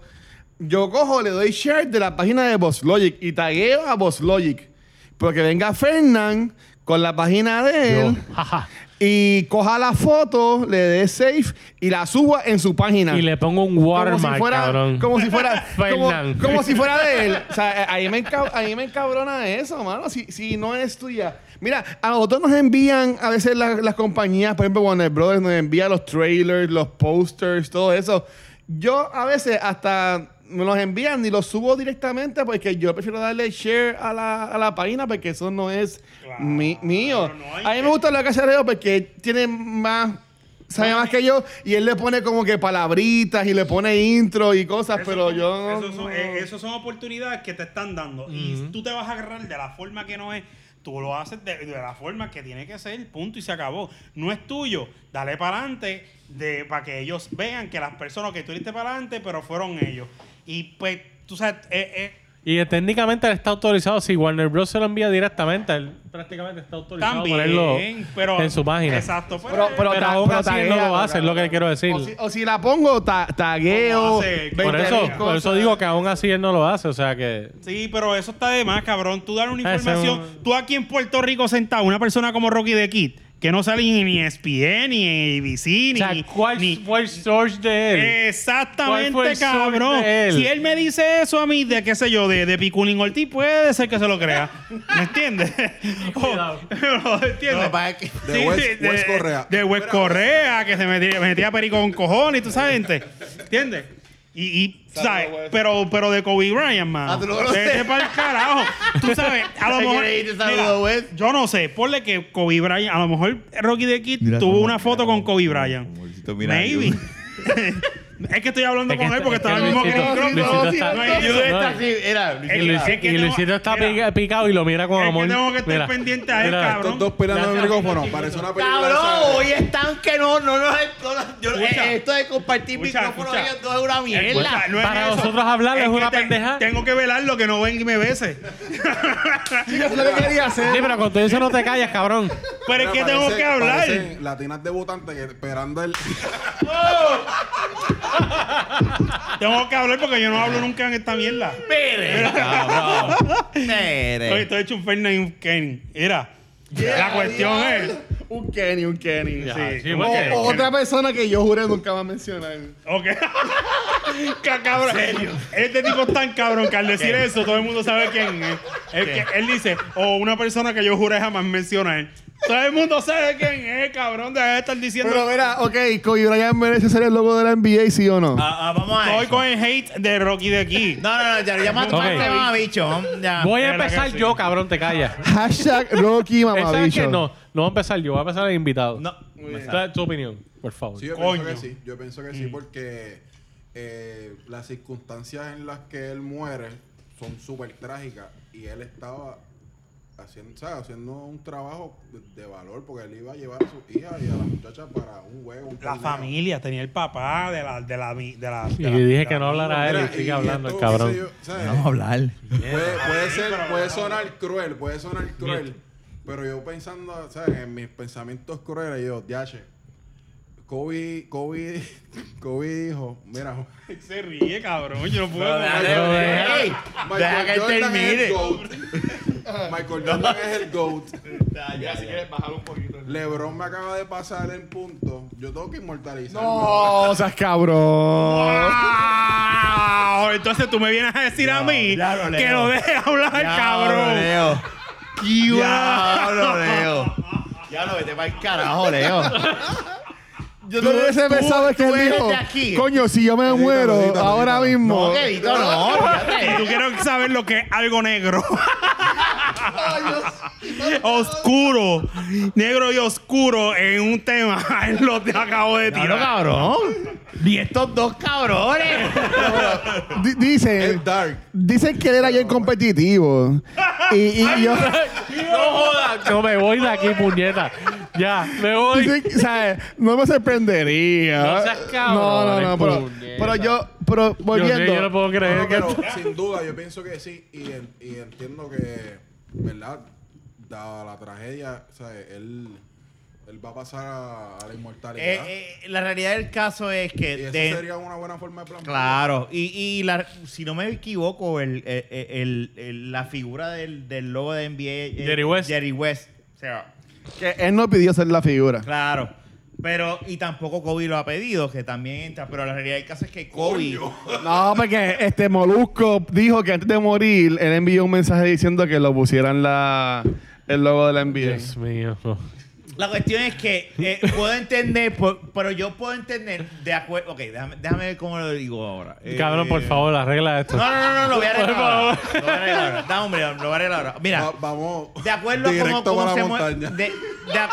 Speaker 3: yo cojo, le doy share de la página de Boss Logic y tagueo a Boss Logic. Pero que venga Fernán con la página de él. Y coja la foto, le dé save y la suba en su página.
Speaker 2: Y le pongo un
Speaker 3: Como
Speaker 2: watermark,
Speaker 3: si fuera,
Speaker 2: cabrón.
Speaker 3: Como si
Speaker 2: [LAUGHS]
Speaker 3: fuera.
Speaker 2: Fernán.
Speaker 3: como, como si fuera de él. O sea, a a mí me, enca- a mí me encabrona eso, mano. Si, si no es tuya. Mira, a nosotros nos envían a veces la- las compañías, por ejemplo, Warner Brothers nos envía los trailers, los posters, todo eso. Yo a veces hasta me los envían y los subo directamente porque yo prefiero darle share a la, a la página porque eso no es mi- mío.
Speaker 1: no hay
Speaker 3: a mí me gusta la cacereo porque tiene más sabe más que yo y él le pone como que palabritas y le pone intro y cosas,
Speaker 1: Eso
Speaker 3: Ah, pero
Speaker 1: son-
Speaker 3: yo no-
Speaker 1: Esas son, eh, eso son oportunidades que te están dando. Y tú te vas a agarrar de la forma que no es. Tú lo haces de, de la forma que tiene que ser, punto, y se acabó. No es tuyo. Dale para adelante de, para que ellos vean que las personas que tú diste para adelante, pero fueron ellos. Y pues, tú sabes, eh, eh,
Speaker 2: Y eh, técnicamente él está autorizado. Si Warner Bros. se lo envía directamente, él prácticamente está autorizado a ponerlo
Speaker 1: también, pero...
Speaker 2: en su página.
Speaker 1: Exacto. pues,
Speaker 3: Pero- pero-
Speaker 2: Pero
Speaker 3: ta-
Speaker 2: aún así él no lo
Speaker 3: taguea,
Speaker 2: hace, es lo que quiero decir.
Speaker 3: O si, o si la pongo, ta- tagueo.
Speaker 1: ¿Cómo hace?
Speaker 2: Por
Speaker 3: 20.000
Speaker 2: eso, por
Speaker 3: cosas.
Speaker 2: eso digo que aún así él no lo hace. O sea que
Speaker 1: Sí, pero eso está de más, cabrón. Tú dar una
Speaker 2: Ah, Eso-
Speaker 1: información. Tú aquí en Puerto Rico sentado, una persona como Rocky de Kid, que no sale ni en E ESPN, ni en ABC,
Speaker 2: O
Speaker 1: ni.
Speaker 2: sea, ¿cuál
Speaker 1: ni- Eh,
Speaker 2: fue el source de él? ¿Cuál fue
Speaker 1: Exactamente,
Speaker 2: el
Speaker 1: cabrón.
Speaker 2: source de él?
Speaker 1: Si él me dice eso a mí, de qué sé yo, de, de Piculín Ortiz, puede ser que se lo crea. ¿Me entiendes?
Speaker 2: Cuidado.
Speaker 1: [LAUGHS] Oh, ¿Me
Speaker 4: Lo
Speaker 1: entiendes?
Speaker 4: que pasa es que-
Speaker 5: De West- West Correa.
Speaker 1: De West Correa, que se metía, metía perico con cojones, tú sabes, gente. ¿Entiendes? Y, y tú ¿sabes?
Speaker 3: West.
Speaker 1: Pero, pero de Kobe Bryant, mano.
Speaker 4: Ah, tú no lo
Speaker 1: Vete
Speaker 4: sé.
Speaker 1: pa'l carajo. Tú sabes, a lo
Speaker 4: ¿Te
Speaker 1: mejor.
Speaker 4: quieres ir de
Speaker 1: mira,
Speaker 4: saludo, West?
Speaker 1: yo no sé, ponle que Kobe Bryant, a lo mejor Rocky de Kid
Speaker 4: Mira,
Speaker 1: tuvo
Speaker 4: como-
Speaker 1: una foto
Speaker 4: como-
Speaker 1: con Kobe Bryant.
Speaker 4: como Luisito Miranda.
Speaker 1: Maybe. es que estoy hablando
Speaker 2: Es que
Speaker 1: con él
Speaker 2: este-
Speaker 1: porque
Speaker 2: es que
Speaker 1: estaba en el mismo
Speaker 2: Luisito-
Speaker 1: micrófono.
Speaker 2: Luisito está-
Speaker 1: No hay ayuda.
Speaker 2: No,
Speaker 4: Era,
Speaker 1: Es
Speaker 2: Y,
Speaker 1: que-
Speaker 2: Luis-
Speaker 1: es que
Speaker 2: y
Speaker 1: tengo-
Speaker 2: Luisito está
Speaker 1: mira.
Speaker 2: pica- picado y lo mira con
Speaker 1: Es que
Speaker 2: amor.
Speaker 1: tengo que estar
Speaker 2: Mira,
Speaker 1: pendiente a él,
Speaker 2: mira.
Speaker 1: cabrón.
Speaker 5: Estos dos peleando en el
Speaker 2: Gracias,
Speaker 5: micrófono. Parece una película.
Speaker 4: Cabrón,
Speaker 5: esa-
Speaker 4: hoy están que no, no nos. no nos- yo-
Speaker 1: Escucha.
Speaker 4: eh, esto de compartir
Speaker 1: Escucha,
Speaker 4: micrófonos
Speaker 1: escucha.
Speaker 4: ellos dos es una mierda.
Speaker 1: Escucha, no es
Speaker 2: Para
Speaker 1: eso.
Speaker 2: nosotros hablar es
Speaker 1: que
Speaker 2: una
Speaker 1: te-
Speaker 2: pendeja.
Speaker 1: Tengo que velar lo que no ven y me bese.
Speaker 3: Eso es lo que quería hacer.
Speaker 2: Sí, pero con todo eso no te callas,
Speaker 1: [LAUGHS]
Speaker 2: cabrón.
Speaker 1: Pero es que
Speaker 5: Mira,
Speaker 1: tengo
Speaker 5: parece-
Speaker 1: que hablar.
Speaker 5: parecen Latinas debutantes que esperando el.
Speaker 1: Tengo que hablar porque yo no hablo nunca en esta mierda.
Speaker 4: Mire, cabrón.
Speaker 1: Estoy,
Speaker 4: Mire.
Speaker 1: estoy hecho un Fernández y un Ken. Mira, la cuestión es...
Speaker 3: Un Kenny, un Kenny.
Speaker 2: Ya,
Speaker 3: sí. Oh,
Speaker 2: sí,
Speaker 3: O-
Speaker 2: porque-
Speaker 3: o otra persona que yo juré nunca más mencionar.
Speaker 1: Ok. Ca- cabrón. Este tipo es tan cabrón que al decir eso todo el mundo sabe quién es. El que- él dice, o una persona que yo juré jamás mencionar. Todo el mundo sabe quién es, cabrón. Deja de estar diciendo.
Speaker 6: Pero mira, ok, Kobe Bryant merece ser el logo de la NBA, ¿sí o no?
Speaker 4: Ah, ah, vamos a
Speaker 1: Voy
Speaker 4: eso.
Speaker 1: con el hate de Rocky de aquí.
Speaker 4: [LAUGHS] No, no, no, ya, ya más
Speaker 2: Ok.
Speaker 4: este mamabicho, vamos, ya.
Speaker 2: Voy a
Speaker 1: Mira que
Speaker 2: empezar
Speaker 1: sí.
Speaker 2: yo, cabrón, te
Speaker 5: [LAUGHS]
Speaker 2: callas.
Speaker 6: Hashtag
Speaker 2: [LAUGHS]
Speaker 6: Rocky
Speaker 2: Esa es que
Speaker 6: mamabicho.
Speaker 2: no, no va a empezar yo, va a empezar el invitado.
Speaker 4: No.
Speaker 2: Da tu opinión, por favor.
Speaker 5: Sí, yo
Speaker 1: Coño. Mm.
Speaker 5: pienso que sí. Yo pienso que sí porque eh, las circunstancias en las que él muere son súper trágicas y él estaba haciendo, ¿sabes? haciendo un trabajo de- de valor porque él iba a llevar a su hija y a la muchacha para un juego. un
Speaker 1: La
Speaker 5: torneo.
Speaker 1: familia, tenía el papá de la. De la, de la
Speaker 2: Y
Speaker 1: de la- de
Speaker 2: dije
Speaker 1: la-
Speaker 2: que no hablara él
Speaker 5: Mira,
Speaker 2: y sigue
Speaker 5: y
Speaker 2: hablando el
Speaker 5: esto,
Speaker 2: cabrón.
Speaker 5: qué sé yo, ¿sabes?
Speaker 4: Vamos a hablar.
Speaker 5: Puede, puede ser, puede sonar cruel, puede sonar cruel. Pero yo pensando, ¿sabes? En mis pensamientos crueles, yo, diache. Kobe, Kobe, [LAUGHS] Kobe dijo, mira,
Speaker 1: Se ríe, cabrón. Yo no puedo.
Speaker 4: [LAUGHS] Pero deja- ey, deja que
Speaker 5: Jordan es el
Speaker 4: termine.
Speaker 5: GOAT. Michael Jordan es el GOAT.
Speaker 3: Mira, si quieres bajar un poquito.
Speaker 5: LeBron me acaba de pasar en punto. Yo tengo que inmortalizar.
Speaker 6: No, seas cabrón.
Speaker 1: ¡Wow! Entonces tú me vienes a decir a mí
Speaker 4: ya lo leo.
Speaker 1: que lo deje hablar, cabrón.
Speaker 4: Diablo, Leo.
Speaker 1: Iba-
Speaker 4: Diablo, Leo. Diablo, vete para el carajo, Leo.
Speaker 6: Yo no hubiese
Speaker 4: tú-
Speaker 6: pensado que
Speaker 4: tú
Speaker 6: él
Speaker 4: eres
Speaker 6: dijo,
Speaker 4: de aquí.
Speaker 6: coño, si yo me muero
Speaker 5: edítalo,
Speaker 6: ahora
Speaker 5: edítalo.
Speaker 6: mismo.
Speaker 4: No, Guevito, no.
Speaker 1: Y [LAUGHS]
Speaker 4: fíjate.
Speaker 1: tú quiero saber lo que es algo
Speaker 4: [LAUGHS]
Speaker 1: negro. [LAUGHS] oscuro. Negro y oscuro en un tema. [LAUGHS] Es lo que acabo de
Speaker 4: Diablo,
Speaker 1: tirar.
Speaker 4: cabrón. Y estos dos cabrones.
Speaker 6: Di- dicen,
Speaker 5: Es dark.
Speaker 6: dicen que él era bien competitivo. Y, y yo,
Speaker 2: No jodas, no me voy de aquí, puñeta. Ya,
Speaker 6: [LAUGHS]
Speaker 2: me voy.
Speaker 6: dicen, o sea, no me sorprendería.
Speaker 2: No seas cabrón,
Speaker 6: No, no, no, pero,
Speaker 2: puñeta.
Speaker 6: pero yo, pero
Speaker 2: Yo, sé,
Speaker 6: volviendo.
Speaker 2: yo no puedo
Speaker 5: No,
Speaker 2: creer
Speaker 5: no,
Speaker 2: que
Speaker 5: pero sin duda, yo pienso que sí. Y, en- y entiendo que, ¿verdad? Dada la tragedia, ¿sabes? Él, él va a pasar a, a la inmortalidad.
Speaker 4: Eh, eh, la realidad del caso es
Speaker 5: y
Speaker 4: que.
Speaker 5: esa
Speaker 4: de-
Speaker 5: sería una buena forma de plan.
Speaker 4: Claro, y, y la- si no me equivoco, el, el- el- el- la figura del, del logo de NBA. eh,
Speaker 2: Jerry West.
Speaker 4: Jerry West. O sea,
Speaker 6: Que él no pidió ser la figura.
Speaker 4: Claro. Pero, y tampoco Kobe lo ha pedido, que también entra. Pero la realidad del caso es que Kobe.
Speaker 6: No, porque este Molusco dijo que antes de morir, él envió un mensaje diciendo que lo pusieran la, el logo de la NBA.
Speaker 2: Dios mío. no.
Speaker 4: [LAUGHS] La cuestión es que eh, puedo entender, por- pero yo puedo entender de acuerdo. Ok, déjame, déjame ver cómo lo digo ahora. Eh,
Speaker 2: Cabrón, por favor, arregla esto.
Speaker 4: No, no, no, no, lo voy a arreglar ahora. Lo voy a arreglar ahora. Da, hombre, lo voy a arreglar ahora. Mira,
Speaker 5: Va- vamos.
Speaker 4: de acuerdo a cómo,
Speaker 5: directo
Speaker 4: cómo
Speaker 5: para
Speaker 4: se
Speaker 5: la
Speaker 4: mueve.
Speaker 5: montaña.
Speaker 4: De, de ac-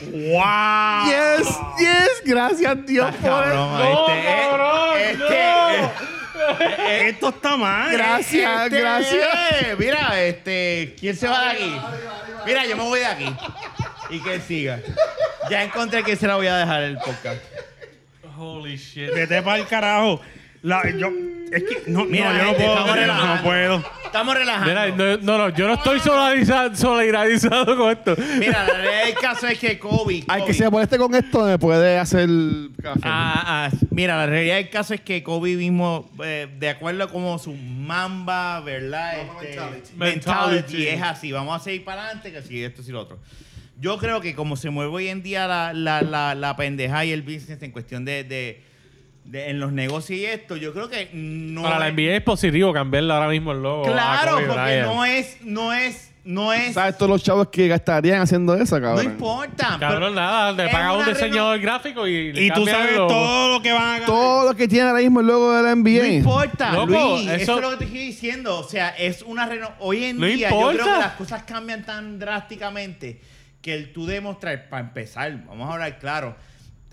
Speaker 1: ¡Wow!
Speaker 6: Yes, yes, gracias Dios
Speaker 4: Estás
Speaker 6: por
Speaker 4: Ah, cabrón, este, eh, este, eh,
Speaker 1: Esto está mal.
Speaker 6: Gracias,
Speaker 4: Este,
Speaker 6: gracias.
Speaker 4: eh, Mira, este, ¿quién se va de aquí? Mira, yo me voy de aquí. Y que siga. Ya encontré que se la voy a dejar el podcast.
Speaker 2: Holy shit.
Speaker 1: Vete para el carajo. La- yo, es que no,
Speaker 4: Mira,
Speaker 1: no, yo no
Speaker 4: gente,
Speaker 1: puedo.
Speaker 4: estamos
Speaker 1: No,
Speaker 4: relajando.
Speaker 1: puedo.
Speaker 4: Estamos relajando.
Speaker 2: Mira, no, no, no, yo no estoy solidarizado, solidarizado con esto.
Speaker 4: Mira, la realidad del caso es que Kobe.
Speaker 6: Al que
Speaker 4: Kobe-
Speaker 6: se moleste con esto me puede hacer café.
Speaker 4: Ah, ah, mira, la realidad del caso es que Kobe mismo, eh, de acuerdo a como su mamba, ¿verdad?
Speaker 5: Mamba
Speaker 4: Este,
Speaker 5: mentality.
Speaker 4: mentality
Speaker 2: Mentality.
Speaker 4: es así, vamos a seguir para adelante, que si esto, si lo otro. Yo creo que como se mueve hoy en día la, la, la, la pendeja y el business en cuestión de, de- de- en los negocios y esto, yo creo que no...
Speaker 2: Para la
Speaker 4: es-
Speaker 2: NBA es positivo cambiarle ahora mismo el logo. a
Speaker 4: Claro,
Speaker 2: Kobe
Speaker 4: porque
Speaker 2: Bryant.
Speaker 4: no es, no es, no es...
Speaker 6: ¿Sabes todos los chavos que gastarían haciendo eso,
Speaker 4: pues. No
Speaker 6: cabrón?
Speaker 4: importa.
Speaker 2: Cabrón, nada, le
Speaker 4: es
Speaker 2: pagas a un
Speaker 4: una
Speaker 2: diseñador gráfico y le
Speaker 1: Y tú
Speaker 2: cambian el
Speaker 1: sabes
Speaker 2: logo.
Speaker 1: todo lo que van a ganar.
Speaker 6: Todo lo que tiene ahora mismo el logo de la NBA.
Speaker 4: No importa,
Speaker 2: Loco,
Speaker 4: Luis. Eso...
Speaker 2: eso-
Speaker 4: es lo que te estoy diciendo. O sea, es una reno... Hoy en
Speaker 2: No
Speaker 4: día yo creo
Speaker 2: importa.
Speaker 4: que las cosas cambian tan drásticamente que el tú demostrar, para empezar, vamos a hablar claro,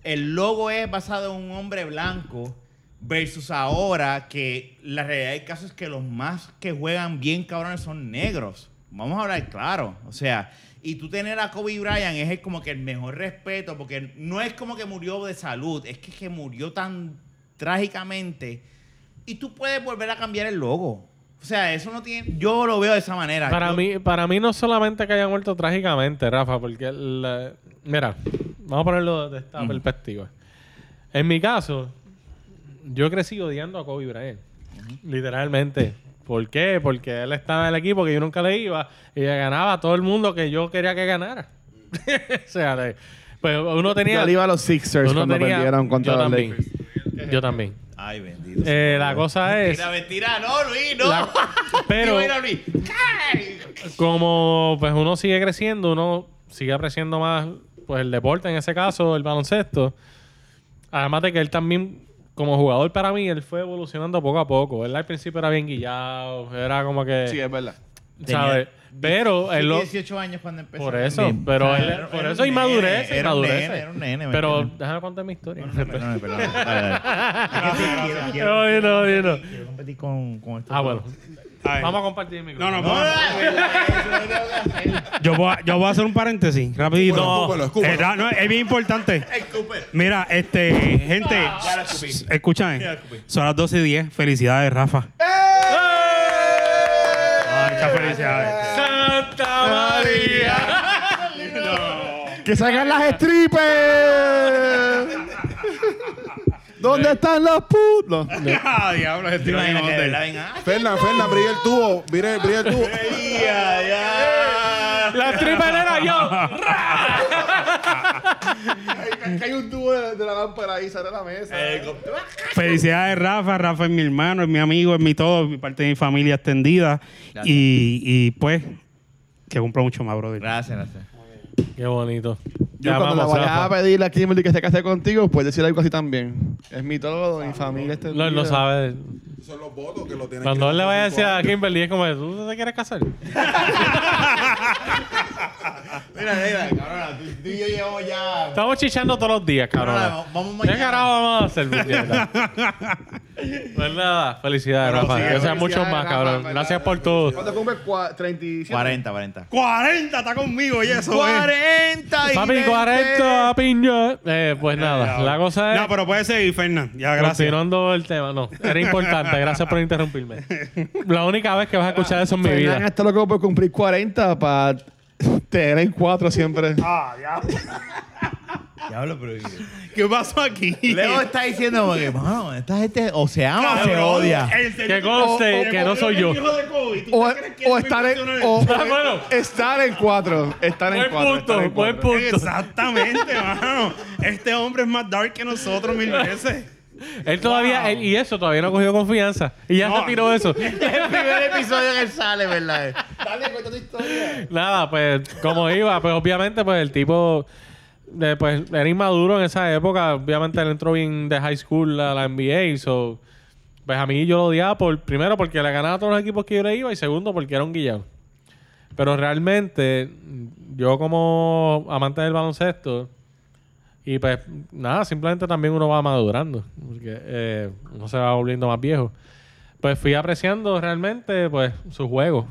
Speaker 4: el logo es basado en un hombre blanco versus ahora que la realidad del caso es que los más que juegan bien cabrones son negros. Vamos a hablar claro. O sea, y tú tener a Kobe Bryant es el- como que el mejor respeto porque no es como que murió de salud, es que, que murió tan trágicamente y tú puedes volver a cambiar el logo. O sea, eso no tiene. Yo lo veo de esa manera.
Speaker 2: Para
Speaker 4: Yo-
Speaker 2: mí, para mí no solamente que haya muerto trágicamente, Rafa, porque la- mira, vamos a ponerlo desde esta perspectiva. En mi caso, yo crecí odiando a Kobe Bryant, literalmente. ¿Por qué? Porque él estaba en el equipo que yo nunca le iba y le ganaba a todo el mundo que yo quería que ganara. [LAUGHS] o sea, le- pues uno tenía
Speaker 6: Yo le iba a los Sixers
Speaker 2: uno
Speaker 6: cuando
Speaker 2: tenía-
Speaker 6: perdieron contra
Speaker 2: yo
Speaker 6: los
Speaker 2: también.
Speaker 6: Lakers.
Speaker 2: Yo también.
Speaker 4: Ay, bendito.
Speaker 2: Eh, la cosa es.
Speaker 4: Mentira, mentira, no, Luis, no. [LAUGHS]
Speaker 2: La- pero-
Speaker 4: Mira, Luis. ¡Ay!
Speaker 2: como pues uno sigue creciendo, uno sigue apreciando más pues el deporte, en ese caso, el baloncesto. Además de que él también, como jugador para mí, él fue evolucionando poco a poco. Él al principio era bien guillado, era como que,
Speaker 3: Sí, es verdad.
Speaker 2: ¿sabes? Pero él lo...
Speaker 4: 18 años cuando empezó.
Speaker 2: Por eso,
Speaker 4: Bien.
Speaker 2: pero
Speaker 4: O sea,
Speaker 2: él-
Speaker 4: era-
Speaker 2: por
Speaker 4: era
Speaker 2: eso
Speaker 4: un nene,
Speaker 2: inmadurez,
Speaker 4: era un
Speaker 2: inmadurez.
Speaker 4: nene, Era un nene, ¿me
Speaker 2: Pero
Speaker 4: entiendes?
Speaker 2: déjame contar mi historia.
Speaker 4: No, no,
Speaker 2: [LAUGHS]
Speaker 4: perdóname, perdóname. Dale, dale. Es que sí, quiero- quiero-
Speaker 2: No, no, no, no.
Speaker 4: Quiero competir con, con esto.
Speaker 2: Ah, bueno.
Speaker 1: Ay.
Speaker 2: Vamos a compartir el
Speaker 1: No,
Speaker 2: micrófono.
Speaker 1: no, yo, voy a, yo voy a hacer un paréntesis, rapidito.
Speaker 5: Escúpelo, escúpelo, escúpelo.
Speaker 1: Eh, ra- no, es bien importante. Mira, este, gente, s- escuchen. Son las 12 y 10. Felicidades, Rafa.
Speaker 2: ¡Eh!
Speaker 1: Ay, muchas felicidades. [LAUGHS]
Speaker 2: ¡Santa María!
Speaker 6: ¡Que salgan las strippers! ¿Dónde están los putos?
Speaker 1: Ah, diablo, estoy
Speaker 4: Pero
Speaker 1: en
Speaker 4: viene que,
Speaker 1: hotel.
Speaker 4: ¿verdad? Ven, ah.
Speaker 5: Fernan, Fernan, brilla el tubo. Brilla, brilla el tubo.
Speaker 4: [LAUGHS]
Speaker 2: La tripa era yo.
Speaker 3: Hay, hay un tubo de, de la lámpara ahí, sale la mesa.
Speaker 1: Felicidades, Rafa. Rafa es mi hermano, es mi amigo, es mi todo, es mi parte de mi familia extendida. Y, y, pues, que cumpla mucho más, brother.
Speaker 4: Gracias, gracias.
Speaker 2: Qué bonito.
Speaker 6: Yo
Speaker 2: Ya
Speaker 6: cuando la
Speaker 2: vamos,
Speaker 6: vaya a
Speaker 2: Rafa.
Speaker 6: pedirle a Kimberly que se case contigo, pues decirle algo así también. Es mi todo, mi familia este.
Speaker 3: pues,
Speaker 2: No, él no sabe.
Speaker 5: Son los votos que lo tienen
Speaker 2: Cuando
Speaker 5: que-
Speaker 2: él le vaya a decir a Kimberly, es como, ¿tú no te quieres casar?
Speaker 4: Mira, mira, cabrona, tú, tú y yo llevamos ya.
Speaker 2: Estamos chichando todos los días, cabrón.
Speaker 4: Cabrona, vamos
Speaker 2: ¿Qué
Speaker 4: mañana.
Speaker 2: carajo vamos a hacer? puñeta? pues nada, felicidades,
Speaker 3: Pero
Speaker 2: Rafa.
Speaker 3: sí,
Speaker 2: Gracias
Speaker 3: felicidades,
Speaker 2: mucho más,
Speaker 3: Rafa,
Speaker 2: cabrón.
Speaker 3: ¿verdad?
Speaker 2: Gracias por todo.
Speaker 3: ¿Cuánto cumple? Cua- 37.
Speaker 4: 40, 40.
Speaker 1: 40 está conmigo y eso. eh.
Speaker 4: 40 y
Speaker 2: Papi,
Speaker 4: 20.
Speaker 2: 40, piña. Eh, pues nada, la cosa es...
Speaker 1: No, pero puede seguir, Fernan. Ya, gracias.
Speaker 2: Continuando el tema, no, era importante, gracias por interrumpirme. La única vez que vas a escuchar eso en
Speaker 3: Pues
Speaker 2: mi
Speaker 6: Fernan
Speaker 2: vida.
Speaker 6: está loco por cumplir 40 para tener en 4 siempre.
Speaker 1: Ah,
Speaker 4: Diablo, pero.
Speaker 1: ¿Qué pasó aquí?
Speaker 4: [LAUGHS] Leo está diciendo como que, mano, esta gente o se ama o se
Speaker 1: Cabrón,
Speaker 4: odia.
Speaker 1: el señor-
Speaker 2: Que conste
Speaker 1: el
Speaker 2: que no soy yo.
Speaker 1: hijo de Kobe, ¿tú
Speaker 6: O,
Speaker 1: te crees que
Speaker 6: o
Speaker 1: él fue
Speaker 6: estar en
Speaker 1: impresionante?
Speaker 6: o,
Speaker 2: Ah, bueno.
Speaker 6: estar en 4. Estar en
Speaker 2: Buen
Speaker 6: 4.
Speaker 2: punto, buen punto.
Speaker 1: Exactamente, [LAUGHS] mano. Este hombre es más dark que nosotros mil veces.
Speaker 2: Él todavía, él- y eso todavía no cogió confianza. Y ya
Speaker 1: No.
Speaker 2: se tiró eso.
Speaker 4: el primer episodio que él sale, ¿verdad?
Speaker 3: Dale, cuenta tu historia.
Speaker 2: Nada, pues como iba, pues obviamente pues el tipo eh, pues era inmaduro en esa época, obviamente él entró bien de high school a la NBA, so pues a mí yo lo odiaba por primero porque le ganaba a todos los equipos que yo le iba y segundo porque era un guillado. Pero realmente yo como amante del baloncesto y pues nada, simplemente también uno va madurando, porque eh, uno se va volviendo más viejo. Pues fui apreciando realmente pues su juego,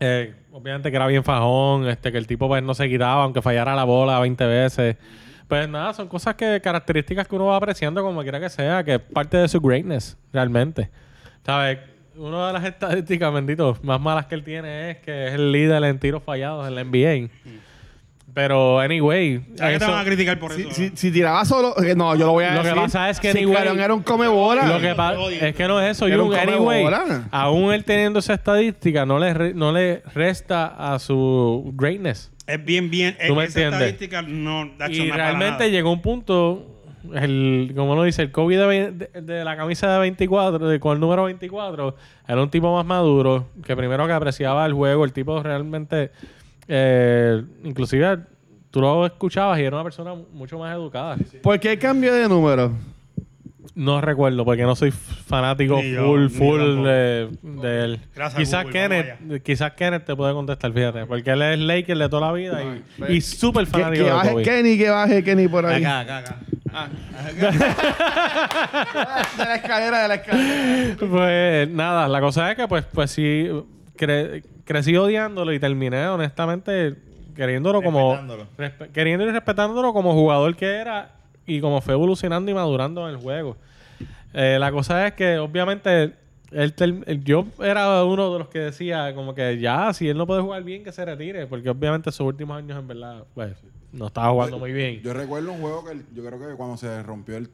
Speaker 2: eh, obviamente que era bien fajón, este, que el tipo pues, no se quitaba, aunque fallara la bola 20 veces. Pues nada, son cosas que, características que uno va apreciando como quiera que sea, que es parte de su greatness, realmente. ¿Sabes? Una de las estadísticas, bendito, más malas que él tiene es que es el líder en tiros fallados en la NBA. Pero, anyway,
Speaker 1: ¿A qué te
Speaker 2: eso-
Speaker 1: van a criticar por
Speaker 6: Si,
Speaker 1: eso?
Speaker 6: si- si tiraba solo, eh, no, yo lo voy a
Speaker 2: Lo que
Speaker 6: decir.
Speaker 2: pasa es que
Speaker 6: si
Speaker 2: anyway-
Speaker 6: Carón era un comebola.
Speaker 2: Lo que pasa es que no es eso.
Speaker 6: Era un
Speaker 2: Jung.
Speaker 6: come
Speaker 2: anyway,
Speaker 6: bola.
Speaker 2: aún él teniendo esa estadística, no le, re- no le resta a su greatness.
Speaker 1: Es bien, bien. Es,
Speaker 2: Tú me
Speaker 1: esa
Speaker 2: entiendes.
Speaker 1: estadística no da
Speaker 2: y realmente llegó un punto, el, como uno dice, el Kobe de, ve- de- de la camisa de 24, de, con el número 24, era un tipo más maduro, que primero que apreciaba el juego, el tipo realmente, eh, inclusive tú lo escuchabas y era una persona mu- mucho más educada.
Speaker 6: ¿Por qué cambió de número?
Speaker 2: No recuerdo, porque no soy f- fanático
Speaker 1: Ni yo,
Speaker 2: full,
Speaker 1: ni
Speaker 2: full
Speaker 1: tampoco.
Speaker 2: de, de él.
Speaker 1: Gracias,
Speaker 2: quizás,
Speaker 1: Google, vamos
Speaker 2: Kenneth, quizás Kenneth te puede contestar, fíjate, porque él es Laker de toda la vida y- y, súper
Speaker 6: Que,
Speaker 2: fanático
Speaker 6: que
Speaker 2: de
Speaker 6: baje
Speaker 2: Kobe.
Speaker 6: Kenny, que baje Kenny por ahí. Ah,
Speaker 4: Acá, acá, acá.
Speaker 2: [LAUGHS]
Speaker 6: De la escalera, de la escalera.
Speaker 2: Pues nada, la cosa es que pues, pues sí, cre- crecí odiándolo y terminé honestamente queriéndolo como...
Speaker 4: Respetándolo.
Speaker 2: respe- queriéndolo y respetándolo como jugador que era y como fue evolucionando y madurando en el juego. Eh, la cosa es que obviamente Él ter- él- yo era uno de los que decía como que ya, si él no puede jugar bien, que se retire. Porque obviamente sus últimos años, en verdad, pues, no estaba jugando muy bien.
Speaker 5: Yo recuerdo un juego que el- yo creo que cuando se rompió el.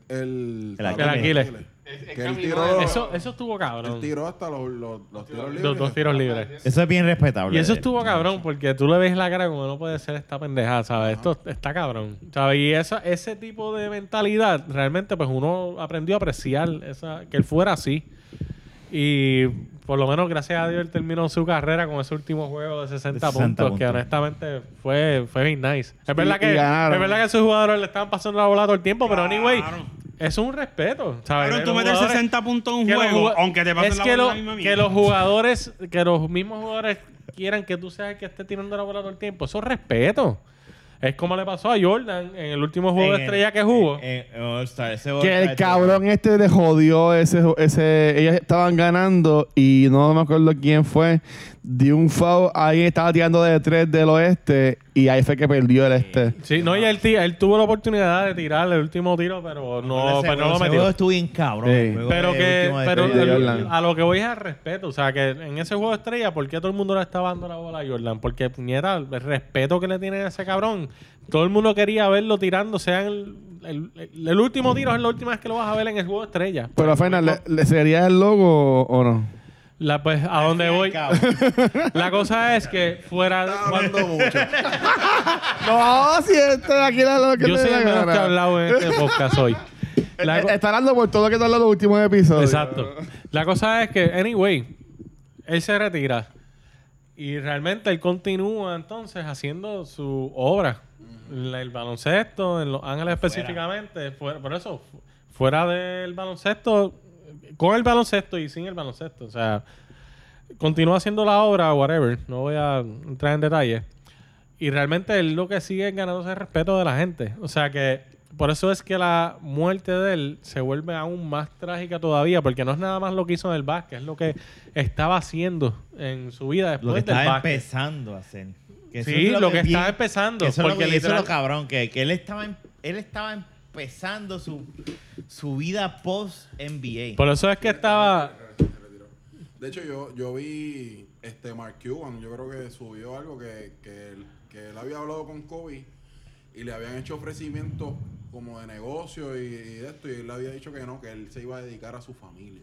Speaker 4: El
Speaker 5: El, talón
Speaker 2: Aquiles.
Speaker 5: de Que él tiró,
Speaker 2: Eso, eso estuvo
Speaker 5: él
Speaker 2: cabrón.
Speaker 5: tiró hasta los, los, los tiros libres.
Speaker 2: ¿eh? Los dos tiros libres.
Speaker 4: Eso es bien respetable.
Speaker 2: Y eso estuvo cabrón, porque tú le ves la cara como no puede ser esta pendejada, ¿sabes? Esto está cabrón, ¿sabes? Y esa, ese tipo de mentalidad, realmente, pues uno aprendió a apreciar esa, que él fuera así. Y por lo menos, gracias a Dios, él terminó su carrera con ese último juego de 60,
Speaker 4: De 60
Speaker 2: puntos, que
Speaker 4: puntos.
Speaker 2: honestamente fue, fue bien nice. Es
Speaker 6: y
Speaker 2: verdad, que,
Speaker 6: ganaron.
Speaker 2: es verdad que a esos jugadores le estaban pasando la bola todo el tiempo, pero anyway,
Speaker 1: Claro.
Speaker 2: eso es un respeto, ¿sabes?
Speaker 1: Cabrón,
Speaker 2: De
Speaker 1: tú
Speaker 2: los
Speaker 1: metes
Speaker 2: jugadores
Speaker 1: 60 puntos en un
Speaker 2: que los
Speaker 1: juego,
Speaker 2: jugad-
Speaker 1: aunque te pasen
Speaker 2: es
Speaker 1: la
Speaker 2: que,
Speaker 1: bola
Speaker 2: lo-
Speaker 1: la misma
Speaker 2: que
Speaker 1: mierda.
Speaker 2: los jugadores, que los mismos jugadores quieran que tú seas el que esté tirando la bola todo el tiempo. Eso es respeto. Es como le pasó a Jordan en el último juego de estrella que jugó.
Speaker 6: Que el cabrón este le jodió ese, ese. Ellos estaban ganando y no me acuerdo quién fue. Dio un foul, alguien estaba tirando de tres del oeste y ahí fue que perdió el este.
Speaker 2: sí, no, y él, ti- él tuvo la oportunidad de tirar el último tiro, pero no, pero no lo
Speaker 4: Todo
Speaker 2: metió.
Speaker 4: estuvo bien cabrón.
Speaker 6: Sí.
Speaker 4: el juego
Speaker 2: Pero
Speaker 4: de
Speaker 2: que,
Speaker 4: último de
Speaker 2: pero
Speaker 6: de
Speaker 4: estrella.
Speaker 6: Jordan.
Speaker 2: a lo que voy es al respeto. O sea, que en ese juego de estrella, ¿por qué todo el mundo le estaba dando la bola a Jordan? Porque, puñeta, el respeto que le tienen a ese cabrón. Todo el mundo quería verlo tirando, sea el, el- el- el último tiro, es la última vez que lo vas a ver en el juego de estrella.
Speaker 6: Pero, Fernan, ¿le, le sería el logo o- o no?
Speaker 2: La, pues, a dónde voy. [LAUGHS] La cosa es que fuera. [LAUGHS]
Speaker 5: Hablando mucho.
Speaker 6: No, si este de aquí era lo que
Speaker 2: Yo
Speaker 6: te dé
Speaker 2: soy
Speaker 6: la
Speaker 2: el menos que he
Speaker 6: gana.
Speaker 2: hablado en este
Speaker 6: [LAUGHS]
Speaker 2: podcast hoy. La
Speaker 6: Eh,
Speaker 2: co-
Speaker 6: eh, Está hablando por todo lo que te habló en los últimos episodios.
Speaker 2: Exacto. La cosa es que, anyway, él se retira. Y realmente él continúa entonces haciendo su obra. La- El baloncesto, en Los Ángeles específicamente. fuera- por eso, fu- fuera del baloncesto, con el baloncesto y sin el baloncesto. O sea, continúa haciendo la obra, whatever. No voy a entrar en detalle. Y realmente él lo que sigue es ganándose el respeto de la gente. O sea que por eso es que la muerte de él se vuelve aún más trágica todavía, porque no es nada más lo que hizo en el básquet, es lo que estaba haciendo en su vida
Speaker 4: Lo
Speaker 2: después
Speaker 4: que
Speaker 2: del
Speaker 4: estaba
Speaker 2: básquet.
Speaker 4: empezando a hacer. Que eso
Speaker 2: Sí,
Speaker 4: es
Speaker 2: lo que
Speaker 4: es
Speaker 2: estaba
Speaker 4: bien-
Speaker 2: empezando.
Speaker 4: que Eso es lo
Speaker 2: porque
Speaker 4: que- y eso es
Speaker 2: literal-
Speaker 4: lo cabrón, que, que él estaba em- él estaba empezando su, su vida post NBA.
Speaker 2: Por eso es que estaba...
Speaker 5: De hecho, yo, yo vi este Mark Cuban, yo creo que subió algo que, que, él, que él había hablado con Kobe y le habían hecho ofrecimientos como de negocio y, y de esto, y él le había dicho que no, que él se iba a dedicar a su familia.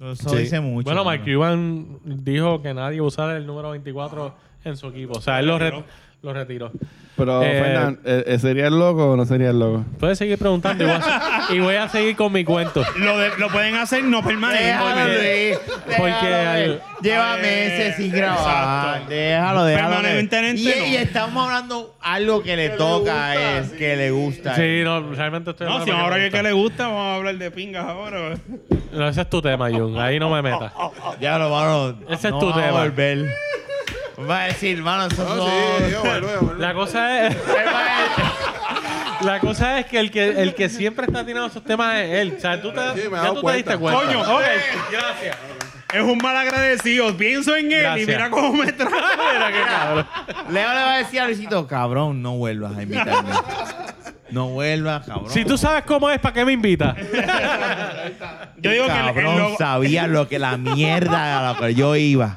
Speaker 4: Eso
Speaker 2: Sí.
Speaker 4: dice mucho.
Speaker 2: Bueno, Mike
Speaker 4: mano.
Speaker 2: Cuban dijo que nadie usara el número 24 en su equipo. O sea, él lo, re- lo retiró.
Speaker 6: Pero,
Speaker 2: Eh,
Speaker 6: Fernan, ¿eh, eh, ¿sería el logo o no sería el logo?
Speaker 2: Puedes seguir preguntando y voy a, y voy a seguir con mi cuento.
Speaker 1: Lo, de- lo pueden hacer no
Speaker 4: Déjalo
Speaker 1: permanente.
Speaker 4: de ir,
Speaker 2: Porque
Speaker 4: déjalo de ir.
Speaker 2: al-
Speaker 4: lleva
Speaker 1: Eh,
Speaker 4: meses sin grabar. Déjalo, déjalo. de ir.
Speaker 1: Permanentemente
Speaker 4: Y,
Speaker 1: no.
Speaker 4: y estamos hablando algo que le
Speaker 3: Que le
Speaker 4: toca
Speaker 3: gusta,
Speaker 4: a él,
Speaker 3: sí.
Speaker 4: que le gusta.
Speaker 2: Sí, no, realmente estoy...
Speaker 1: No, si
Speaker 2: hablando
Speaker 1: ahora
Speaker 2: porque
Speaker 1: que, que le gusta, vamos a hablar de pingas ahora.
Speaker 2: No, ese es tu tema, Jun. Ahí no me metas.
Speaker 1: Oh,
Speaker 4: Ya lo mano.
Speaker 2: Ese es
Speaker 4: no
Speaker 2: tu
Speaker 4: va a
Speaker 2: tema.
Speaker 4: volver. Va a decir, mano, eso
Speaker 5: Ah,
Speaker 4: no.
Speaker 5: sí, yo vuelvo, yo vuelvo.
Speaker 2: La
Speaker 1: [LAUGHS]
Speaker 2: cosa es. La cosa es que el que, el que siempre está tirando esos temas es él. O sea, tú te,
Speaker 5: Sí, me he
Speaker 2: ya
Speaker 5: dado
Speaker 2: tú te
Speaker 5: cuenta.
Speaker 2: diste cuenta.
Speaker 1: Coño, ok.
Speaker 2: Gracias.
Speaker 1: Es un mal agradecido. Pienso en él
Speaker 2: Gracias.
Speaker 1: y mira cómo me trata.
Speaker 2: [LAUGHS] Mira qué cabrón.
Speaker 4: Leo le va a decir a Luisito, cabrón, no vuelvas a invitarme. No vuelvas, cabrón.
Speaker 2: Si tú sabes cómo es, ¿para qué
Speaker 1: [LAUGHS]
Speaker 2: me invitas?
Speaker 1: Yo digo que el- el
Speaker 4: cabrón,
Speaker 1: logo-
Speaker 4: sabía lo que la mierda a la que yo iba.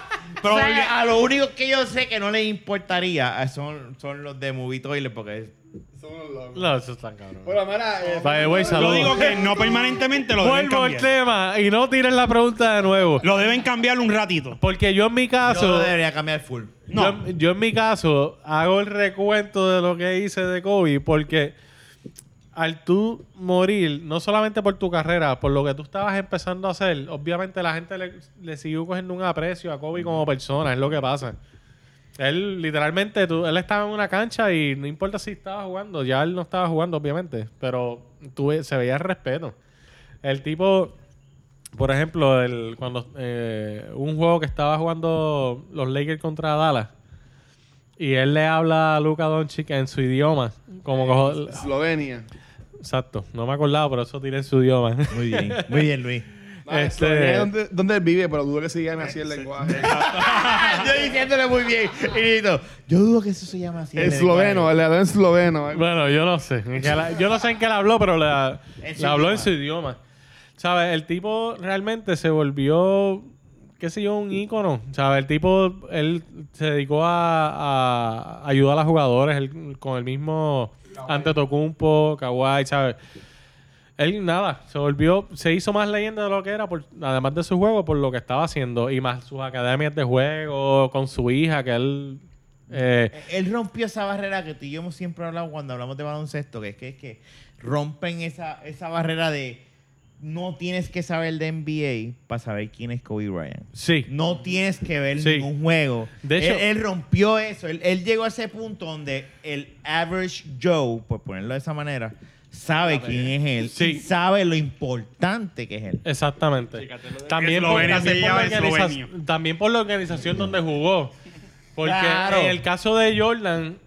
Speaker 4: O sea, a lo único que yo sé que no les importaría eh, son, son los de Movie Toilet porque
Speaker 3: Son los locos.
Speaker 2: No, eso es tan cabrón.
Speaker 3: Bueno, mira. eh,
Speaker 2: By the way,
Speaker 1: Yo
Speaker 2: saludos.
Speaker 1: digo que no permanentemente lo deben
Speaker 2: Vuelvo al
Speaker 1: cambiar.
Speaker 2: tema y no tires la pregunta de nuevo.
Speaker 1: Lo deben cambiar un ratito.
Speaker 2: Porque yo en mi
Speaker 4: yo
Speaker 2: caso.
Speaker 4: no debería cambiar full.
Speaker 1: No.
Speaker 2: Yo, yo en mi caso hago el recuento de lo que hice de Kobe porque al tú morir, no solamente por tu carrera, por lo que tú estabas empezando a hacer, obviamente la gente le, le siguió cogiendo un aprecio a Kobe como persona, es lo que pasa. Él literalmente, tú- él estaba en una cancha y no importa si estaba jugando, ya él no estaba jugando obviamente, pero tú, ve- se veía el respeto. El tipo, por ejemplo, el, cuando eh, un juego que estaba jugando los Lakers contra Dallas Y él le habla a Luka Doncic en su idioma. Como cojo-
Speaker 3: Eslovenia.
Speaker 2: Exacto. No me acordaba, pero eso tiene su idioma.
Speaker 4: Muy bien, muy bien, [LAUGHS] Luis.
Speaker 3: Ah,
Speaker 2: [LAUGHS] Este-
Speaker 3: Eslovenia es donde, donde él vive, pero dudo que se llame así el lenguaje.
Speaker 4: Ah, Yo diciéndole muy bien. Y yo, yo dudo que eso se llama así.
Speaker 3: esloveno, el habló en esloveno.
Speaker 2: Bueno, yo no sé. En que la- yo no sé en qué le habló, pero le,
Speaker 4: En su
Speaker 2: le habló
Speaker 4: idioma.
Speaker 2: en su idioma. ¿Sabes? El tipo realmente se volvió, qué sé yo, un ícono. ¿Sabes? El tipo, él se dedicó a, a ayudar a los jugadores él- con el mismo Antetokounmpo, Kawhi, ¿sabes? Él nada, se volvió, se hizo más leyenda de lo que era, por, además de su juego, por lo que estaba haciendo y más sus academias de juego con su hija, que él... eh,
Speaker 4: Él rompió esa barrera que tú y yo hemos siempre hablado cuando hablamos de baloncesto, que es que, es que rompen esa, esa barrera de no tienes que saber de NBA para saber quién es Kobe Bryant.
Speaker 2: sí.
Speaker 4: No tienes que ver
Speaker 2: Sí.
Speaker 4: ningún juego.
Speaker 2: De hecho-
Speaker 4: él, él rompió eso. Él, él llegó a ese punto donde el average Joe, por ponerlo de esa manera, sabe quién es él.
Speaker 2: Sí.
Speaker 4: y sabe lo importante que es él.
Speaker 2: Exactamente. También por,
Speaker 1: Eslovenia
Speaker 2: también
Speaker 1: se
Speaker 2: por la
Speaker 1: llama
Speaker 2: organiza-
Speaker 1: Eslovenio.
Speaker 2: también por la organización donde jugó. Porque
Speaker 4: Claro.
Speaker 2: en el caso de Jordan,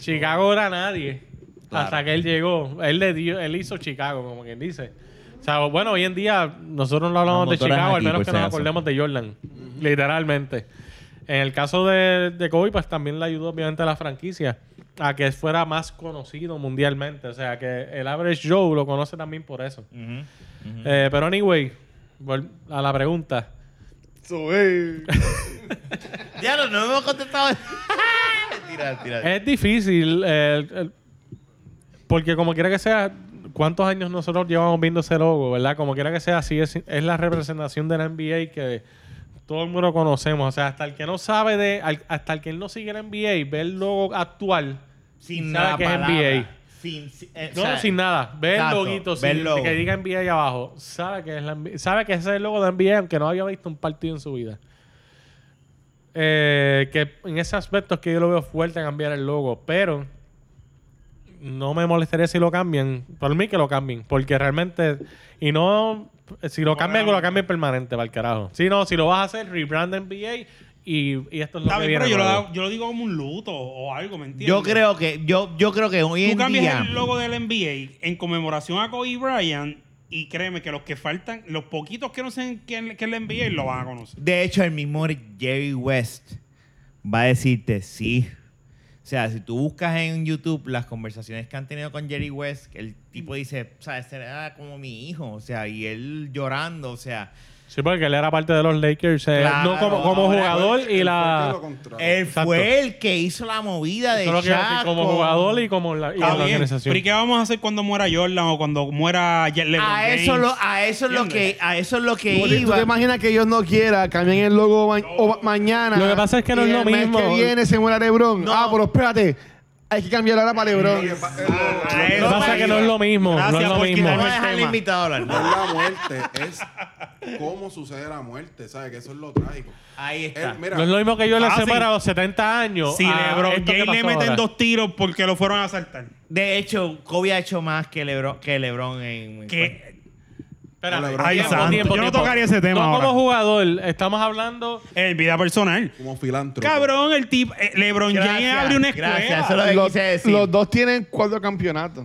Speaker 2: Chicago era nadie.
Speaker 4: Claro.
Speaker 2: Hasta que él llegó. Él le dio, él hizo Chicago, como quien dice. O sea, bueno, hoy en día nosotros no hablamos de
Speaker 4: motoras
Speaker 2: Chicago, al
Speaker 4: aquí,
Speaker 2: menos
Speaker 4: por
Speaker 2: que
Speaker 4: si
Speaker 2: nos
Speaker 4: acaso.
Speaker 2: acordemos de Jordan. Literalmente. En el caso de, de Kobe, pues también le ayudó obviamente a la franquicia a que fuera más conocido mundialmente. O sea, que el average Joe lo conoce también por eso. Eh, pero anyway, vol- a la pregunta.
Speaker 4: [LAUGHS] Ya no, no hemos [LAUGHS] contestado. tira, tira.
Speaker 2: Es difícil, eh, el- el- porque como quiera que sea, cuántos años nosotros llevamos viendo ese logo, ¿verdad? Como quiera que sea, así es, es la representación de la NBA que todo el mundo conocemos. O sea, hasta el que no sabe de, al- hasta el que no sigue la NBA, ve el logo actual, sabe
Speaker 4: sin nada
Speaker 2: que es NBA.
Speaker 4: Sin, sin- eh,
Speaker 2: No,
Speaker 4: o sea,
Speaker 2: sin nada. Ve el
Speaker 4: exacto,
Speaker 2: loguito,
Speaker 4: ve el
Speaker 2: sin-
Speaker 4: logo.
Speaker 2: que diga NBA ahí abajo. Sabe que es la NBA sabe que ese es el logo de NBA, aunque no había visto un partido en su vida. Eh, que en ese aspecto es que yo lo veo fuerte a cambiar el logo, pero no me molestaría si lo cambian. Por mí que lo cambien, porque realmente y no si lo cambian que lo cambien permanente para el carajo. Si no, si lo vas a hacer rebrand NBA y, y esto es lo
Speaker 1: Está
Speaker 2: que
Speaker 1: bien,
Speaker 2: viene.
Speaker 1: pero yo lo,
Speaker 2: nuevo.
Speaker 1: hago- yo lo digo como un luto o algo, ¿me entiendes?
Speaker 4: Yo creo que, yo, yo creo que hoy
Speaker 1: Tú
Speaker 4: en
Speaker 1: cambias
Speaker 4: día.
Speaker 1: el logo del NBA en conmemoración a Kobe Bryant y créeme que los que faltan, los poquitos que no saben quién quién es el NBA lo van a conocer.
Speaker 4: De hecho, el mismo Jerry West va a decirte sí. O sea, si tú buscas en YouTube las conversaciones que han tenido con Jerry West, que el
Speaker 3: Mm.
Speaker 4: tipo dice, o sea, ese era como mi hijo, o sea, y él llorando, o sea,
Speaker 2: Sí, porque él era parte de los Lakers, eh,
Speaker 4: Claro,
Speaker 2: no como, como
Speaker 4: ahora-
Speaker 2: jugador y la
Speaker 4: él
Speaker 2: Exacto.
Speaker 4: fue el que hizo la movida de
Speaker 2: Eso es lo que iba a decir,
Speaker 4: Shaq
Speaker 2: como
Speaker 4: con-
Speaker 2: jugador y como la,
Speaker 1: Está
Speaker 2: y en la
Speaker 1: bien,
Speaker 2: organización.
Speaker 1: Pero ¿y qué vamos a hacer cuando muera Jordan o cuando muera Ye- LeBron
Speaker 4: a eso
Speaker 1: James?
Speaker 4: lo, a eso es lo que, a eso es lo que
Speaker 3: ¿Tú te
Speaker 4: iba.
Speaker 3: imaginas que ellos no quieran cambien el logo ma- o ma- mañana?
Speaker 2: Lo que pasa es que
Speaker 3: y
Speaker 2: no es lo
Speaker 3: el mes
Speaker 2: mismo.
Speaker 3: que viene se muera LeBron.
Speaker 4: No.
Speaker 3: Ah, pero espérate. Hay que cambiar ahora para
Speaker 1: A
Speaker 3: LeBron.
Speaker 2: Lo
Speaker 1: eso
Speaker 2: que pasa
Speaker 1: me
Speaker 2: es
Speaker 1: iba.
Speaker 2: que no es lo mismo. no
Speaker 1: Gracias
Speaker 2: es lo
Speaker 1: por
Speaker 2: mismo.
Speaker 4: No voy
Speaker 1: quitarme-
Speaker 4: a dejar al
Speaker 1: tema.
Speaker 4: invitado hablar.
Speaker 5: No es la muerte, es cómo sucede la muerte, ¿sabes? Que eso es lo trágico.
Speaker 4: Ahí está.
Speaker 5: Él, mira,
Speaker 2: No es lo mismo que yo le
Speaker 1: Fácil.
Speaker 2: separa a los 70 años.
Speaker 1: Si
Speaker 2: a
Speaker 1: LeBron
Speaker 2: Ah, esto que
Speaker 1: James le
Speaker 2: pasó
Speaker 1: meten
Speaker 2: ahora.
Speaker 1: dos tiros porque lo fueron a asaltar.
Speaker 4: De hecho, Kobe ha hecho más que LeBron, que LeBron en
Speaker 1: Que
Speaker 2: Espera,
Speaker 5: Ay,
Speaker 2: tiempo, tiempo,
Speaker 5: santo.
Speaker 2: tiempo.
Speaker 1: Yo no tocaría ese tema
Speaker 2: No
Speaker 1: ahora.
Speaker 2: como jugador. Estamos hablando...
Speaker 1: es vida personal.
Speaker 5: como filántropo.
Speaker 1: Cabrón, el tipo eh, LeBron James
Speaker 4: Gracias,
Speaker 1: abre una escuela.
Speaker 4: gracias, eso lo- que
Speaker 3: Los,
Speaker 4: quise decir.
Speaker 3: los dos tienen cuatro campeonatos.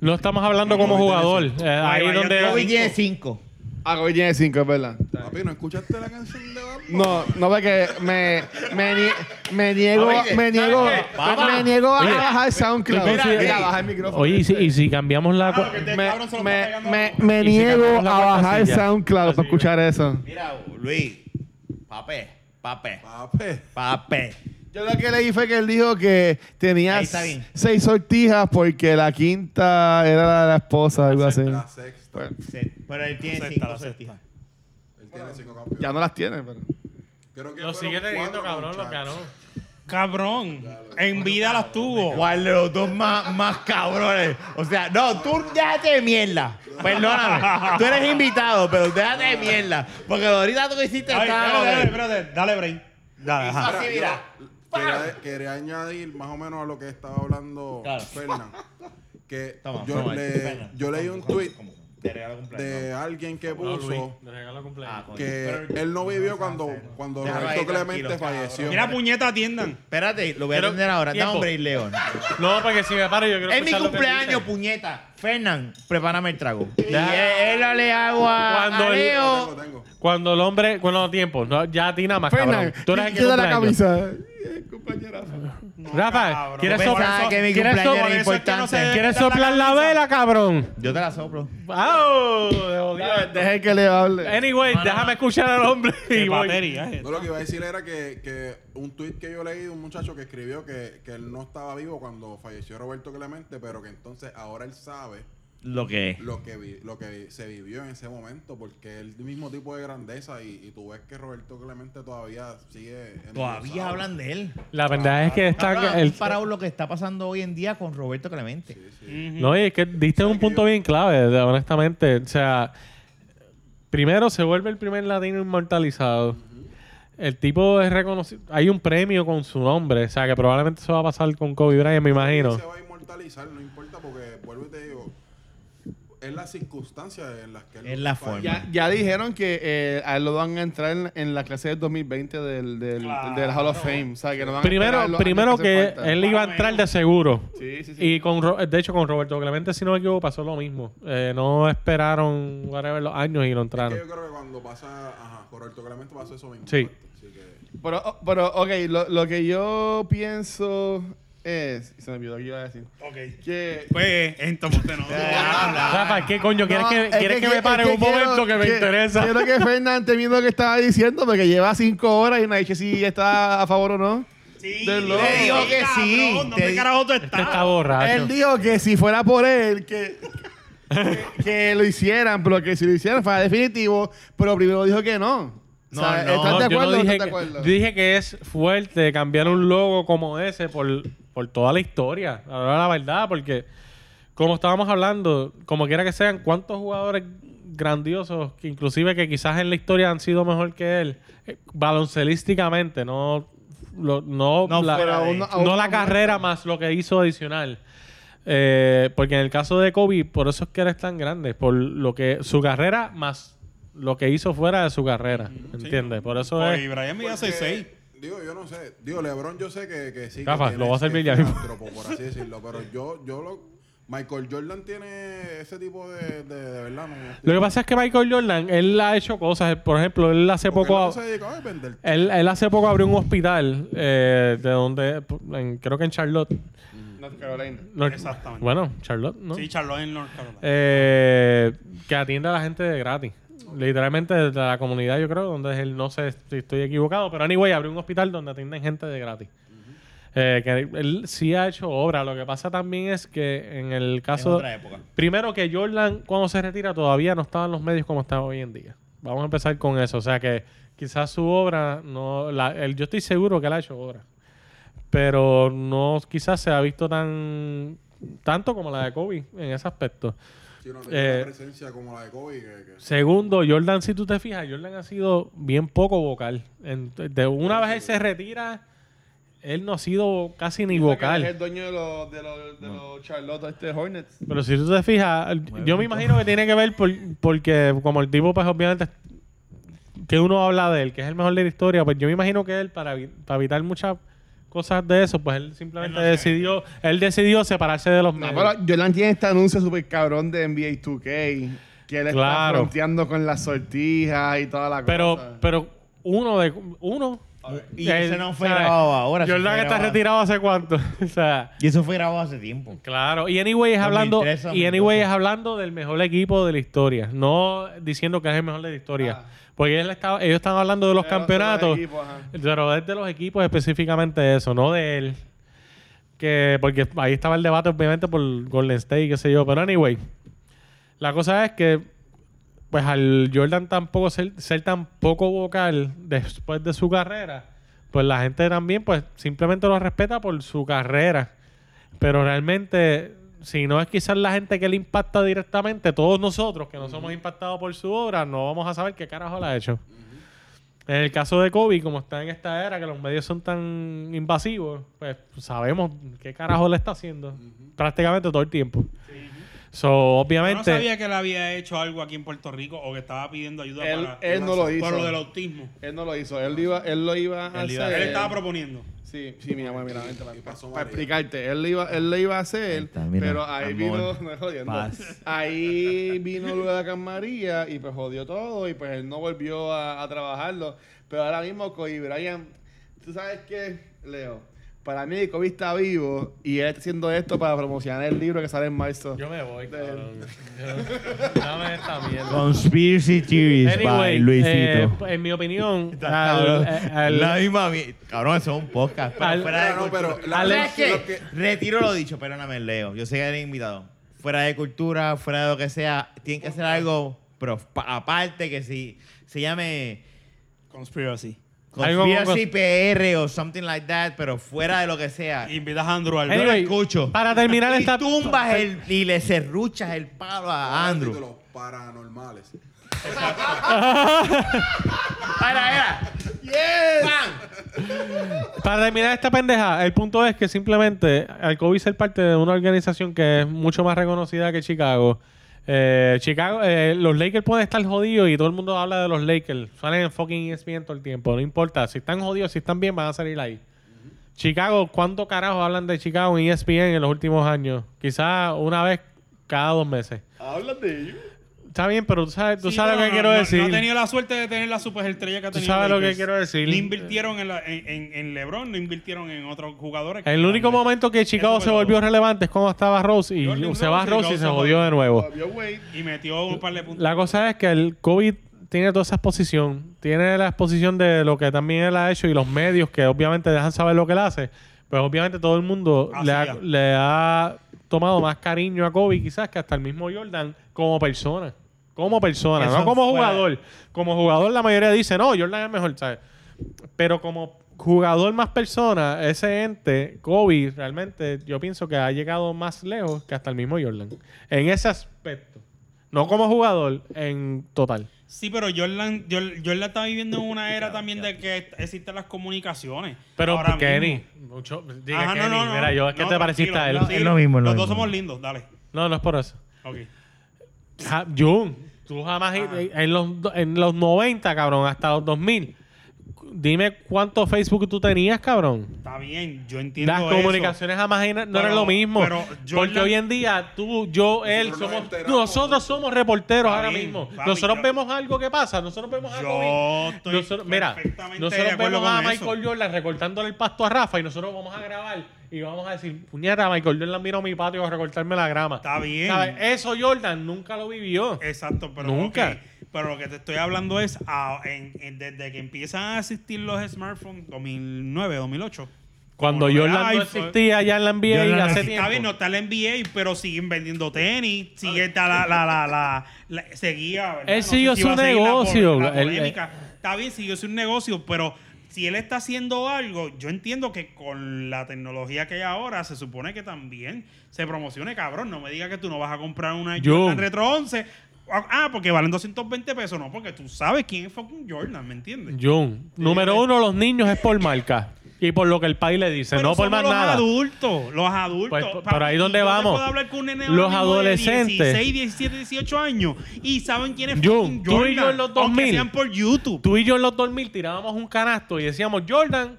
Speaker 2: No estamos hablando como jugador. Eh,
Speaker 1: vaya,
Speaker 2: ahí
Speaker 4: Kobe
Speaker 1: Kobe
Speaker 2: donde...
Speaker 4: tiene cinco.
Speaker 3: Ah, hoy tiene cinco, es verdad.
Speaker 5: Papi, ¿no escuchaste la canción de Bad Bunny?
Speaker 3: No, no, porque me, me, nie- me niego,
Speaker 4: Oye,
Speaker 3: me niego,
Speaker 4: ¿sabes qué? Vamos.
Speaker 3: me niego a
Speaker 2: Oye,
Speaker 3: bajar SoundCloud.
Speaker 2: tú consideras-
Speaker 3: Mira, baja el micrófono.
Speaker 2: Oye, y si, y si cambiamos la... cua-
Speaker 1: Este
Speaker 3: me,
Speaker 1: cabrón se lo está
Speaker 3: me,
Speaker 1: pegando
Speaker 3: me,
Speaker 1: a la
Speaker 3: me
Speaker 2: Y si
Speaker 3: niego
Speaker 2: cambiamos la
Speaker 3: a
Speaker 2: cuarta
Speaker 3: bajar
Speaker 2: silla.
Speaker 3: SoundCloud para escuchar eso.
Speaker 4: Mira, Luis, pape, pape,
Speaker 5: Papi.
Speaker 4: pape.
Speaker 3: Yo lo que leí fue que él dijo que tenía
Speaker 4: Ahí está bien.
Speaker 3: seis sortijas porque la quinta era la de la esposa, algo así.
Speaker 5: La sexta.
Speaker 3: Pues,
Speaker 4: Se- Pero él tiene
Speaker 1: Acepta,
Speaker 4: cinco
Speaker 1: acepta.
Speaker 4: sortijas.
Speaker 5: Él tiene cinco
Speaker 3: ya
Speaker 5: campeones.
Speaker 3: no las tiene, pero.
Speaker 5: Creo que
Speaker 2: Lo
Speaker 5: fueron
Speaker 2: sigue teniendo,
Speaker 5: cuatro
Speaker 2: cabrón. Lo
Speaker 5: muchachos.
Speaker 2: ganó.
Speaker 1: Cabrón, en vida las tuvo.
Speaker 4: ¿Cuál de los dos más, más cabrones? O sea, no, tú déjate de mierda. Perdóname. Tú eres invitado, pero déjate de mierda. Porque ahorita tú que hiciste
Speaker 1: Ay,
Speaker 4: estaba
Speaker 1: espérate,
Speaker 4: como
Speaker 1: espérate,
Speaker 4: que-
Speaker 1: espérate, dale, Brain. Dale, ajá.
Speaker 4: Así, mira.
Speaker 5: Quería, quería añadir más o menos a lo que estaba hablando
Speaker 4: Claro.
Speaker 5: Fernan. Que
Speaker 4: Toma,
Speaker 5: yo,
Speaker 4: toma,
Speaker 5: le-
Speaker 4: Fernan.
Speaker 5: yo leí un
Speaker 4: ¿Cómo,
Speaker 5: tweet
Speaker 4: cómo, cómo? De regalo de cumpleaños.
Speaker 5: de alguien que
Speaker 2: No, Luis,
Speaker 5: puso
Speaker 2: de regalo de cumpleaños.
Speaker 4: Ah, coño.
Speaker 5: que
Speaker 4: Pero-
Speaker 5: él no vivió cuando, cuando
Speaker 4: Déjalo ahí,
Speaker 5: Roberto Clemente
Speaker 4: tranquilo, cabrón.
Speaker 5: falleció.
Speaker 1: Mira, puñeta, atiendan.
Speaker 4: Espérate, lo voy a
Speaker 2: Pero-
Speaker 4: atender ahora. Dame
Speaker 2: tiempo.
Speaker 4: un break, León.
Speaker 2: No, porque si me paro yo quiero
Speaker 4: Es mi
Speaker 2: escuchar lo que él
Speaker 4: cumpleaños,
Speaker 2: dice.
Speaker 4: puñeta. Fernan, prepárame el trago. Y
Speaker 2: Ya.
Speaker 4: él él le hago a,
Speaker 2: Cuando
Speaker 4: a
Speaker 2: el-
Speaker 4: Leo.
Speaker 5: Tengo, tengo.
Speaker 2: Cuando el hombre... Bueno, tiempo. No, ya a ti nada más,
Speaker 3: Pues
Speaker 2: cabrón. Tú eres el que
Speaker 6: quita la
Speaker 2: cumpleaños.
Speaker 6: camisa.
Speaker 2: Rafa, ¿quieres
Speaker 4: Yo pensaba
Speaker 2: soplar?
Speaker 4: que mi
Speaker 2: ¿Quieres soplar?
Speaker 4: cumpleaños era
Speaker 2: Por eso es que
Speaker 4: importante.
Speaker 2: se- ¿Quieres soplar la vela, cabrón?
Speaker 4: Yo te la soplo.
Speaker 2: ¡Au! De jodido esto.
Speaker 6: Deje que le
Speaker 3: Eh,
Speaker 6: hable.
Speaker 2: Anyway, déjame escuchar al hombre y
Speaker 1: Qué
Speaker 2: voy.
Speaker 1: batería eh. es
Speaker 5: No, lo que iba a decir era que, que un tuit que yo leí de un muchacho que escribió que, que él no estaba vivo cuando falleció Roberto Clemente, pero que entonces ahora él sabe
Speaker 4: Lo que es.
Speaker 5: lo que vi- lo que vi- se vivió en ese momento, porque es el mismo tipo de grandeza y, y tú ves que Roberto Clemente todavía sigue...
Speaker 4: Todavía hablan de él.
Speaker 2: La verdad es que
Speaker 4: Cabrón,
Speaker 2: está...
Speaker 4: han
Speaker 2: el-
Speaker 4: comparado lo que está pasando hoy en día con Roberto Clemente.
Speaker 2: No, y es que diste un punto bien clave, de- honestamente. O sea, primero se vuelve el primer latino inmortalizado. El tipo es reconocido. Hay un premio con su nombre. O sea, que probablemente eso va a pasar con Kobe Bryant, me imagino.
Speaker 5: Se va a inmortalizar, no importa, porque vuelvo y te digo, es la circunstancia en las que él
Speaker 4: Es la
Speaker 5: fallece.
Speaker 4: forma.
Speaker 6: Ya, ya dijeron que eh, a él lo van a entrar en, en la clase del 2020 del, del, del Hall of Fame. O sea, que no van a esperar
Speaker 2: Primero,
Speaker 6: los
Speaker 2: primero
Speaker 6: años
Speaker 2: que
Speaker 6: hacen falta.
Speaker 2: él iba a entrar de seguro.
Speaker 6: Sí, sí, sí.
Speaker 2: Y con Ro- de hecho con Roberto Clemente, si no me equivoco, pasó lo mismo. Eh, no esperaron whatever, los años y lo
Speaker 5: Es que
Speaker 2: entraron.
Speaker 5: yo creo que cuando pasa, ajá, con Roberto Clemente pasó eso mismo.
Speaker 2: Sí.
Speaker 5: exacto. Así que-
Speaker 6: Pero, oh, pero ok, lo, lo que yo pienso es. Se me olvidó que iba a decir.
Speaker 1: Ok. Eh,
Speaker 6: Que.
Speaker 1: Pues, entonces no.
Speaker 2: Rafa, ¿qué coño? ¿Quieres
Speaker 6: No,
Speaker 2: que,
Speaker 6: es
Speaker 2: ¿quieres que, me
Speaker 6: quiero-
Speaker 2: pare
Speaker 6: es
Speaker 2: un momento que me
Speaker 6: quiero-
Speaker 2: interesa?
Speaker 6: Quiero que Fernández termine lo que estaba diciendo porque lleva cinco horas y no ha dicho si está a favor o no.
Speaker 1: Sí,
Speaker 6: Del loco.
Speaker 1: te digo que
Speaker 4: Cabrón,
Speaker 1: sí.
Speaker 4: ¿dónde
Speaker 1: ¿Dónde carajo
Speaker 4: carajo
Speaker 1: tú
Speaker 2: Este
Speaker 1: estás?
Speaker 2: está borracho.
Speaker 6: Él dijo que si fuera por él, que, que, que lo hicieran, pero que si lo hicieran fuera definitivo, pero primero dijo que no.
Speaker 4: No,
Speaker 6: O sea,
Speaker 4: no,
Speaker 6: ¿Estás
Speaker 2: No,
Speaker 6: de
Speaker 2: yo
Speaker 6: acuerdo
Speaker 2: no
Speaker 6: o no
Speaker 2: dije,
Speaker 6: estás de
Speaker 2: que-
Speaker 6: acuerdo?
Speaker 2: dije que es fuerte cambiar un logo como ese por, por toda la historia. La verdad, la verdad, porque como estábamos hablando, como quiera que sean, cuántos jugadores grandiosos, que inclusive que quizás en la historia han sido mejor que él, eh, baloncelísticamente, no, lo- no,
Speaker 4: No
Speaker 2: la,
Speaker 4: fuera de-
Speaker 2: no la carrera más lo que hizo adicional. Eh, porque en el caso de Kobe, por eso es que eres tan grande, por lo que su carrera más lo que hizo fuera de su carrera, ¿entiendes? Por eso
Speaker 1: Oye,
Speaker 2: es...
Speaker 1: Brian me 6
Speaker 5: Digo, yo no sé. Digo, Lebron yo sé que, que sí. que
Speaker 2: Rafa,
Speaker 5: tiene
Speaker 2: lo va a hacer
Speaker 5: ese
Speaker 2: Villavivo.
Speaker 5: filántropo, por
Speaker 2: [LAUGHS]
Speaker 5: así decirlo. Pero yo, yo lo... Michael Jordan tiene ese tipo de... De, de verdad, no...
Speaker 2: Lo que pasa es que Michael Jordan, él ha hecho cosas, por ejemplo, él hace
Speaker 5: Porque
Speaker 2: poco... Eh,
Speaker 5: él no se dedicaba a vender.
Speaker 2: Él, él hace poco abrió un hospital eh, de donde, en- creo que en Charlotte.
Speaker 6: North Carolina.
Speaker 2: No-
Speaker 1: Exactamente.
Speaker 2: Bueno, Charlotte, ¿no?
Speaker 1: Sí, Charlotte en North Carolina.
Speaker 2: Eh, que atiende a la gente de gratis. Literalmente desde la comunidad, yo creo, donde es el, no sé si estoy equivocado, pero anyway, abrió un hospital donde atienden gente de gratis. Eh, que él sí ha hecho obra. Lo que pasa también es que en el
Speaker 4: Es
Speaker 2: caso.
Speaker 4: otra época.
Speaker 2: Primero que Jordan cuando se retira todavía no estaba en los medios como está hoy en día. Vamos a empezar con eso. O sea que quizás su obra, no, la- él- yo estoy seguro que él ha hecho obra. Pero no quizás se ha visto tan tanto como la de Kobe en ese aspecto.
Speaker 5: Si no tenía
Speaker 2: eh,
Speaker 5: una presencia como la de Kobe. Que, que-
Speaker 2: Segundo, Jordan, si tú te fijas, Jordan ha sido bien poco vocal. En- de una vez él se retira, él no ha sido casi ni
Speaker 6: Es
Speaker 2: vocal.
Speaker 6: el dueño de los de los de los Charlotte este Hornets.
Speaker 2: Pero si tú te fijas, yo me imagino que tiene que ver por- porque como el tipo, pues obviamente, que uno habla de él, que es el mejor de la historia, pues yo me imagino que él, para, evi- para evitar muchas cosas de eso, pues él simplemente decidió, él decidió separarse de los
Speaker 6: No,
Speaker 2: medios.
Speaker 6: pero Jordan tiene este anuncio super cabrón de NBA 2K. Que él está
Speaker 2: Claro.
Speaker 6: fronteando con las sortijas y toda la
Speaker 2: pero,
Speaker 6: cosa.
Speaker 2: pero uno de... Uno...
Speaker 4: Y ese no fue
Speaker 2: ¿sabes?
Speaker 4: grabado ahora. eso
Speaker 2: Jordan
Speaker 4: fue
Speaker 2: está
Speaker 4: grabado-
Speaker 2: retirado hace cuánto. [LAUGHS] o sea...
Speaker 4: Y eso fue grabado hace tiempo.
Speaker 2: Claro, y anyway es hablando
Speaker 4: 2003 a
Speaker 2: y anyway
Speaker 4: 2012.
Speaker 2: es hablando del mejor equipo de la historia, no diciendo que es el mejor de la historia, porque él estaba- ellos están hablando de los
Speaker 6: Ah. De los- de los
Speaker 2: campeonatos,
Speaker 6: equipos, ajá.
Speaker 2: pero es de los equipos específicamente eso, no de él, que porque ahí estaba el debate obviamente por Golden State y qué sé yo, pero anyway, la cosa es que pues al Jordan tampoco ser, ser tan poco vocal después de su carrera, pues la gente también pues simplemente lo respeta por su carrera. Pero realmente, si no es quizás la gente que le impacta directamente, todos nosotros que no somos impactados por su obra, no vamos a saber qué carajo la ha hecho. En el caso de Kobe, como está en esta era que los medios son tan invasivos, pues sabemos qué carajo le está haciendo prácticamente todo el tiempo.
Speaker 1: Yo
Speaker 2: So,
Speaker 1: no
Speaker 2: obviamente.
Speaker 1: sabía que él había hecho algo aquí en Puerto Rico o que estaba pidiendo ayuda
Speaker 3: Él-
Speaker 1: para
Speaker 3: él no lo hizo.
Speaker 1: por lo del autismo.
Speaker 3: Él no lo hizo, él iba, él lo iba a
Speaker 4: Él iba-
Speaker 3: hacer.
Speaker 1: Él estaba proponiendo.
Speaker 3: Sí, sí, mi mamá, mira, vente para,
Speaker 5: Y pasó
Speaker 3: para
Speaker 5: María.
Speaker 3: explicarte. Él lo iba, él lo iba a hacer,
Speaker 4: Ahí está, mira,
Speaker 3: pero ahí
Speaker 4: amor,
Speaker 3: vino, [LAUGHS] no es jodiendo.
Speaker 4: paz.
Speaker 3: Ahí vino el huracán María y pues jodió todo y pues él no volvió a, a trabajarlo. Pero ahora mismo Kobe Bryant, ¿tú sabes qué, Leo? Para mí Kobe está vivo y él está haciendo esto para promocionar el libro que sale en marzo.
Speaker 2: Yo me voy, cabrón.
Speaker 4: [LAUGHS]
Speaker 2: Yo- Dame esta mierda.
Speaker 4: Conspiracy Theories by
Speaker 2: Anyway,
Speaker 4: Luisito.
Speaker 2: eh, en mi
Speaker 4: [LAUGHS]
Speaker 2: opinión, al- eh,
Speaker 4: Cabrón,
Speaker 2: al-
Speaker 4: la misma mi- Cabrón, eso es un podcast. pero
Speaker 2: Al-
Speaker 4: fuera de
Speaker 5: No, no,
Speaker 4: cultura.
Speaker 5: pero la-
Speaker 4: ¿Sabes
Speaker 5: lo
Speaker 4: qué? Retiro lo dicho, perdóname, Leo. Yo sé que eres invitado. Fuera de cultura, fuera de lo que sea, tienen que hacer algo, pero pa- aparte que si se llame
Speaker 1: Conspiracy.
Speaker 2: Algo con-
Speaker 4: Conspiracy PR o something like that, pero fuera de lo que sea.
Speaker 1: Invitas a Andrew al
Speaker 4: Yo lo
Speaker 2: Anyway,
Speaker 4: escucho.
Speaker 2: para terminar
Speaker 4: Y
Speaker 2: esta
Speaker 4: tumbas el, y le serruchas el palo a
Speaker 5: De
Speaker 4: Andrew.
Speaker 5: los paranormales.
Speaker 4: Para, era.
Speaker 2: Para terminar esta pendeja, el punto es que simplemente al COVID ser parte de una organización que es mucho más reconocida que Chicago, eh, Chicago, eh, los Lakers pueden estar jodidos y todo el mundo habla de los Lakers. Salen en fucking E ESPN todo el tiempo, no importa. Si están jodidos, si están bien, van a salir ahí. Chicago, ¿cuánto carajo hablan de Chicago en E ESPN en los últimos años? Quizás una vez cada dos meses.
Speaker 3: Habla de ello.
Speaker 2: Está bien, pero tú sabes, tú
Speaker 1: Sí,
Speaker 2: sabes
Speaker 1: no,
Speaker 2: lo que
Speaker 1: no,
Speaker 2: quiero
Speaker 1: no,
Speaker 2: decir.
Speaker 1: No he tenido la suerte de tener la superestrella que ha
Speaker 2: Tú
Speaker 1: tenido.
Speaker 2: sabes lo que
Speaker 1: Lakers.
Speaker 2: quiero decir.
Speaker 1: No invirtieron en, la- en, en- en LeBron, no invirtieron en otros jugadores. que
Speaker 2: El
Speaker 1: eran
Speaker 2: único
Speaker 1: de-
Speaker 2: momento que Chicago
Speaker 1: Eso
Speaker 2: se
Speaker 1: fue
Speaker 2: volvió
Speaker 1: todo.
Speaker 2: relevante es cuando estaba Rose y
Speaker 1: Jordan
Speaker 2: se va
Speaker 1: Rose y
Speaker 2: Rose y
Speaker 1: Rose
Speaker 2: se
Speaker 1: se
Speaker 2: jodió de nuevo.
Speaker 3: Obvio, güey.
Speaker 1: Y metió un par de puntos.
Speaker 2: La cosa es que el COVID tiene toda esa exposición, tiene la exposición de lo que también él ha hecho y los medios que obviamente dejan saber lo que él hace, pues obviamente todo el mundo
Speaker 1: Así
Speaker 2: le ha,
Speaker 1: Ah, ya.
Speaker 2: le ha tomado más cariño a Kobe quizás que hasta el mismo Jordan como persona, como persona,
Speaker 4: Eso
Speaker 2: no como
Speaker 4: fuera-
Speaker 2: jugador. Como jugador la mayoría dice, no, Jordan es mejor, ¿sabes? Pero como jugador más persona, ese ente, Kobe, realmente yo pienso que ha llegado más lejos que hasta el mismo Jordan. En ese aspecto. No como jugador, en total.
Speaker 1: Sí, pero Jordan, Jor- Jordan está viviendo en una era también de que existen las comunicaciones.
Speaker 2: Pero
Speaker 1: Ahora
Speaker 2: Kenny,
Speaker 1: mismo.
Speaker 2: mucho, diga
Speaker 1: Ajá,
Speaker 2: Kenny, mira yo, ¿qué
Speaker 1: No,
Speaker 2: te
Speaker 1: tranquilo,
Speaker 2: pareciste a él?
Speaker 1: tranquilo.
Speaker 4: Es lo mismo, es lo
Speaker 1: Los
Speaker 4: mismo.
Speaker 1: dos somos lindos, dale.
Speaker 2: No, no es por eso.
Speaker 1: Ok.
Speaker 2: Ja- Jun, tú jamás,
Speaker 1: Ah.
Speaker 2: en los, do- en los 90, cabrón, hasta los 2000, dime cuánto Facebook tú tenías, cabrón.
Speaker 1: Está bien, yo entiendo
Speaker 2: Las
Speaker 1: eso.
Speaker 2: comunicaciones jamás eran- no
Speaker 1: Pero-
Speaker 2: eran lo mismo.
Speaker 1: pero
Speaker 2: porque
Speaker 1: Jordan-
Speaker 2: hoy en día tú, yo, él,
Speaker 5: nos
Speaker 2: somos,
Speaker 5: enteramos.
Speaker 2: nosotros somos reporteros
Speaker 1: Está
Speaker 2: ahora
Speaker 1: bien,
Speaker 2: mismo.
Speaker 1: papi,
Speaker 2: nosotros
Speaker 1: yo-
Speaker 2: vemos algo que pasa, nosotros vemos algo.
Speaker 1: Yo
Speaker 2: bien.
Speaker 1: estoy
Speaker 2: Nosotros- mira,
Speaker 1: perfectamente de
Speaker 2: nosotros
Speaker 1: acuerdo
Speaker 2: vemos a
Speaker 1: con
Speaker 2: Michael
Speaker 1: eso.
Speaker 2: Jordan recortándole el pasto a Rafa y nosotros vamos a grabar y vamos a decir, puñeta, Michael Jordan vino a mi patio a recortarme la grama.
Speaker 1: Está bien. Eh,
Speaker 2: ¿Sabes? Eso Jordan nunca lo vivió.
Speaker 1: Exacto, pero
Speaker 2: Nunca.
Speaker 1: ok, pero lo que te estoy hablando es a- en- en- desde que empiezan a existir los smartphones 2009, 2008.
Speaker 2: Cuando
Speaker 1: Como lo de
Speaker 2: Jordan no
Speaker 1: iPhone.
Speaker 2: existía ya en la NBA
Speaker 4: Jordan no
Speaker 2: hace
Speaker 4: existía.
Speaker 1: eh. Está bien, no
Speaker 2: tiempo.
Speaker 1: está la NBA, pero siguen vendiendo tenis, sigue está la, la, la, la, la- seguía. ¿verdad?
Speaker 2: Él
Speaker 1: No sé
Speaker 2: siguió
Speaker 1: si va
Speaker 2: su
Speaker 1: a seguir la
Speaker 2: negocio,
Speaker 1: pol- la
Speaker 2: él- eh.
Speaker 1: polémica. Está bien, siguió su negocio, pero si él está haciendo algo, yo entiendo que con la tecnología que hay ahora, se supone que también se promocione, cabrón. No me digas que tú no vas a comprar una
Speaker 2: Yo.
Speaker 1: Jordan Retro 11. Ah, porque valen 220 pesos. No, porque tú sabes quién es fucking Jordan, ¿me entiendes?
Speaker 2: Jun,
Speaker 1: Eh,
Speaker 2: número uno, los niños es por marca y por lo que el país le dice,
Speaker 1: Pero
Speaker 2: no por
Speaker 1: somos
Speaker 2: más
Speaker 1: los
Speaker 2: nada.
Speaker 1: adultos, los adultos.
Speaker 2: Pues, por-
Speaker 1: Papi,
Speaker 2: por ahí donde
Speaker 1: yo te
Speaker 2: vamos.
Speaker 1: puedo hablar con un nene
Speaker 2: Los
Speaker 1: ahora mismo de
Speaker 2: adolescentes.
Speaker 1: 16, 17, 18 años y saben quién es
Speaker 2: Jun,
Speaker 1: fucking
Speaker 2: tú y yo en los
Speaker 1: Jordan, aunque
Speaker 2: 2000.
Speaker 1: sean por YouTube.
Speaker 2: Tú y yo en los 2000 tirábamos un canasto y decíamos, Jordan,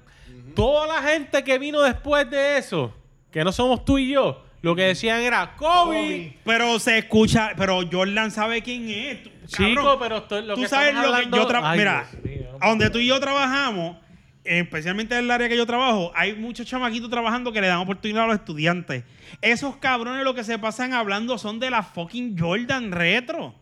Speaker 2: toda la gente que vino después de eso, que no somos tú y yo, lo que decían era Kobe.
Speaker 1: Pero se escucha, pero Jordan sabe quién es. Tú-
Speaker 2: Chico,
Speaker 1: cabrón,
Speaker 2: pero estoy- lo
Speaker 1: tú
Speaker 2: que
Speaker 1: sabes
Speaker 2: estamos
Speaker 1: lo que
Speaker 2: hablando-
Speaker 1: yo trabajo.
Speaker 2: Ay,
Speaker 1: Mira, ah,
Speaker 2: Dios mío.
Speaker 1: a donde tú y yo trabajamos, especialmente en el área que yo trabajo, hay muchos chamaquitos trabajando que le dan oportunidad a los estudiantes. Esos cabrones lo que se pasan hablando son de la fucking Jordan retro.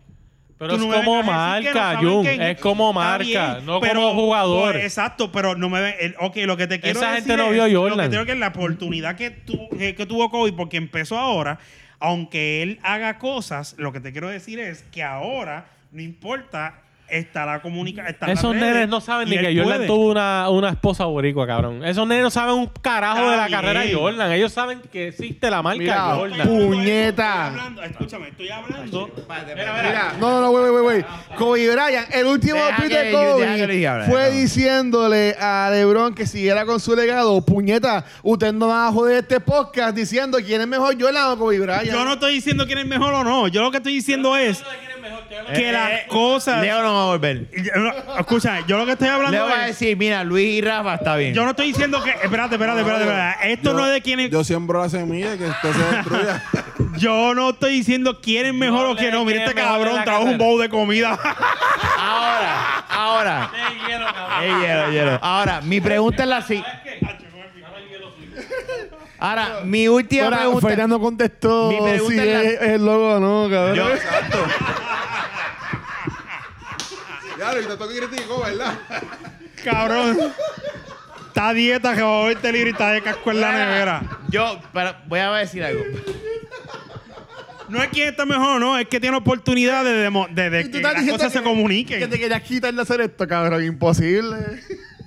Speaker 1: Tú
Speaker 2: Pero es
Speaker 1: no me
Speaker 2: como
Speaker 1: vengas a decir que no
Speaker 2: marca,
Speaker 1: saben
Speaker 2: Jun.
Speaker 1: quién-
Speaker 2: Es como
Speaker 1: Está
Speaker 2: marca,
Speaker 1: bien,
Speaker 2: no
Speaker 1: pero-
Speaker 2: como jugador.
Speaker 1: pues, exacto, pero no me ven. el- Ok, lo que te quiero
Speaker 2: Esa
Speaker 1: decir
Speaker 2: gente no
Speaker 1: es-
Speaker 2: vio a
Speaker 1: Lo que
Speaker 2: Jordan.
Speaker 1: creo que es la oportunidad que, tu- que, que tuvo Kobe, porque empezó ahora, aunque él haga cosas, lo que te quiero decir es que ahora no importa está la comunicación. está las
Speaker 2: Esos
Speaker 1: redes,
Speaker 2: nenes no saben
Speaker 1: y
Speaker 2: ni
Speaker 1: él
Speaker 2: que Jordan
Speaker 1: puede.
Speaker 2: tuvo una, una esposa boricua, cabrón. Esos nenes no saben un carajo de la
Speaker 1: Está
Speaker 2: carrera de
Speaker 1: bien. pues,
Speaker 2: Jordan. Ellos saben que existe la marca
Speaker 3: Mira,
Speaker 2: Jordan.
Speaker 3: pu-
Speaker 1: Estoy
Speaker 3: Puñeta.
Speaker 1: hablando, escúchame, estoy hablando.
Speaker 3: Mira, no, no, no, güey, güey, güey. Kobe Bryant, el último
Speaker 4: Deja
Speaker 3: tweet de
Speaker 4: que- deja que le
Speaker 3: Kobe
Speaker 4: diga, Bryant,
Speaker 3: fue
Speaker 4: no.
Speaker 3: diciéndole a LeBron que siguiera con su legado. Puñeta, usted no va a joder este podcast diciendo quién es mejor, Jordan o Kobe Bryant.
Speaker 1: Yo no estoy diciendo quién es mejor o no. Yo lo que estoy diciendo es
Speaker 2: Eh,
Speaker 1: que las cosas.
Speaker 4: Leo no va a volver.
Speaker 1: Yo no- Escucha, yo lo que estoy hablando
Speaker 4: Leo va a
Speaker 1: es.
Speaker 4: decir, mira, Luis y Rafa está bien.
Speaker 1: Yo no estoy diciendo que. Espérate, espérate, espérate. espérate. Esto
Speaker 5: Yo-
Speaker 1: no es de quién es.
Speaker 5: Yo siembro la semilla y que usted se destruya.
Speaker 1: [LAUGHS] Yo no estoy diciendo quién es mejor
Speaker 2: No
Speaker 1: o quién
Speaker 2: le
Speaker 1: no. Mira,
Speaker 2: quién
Speaker 1: este
Speaker 2: es mejor en
Speaker 1: cabrón
Speaker 2: la
Speaker 1: trajo un
Speaker 2: carrera.
Speaker 1: bowl de comida. [LAUGHS]
Speaker 4: Ahora, ahora. Ey, hielo, hielo. Ahora, mi pregunta es la siguiente. Ahora, mi última
Speaker 3: Ahora,
Speaker 4: pregunta.
Speaker 3: Fernando contestó
Speaker 4: Mi pregunta
Speaker 3: si
Speaker 4: es la-
Speaker 3: es, el logo o no, cabrón.
Speaker 4: Yo-
Speaker 5: ya, lo intentó que criticó, ¿verdad?
Speaker 1: Cabrón. Está a dieta que va a verte libre y está de casco en la nevera.
Speaker 4: Yo para- voy a decir algo.
Speaker 1: No es quien está mejor, no. Es que tiene oportunidad de, demo- de, de
Speaker 3: Y tú
Speaker 1: que
Speaker 3: estás
Speaker 1: las
Speaker 3: diciendo
Speaker 1: cosas se
Speaker 3: que-
Speaker 1: comuniquen.
Speaker 3: Que te querías quitar de hacer esto, cabrón. Imposible.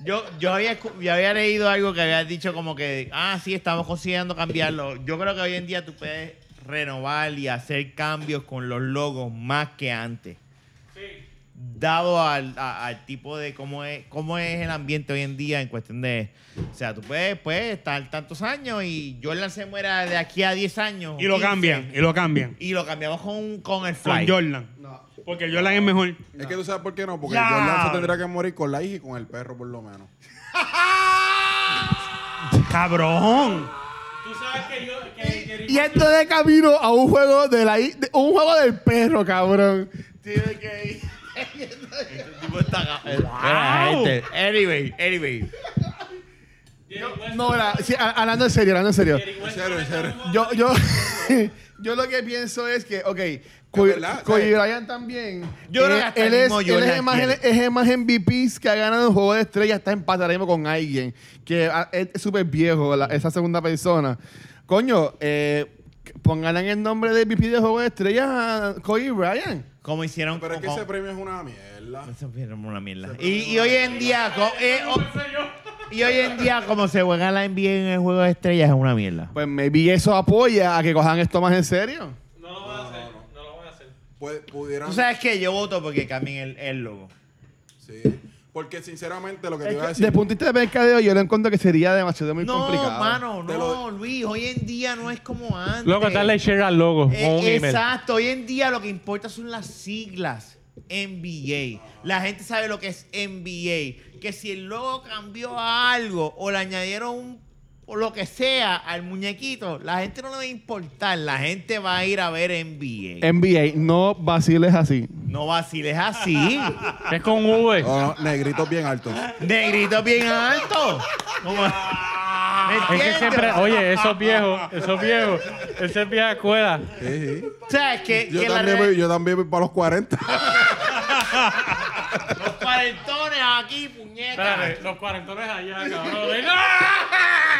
Speaker 4: Yo, yo, había, escu- yo había leído algo que había dicho como que, ah, sí, estamos considerando cambiarlo. Yo creo que hoy en día tú puedes renovar y hacer cambios con los logos más que antes. Dado al, a- al tipo de cómo es, cómo es el ambiente hoy en día en cuestión de... O sea, tú puedes, puedes estar tantos años y Jordan se muera de aquí a 10 años.
Speaker 1: Y lo
Speaker 4: 15,
Speaker 1: cambian, y lo cambian.
Speaker 4: Y lo cambiamos con, con el
Speaker 1: Con
Speaker 4: fly.
Speaker 1: Jordan. Porque Jordan es mejor.
Speaker 5: Es que tú sabes por qué no, porque
Speaker 1: Ya.
Speaker 5: Jordan se tendría que morir con la hija y con el perro, por lo menos.
Speaker 1: Cabrón.
Speaker 3: Y esto de camino a un juego de la i- de- un juego del perro, cabrón. Tiene que ir.
Speaker 4: Tipo, está- Mira, gente. Anyway, anyway.
Speaker 3: No, la- sí, a- hablando en serio, hablando en serio.
Speaker 5: En serio, en serio.
Speaker 3: Yo, yo, [LAUGHS] yo lo que pienso es que, ok,
Speaker 5: Es verdad,
Speaker 3: Kobe
Speaker 5: ¿sabes?
Speaker 3: Kobe Bryant también.
Speaker 4: Yo creo
Speaker 3: eh,
Speaker 4: que hasta
Speaker 3: él
Speaker 4: el
Speaker 3: es,
Speaker 4: mismo
Speaker 3: él es
Speaker 4: Jordan
Speaker 3: el más,
Speaker 4: quiere.
Speaker 3: es el más MVPs que ha ganado en el juego de estrellas. Está empatado ahora mismo con alguien que ah, es es súper viejo, la- esa segunda persona. Coño, eh, pongan en el nombre de MVP de juego de estrellas a Kobe Bryant.
Speaker 4: Como hicieron
Speaker 5: Pero es que
Speaker 4: con-
Speaker 5: ese premio es una mierda.
Speaker 4: Eso es una mierda. Y, y hoy en día, co- eh, o- y hoy en día, como se juega la NBA en el juego de estrellas, es una mierda.
Speaker 3: Pues maybe eso apoya a que cojan esto más en serio.
Speaker 2: No lo van a hacer. No lo van a hacer.
Speaker 5: Pu- pues, pudieran.
Speaker 4: Tú sabes que yo voto porque cambien el, el logo.
Speaker 5: Sí. Porque sinceramente lo que te
Speaker 3: Es
Speaker 5: iba a
Speaker 3: que
Speaker 5: decir.
Speaker 3: Desde el punto de vista de mercadeo, yo lo encuentro que sería demasiado muy
Speaker 4: No,
Speaker 3: complicado.
Speaker 4: mano,
Speaker 5: Te
Speaker 4: no,
Speaker 5: lo-
Speaker 4: Luis, hoy en día no es como antes.
Speaker 2: Loco, dale share al logo. o
Speaker 4: Eh,
Speaker 2: un email.
Speaker 4: exacto, hoy en día lo que importa son las siglas NBA. La gente sabe lo que es NBA. Que si el logo cambió a algo o le añadieron un- o lo que sea al muñequito, la gente no le va a importar. La gente va a ir a ver
Speaker 2: Eh.
Speaker 4: NBA.
Speaker 3: NBA, no vaciles así.
Speaker 4: No vaciles así.
Speaker 2: Es con V.
Speaker 5: Oh, no, negritos bien altos.
Speaker 4: Negrito bien alto. Como- ¿Me
Speaker 2: Es que
Speaker 4: entiendes?
Speaker 2: siempre, oye, esos viejos, esos viejos, esa es vieja escuela.
Speaker 5: Sí, sí.
Speaker 4: [LAUGHS] O sea, es que,
Speaker 5: Yo,
Speaker 4: que la
Speaker 5: también
Speaker 4: re-
Speaker 5: voy, yo también voy para los 40.
Speaker 4: los cuarentones aquí, puñetas.
Speaker 2: los cuarentones allá, [LAUGHS] cabrón.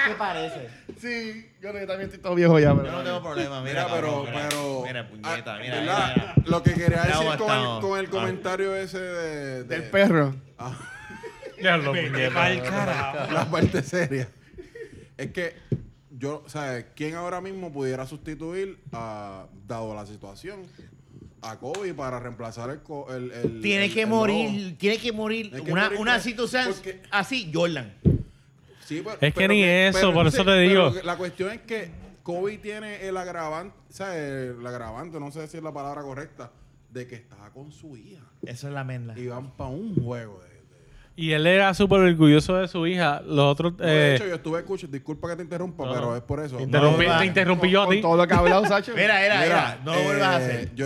Speaker 4: ¿Qué parece?
Speaker 3: Sí, yo creo que también estoy todo viejo ya,
Speaker 4: Yo
Speaker 3: pero.
Speaker 4: no tengo problema,
Speaker 5: [LAUGHS]
Speaker 4: mira.
Speaker 5: Mira, pero,
Speaker 4: cabrón, mira.
Speaker 5: pero.
Speaker 4: Mira, puñeta,
Speaker 5: ah,
Speaker 4: mira,
Speaker 5: ¿verdad?
Speaker 4: mira,
Speaker 5: Lo que quería
Speaker 4: Mira cómo
Speaker 5: decir con el,
Speaker 4: estamos.
Speaker 5: con el
Speaker 4: Ah.
Speaker 5: comentario ese de. de-
Speaker 3: Del perro.
Speaker 2: Ya lo
Speaker 1: Vete
Speaker 2: puñeta.
Speaker 1: pa'l carajo.
Speaker 5: La parte seria. Es que yo, o sea, ¿quién ahora mismo pudiera sustituir a, dado la situación, a Kobe para reemplazar el. co- el, el-
Speaker 4: Tiene
Speaker 5: el-
Speaker 4: que
Speaker 5: el logo?
Speaker 4: morir, tiene que morir.
Speaker 5: Tiene que
Speaker 4: una
Speaker 5: morir,
Speaker 4: una
Speaker 5: claro,
Speaker 4: situación
Speaker 5: porque-
Speaker 4: así, Jordan.
Speaker 5: Sí, pero-
Speaker 2: Es que
Speaker 5: pero
Speaker 2: ni eso, por eso te
Speaker 5: pero
Speaker 2: digo.
Speaker 5: la cuestión es que Kobe tiene el agravante, o sea, el agravante, no sé si es la palabra correcta, de que estaba con su hija
Speaker 4: Eso es la menda.
Speaker 5: y van para un juego. De, de-
Speaker 2: Y él era súper orgulloso de su hija. Los otros.
Speaker 5: No, de
Speaker 2: eh,
Speaker 5: hecho, yo estuve escuchando, disculpa que te interrumpa,
Speaker 2: No,
Speaker 5: pero
Speaker 2: no.
Speaker 5: es por eso.
Speaker 2: interrumpí-
Speaker 4: No,
Speaker 2: te interrumpí yo a
Speaker 3: Con
Speaker 2: ti.
Speaker 3: todo lo que ha hablado, Sacho.
Speaker 4: [LAUGHS] Mira, era, era. No lo
Speaker 5: eh,
Speaker 4: vuelvas a hacer.
Speaker 5: yo-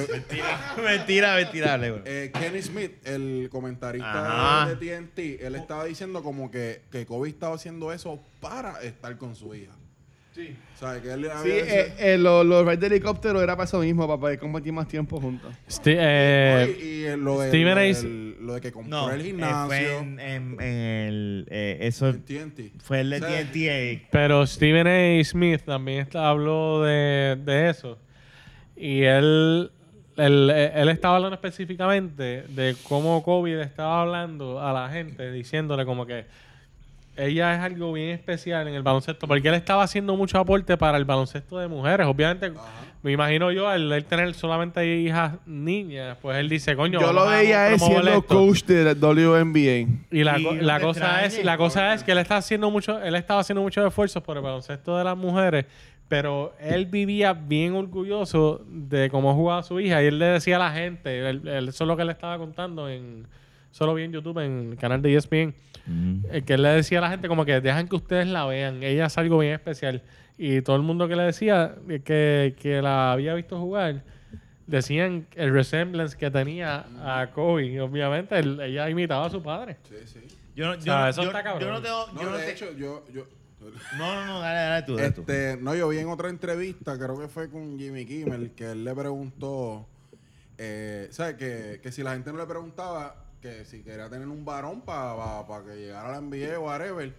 Speaker 4: mentira, mentira, Leo.
Speaker 5: Eh, Kenny Smith, el comentarista
Speaker 4: Ajá.
Speaker 5: de TNT, él estaba diciendo como que, que Kobe estaba haciendo eso para estar con su hija. Sí. O sea, que él le
Speaker 3: Sí,
Speaker 5: había dicho-
Speaker 3: eh, eh, los lo, rides de helicóptero era para eso mismo, para poder compartir más tiempo juntos.
Speaker 2: Ste- eh,
Speaker 5: Oye, y eh, lo, de,
Speaker 2: Steven
Speaker 5: lo,
Speaker 2: A.
Speaker 5: del- lo de que compró
Speaker 4: No,
Speaker 5: el
Speaker 4: eh,
Speaker 5: gimnasio
Speaker 4: fue en, en- en el, eh, eso
Speaker 5: en TNT.
Speaker 4: fue el de
Speaker 5: O sea,
Speaker 4: TNT. eh.
Speaker 2: Pero Steven A. Smith también está- habló de, de eso. Y él él, él estaba hablando específicamente de cómo Kobe le estaba hablando a la gente, diciéndole como que ella es algo bien especial en el baloncesto, porque él estaba haciendo mucho aporte para el baloncesto de mujeres. Obviamente, me imagino yo, al él tener solamente hijas niñas, pues él dice, coño,
Speaker 3: Yo lo
Speaker 2: vamos a
Speaker 3: veía él
Speaker 2: promover
Speaker 3: siendo
Speaker 2: esto.
Speaker 3: coach de WNBA.
Speaker 2: Y la,
Speaker 4: Y
Speaker 2: co-
Speaker 4: no
Speaker 2: la
Speaker 4: te
Speaker 2: cosa
Speaker 4: extrañes,
Speaker 2: es, la cosa es que él está haciendo mucho, él estaba haciendo muchos esfuerzos por el baloncesto de las mujeres, pero él vivía bien orgulloso de cómo jugaba su hija. Y él le decía a la gente, él- él- eso es lo que le estaba contando en solo vi en YouTube, en el canal de E ESPN, eh, que él le decía a la gente como que dejan que ustedes la vean, ella es algo bien especial. Y todo el mundo que le decía eh, que, que la había visto jugar, decían el resemblance que tenía a Kobe. Y Obviamente, él- ella imitaba a su padre.
Speaker 5: Sí, sí.
Speaker 4: Yo no, yo,
Speaker 2: sea,
Speaker 4: no-
Speaker 2: eso
Speaker 4: yo-
Speaker 2: está cabrón.
Speaker 4: yo no tengo.
Speaker 5: No,
Speaker 4: yo no,
Speaker 5: de
Speaker 4: te-
Speaker 5: hecho, yo... yo
Speaker 4: no, no, no, dale, dale tú. Dale, tú.
Speaker 5: Este, no, yo vi en otra entrevista, creo que fue con Jimmy Kimmel, que él le preguntó, eh, ¿sabes? Que, que si la gente no le preguntaba que si quería tener un varón para que llegara a la NBA o whatever,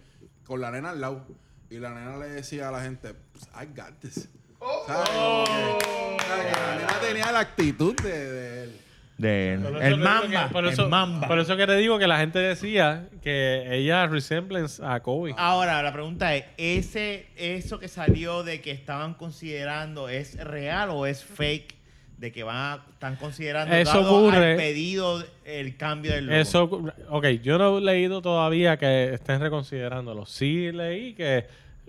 Speaker 5: con la nena al lado. Y la nena le decía a la gente, "Pues, I got this.
Speaker 4: Oh.
Speaker 5: ¿Sabes? Como que- ¿sabes? Que la nena tenía la actitud de, de él.
Speaker 4: De-
Speaker 2: Por eso
Speaker 4: el
Speaker 2: te digo que-
Speaker 4: mamba.
Speaker 2: por
Speaker 4: el
Speaker 2: eso-
Speaker 4: mamba.
Speaker 2: Por eso que te digo que la gente decía que ella resemblance a Kobe.
Speaker 5: Ah,
Speaker 4: Ahora, la pregunta es, ¿ese, ¿eso que salió de que estaban considerando es real o es fake? De que van a, están considerando
Speaker 2: Eso
Speaker 4: dado
Speaker 2: ocurre.
Speaker 4: al pedido el cambio del logo.
Speaker 2: Eso, ok, yo no he leído todavía que estén reconsiderándolo. Sí leí que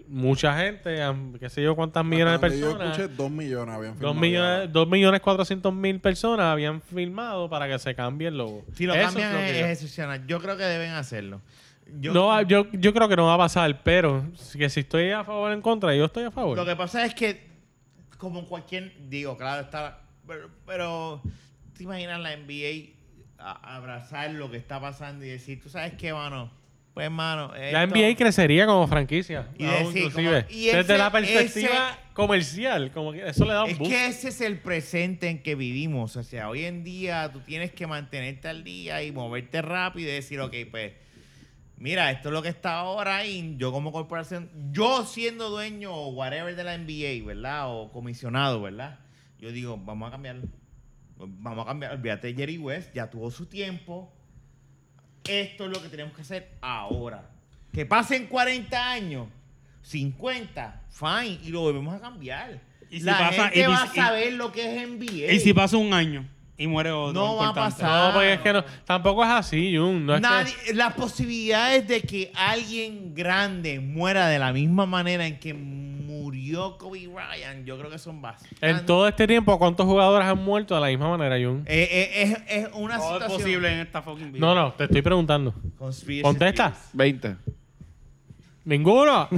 Speaker 2: mucha gente, am- qué sé yo cuántas millones de
Speaker 5: Hasta donde
Speaker 2: personas,
Speaker 5: Yo escuché dos millones habían
Speaker 2: dos
Speaker 5: firmado
Speaker 2: millones,
Speaker 5: ya.
Speaker 2: dos millones cuatrocientos mil personas habían firmado para que se cambie el logo.
Speaker 4: Si lo
Speaker 2: Eso
Speaker 4: cambian
Speaker 2: es lo
Speaker 4: es,
Speaker 2: que yo-
Speaker 4: excepcional. Yo creo que deben hacerlo. Yo-
Speaker 2: no, yo, yo creo que no va a pasar, pero que si estoy a favor o en contra, yo estoy a favor.
Speaker 4: Lo que pasa es que, como cualquier, digo, claro, está, pero, pero ¿te imaginas la NBA a- abrazar lo que está pasando y decir, tú sabes qué, mano? Pues, mano,
Speaker 2: La
Speaker 4: esto-
Speaker 2: NBA crecería como franquicia.
Speaker 4: Y
Speaker 2: aún
Speaker 4: decir,
Speaker 2: inclusive.
Speaker 4: como- y ese-
Speaker 2: Desde la perspectiva comercial, como que eso le da un
Speaker 4: Es
Speaker 2: boost.
Speaker 4: que ese es el presente en que vivimos. O sea, hoy en día tú tienes que mantenerte al día y moverte rápido y decir, ok, pues, mira, esto es lo que está ahora y yo como corporación, yo siendo dueño o whatever de la NBA, ¿verdad? O comisionado, ¿verdad? Yo digo, vamos a cambiarlo. Vamos a cambiar. Olvídate de Jerry West, ya tuvo su tiempo. Esto es lo que tenemos que hacer ahora. Que pasen 40 años, 50, fine, y lo volvemos a cambiar.
Speaker 1: Y si
Speaker 4: la
Speaker 1: pasa-
Speaker 4: gente
Speaker 1: y-
Speaker 4: va a
Speaker 1: y-
Speaker 4: saber lo que es NBA.
Speaker 1: Y si pasa un año y muere otro.
Speaker 4: No va a
Speaker 1: importante.
Speaker 4: pasar.
Speaker 2: No, porque es que no, tampoco es así, Jun. No es que-
Speaker 4: Nadie- las posibilidades de que alguien grande muera de la misma manera en que murió Kobe Bryant, yo creo que son bastantes.
Speaker 2: en todo este tiempo, ¿cuántos jugadores han muerto de la misma manera, Jun?
Speaker 4: Eh, eh, es, es una
Speaker 1: Todo es
Speaker 4: situación.
Speaker 1: posible en esta fucking vida.
Speaker 2: No, no, te estoy preguntando.
Speaker 4: Conspiracy
Speaker 2: Contesta.
Speaker 4: theories.
Speaker 3: 20.
Speaker 4: [LAUGHS]
Speaker 2: Ninguno.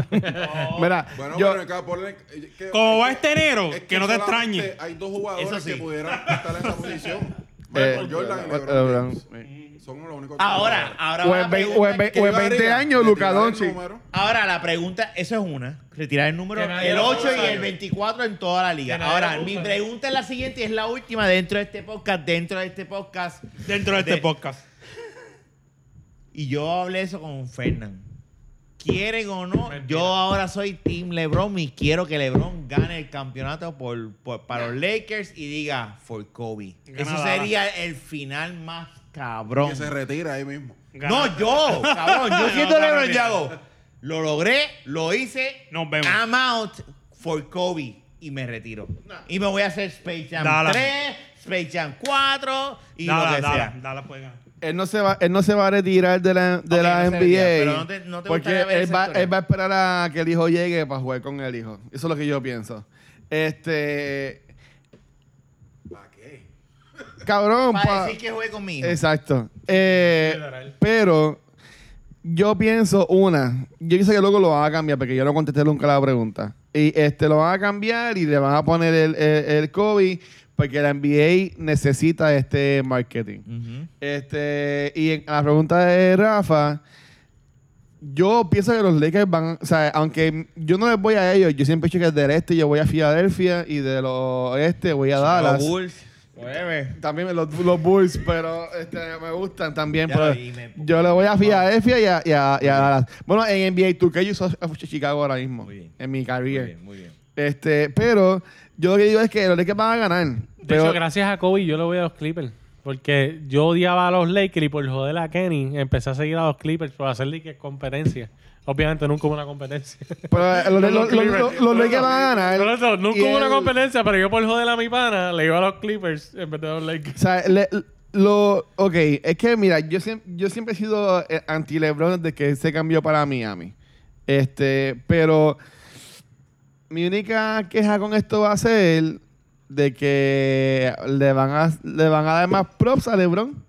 Speaker 3: Mira,
Speaker 5: Bueno,
Speaker 3: yo,
Speaker 5: pero acá ponle... eh, que-
Speaker 1: Como va
Speaker 5: es
Speaker 1: este
Speaker 5: que-
Speaker 1: enero,
Speaker 5: es
Speaker 1: que, no te
Speaker 5: solamente
Speaker 1: extrañe.
Speaker 5: Hay dos jugadores
Speaker 4: Eso sí.
Speaker 5: que pudieran estar en
Speaker 3: [LAUGHS]
Speaker 5: esa posición.
Speaker 3: eh,
Speaker 5: Michael Jordan y LeBron
Speaker 3: LeBron,
Speaker 5: James.
Speaker 3: eh.
Speaker 5: Son los únicos.
Speaker 4: Ahora, ahora
Speaker 3: O
Speaker 4: va
Speaker 3: en
Speaker 4: la
Speaker 3: ve-
Speaker 4: pregunta
Speaker 3: o en ve-
Speaker 4: que-
Speaker 3: o en 20 años, Luka Doncic.
Speaker 4: Ahora la pregunta, eso es una, retirar el número
Speaker 2: Que nadie
Speaker 4: el
Speaker 2: lo
Speaker 4: 8 y
Speaker 2: usa.
Speaker 4: el 24 en toda la liga.
Speaker 2: Que nadie
Speaker 4: Ahora,
Speaker 2: lo
Speaker 4: mi
Speaker 2: usa.
Speaker 4: pregunta es la siguiente y es la última dentro de este podcast, dentro de este podcast.
Speaker 1: Dentro de este
Speaker 4: De-
Speaker 1: podcast.
Speaker 4: Y yo hablé eso con Fernán. Quieren o no,
Speaker 2: Mentira.
Speaker 4: yo ahora soy Team LeBron y quiero que LeBron gane el campeonato por, por- para los Lakers y diga for Kobe.
Speaker 1: Gana
Speaker 4: eso
Speaker 1: Dallas.
Speaker 4: sería el final más
Speaker 5: Que
Speaker 4: cabrón.
Speaker 5: se retira ahí mismo.
Speaker 1: Gana.
Speaker 4: No, yo, [LAUGHS] cabrón, yo siento
Speaker 1: No, no,
Speaker 4: LeBron
Speaker 1: no.
Speaker 4: Yago. Lo logré, lo hice.
Speaker 1: Nos vemos.
Speaker 4: I'm out for Kobe y me retiro. Y me voy a hacer Space Jam
Speaker 1: Dala.
Speaker 4: 3, Space Jam 4 y
Speaker 1: Dala,
Speaker 4: lo que
Speaker 1: dala,
Speaker 4: sea.
Speaker 1: dala
Speaker 2: pues,
Speaker 1: puede ganar.
Speaker 3: él no se va, él no se va a retirar de la, de
Speaker 4: Ok,
Speaker 3: la
Speaker 4: no se
Speaker 3: NBA.
Speaker 4: retira, pero no te- no te
Speaker 3: porque
Speaker 4: gustaría ver
Speaker 3: él
Speaker 4: esa
Speaker 3: va,
Speaker 4: historia.
Speaker 3: él va a esperar a que el hijo llegue para jugar con el hijo. Eso es lo que yo pienso. Este,
Speaker 5: ¿Para qué?
Speaker 3: cabrón,
Speaker 4: Para
Speaker 3: pa-
Speaker 4: decir que juegue conmigo.
Speaker 3: Exacto. Eh, pero yo pienso, una, yo pienso que luego lo van a cambiar porque yo no contesté nunca la pregunta. Y este lo van a cambiar y le van a poner el, el, el COVID porque la NBA necesita este marketing.
Speaker 4: Ujú.
Speaker 3: Este, y en la pregunta de Rafa, yo pienso que los Lakers van, o sea, aunque yo no les voy a ellos, yo siempre he dicho que del este yo voy a Filadelfia y del oeste voy a Dallas.
Speaker 4: Los Bulls. Whatever.
Speaker 3: También los, los Bulls, pero este, me gustan también.
Speaker 4: Ya
Speaker 3: pero
Speaker 4: lo pues. vi, me-
Speaker 3: yo le voy a Filadelfia y a, y a- y a Dallas. Bueno, en NBA 2K yo soy a Chicago ahora mismo.
Speaker 4: Muy bien.
Speaker 3: En mi
Speaker 4: Muy
Speaker 3: carrera.
Speaker 4: bien, muy bien.
Speaker 3: Este, pero yo lo que digo es que los Lakers van a ganar.
Speaker 2: De
Speaker 3: Pero,
Speaker 2: hecho, gracias a Kobe yo le voy a los Clippers. Porque yo odiaba a los Lakers y por joder a Kenny empecé a seguir a los Clippers por hacerle que competencia. Obviamente nunca hubo una competencia.
Speaker 3: pero eh, los, los- los- los- los Lakers van a ganar.
Speaker 2: Por eso, nunca
Speaker 3: Y
Speaker 2: hubo una
Speaker 3: él-
Speaker 2: competencia, pero yo por joder a mi pana le iba a los Clippers en vez de a los
Speaker 3: O
Speaker 2: Lakers.
Speaker 3: sea, le- lo, ok, es que mira, yo, siem- yo siempre he sido eh, anti LeBron desde que se cambió para Miami. Este, pero mi única queja con esto va a ser de que le van a, le van a dar más props a LeBron.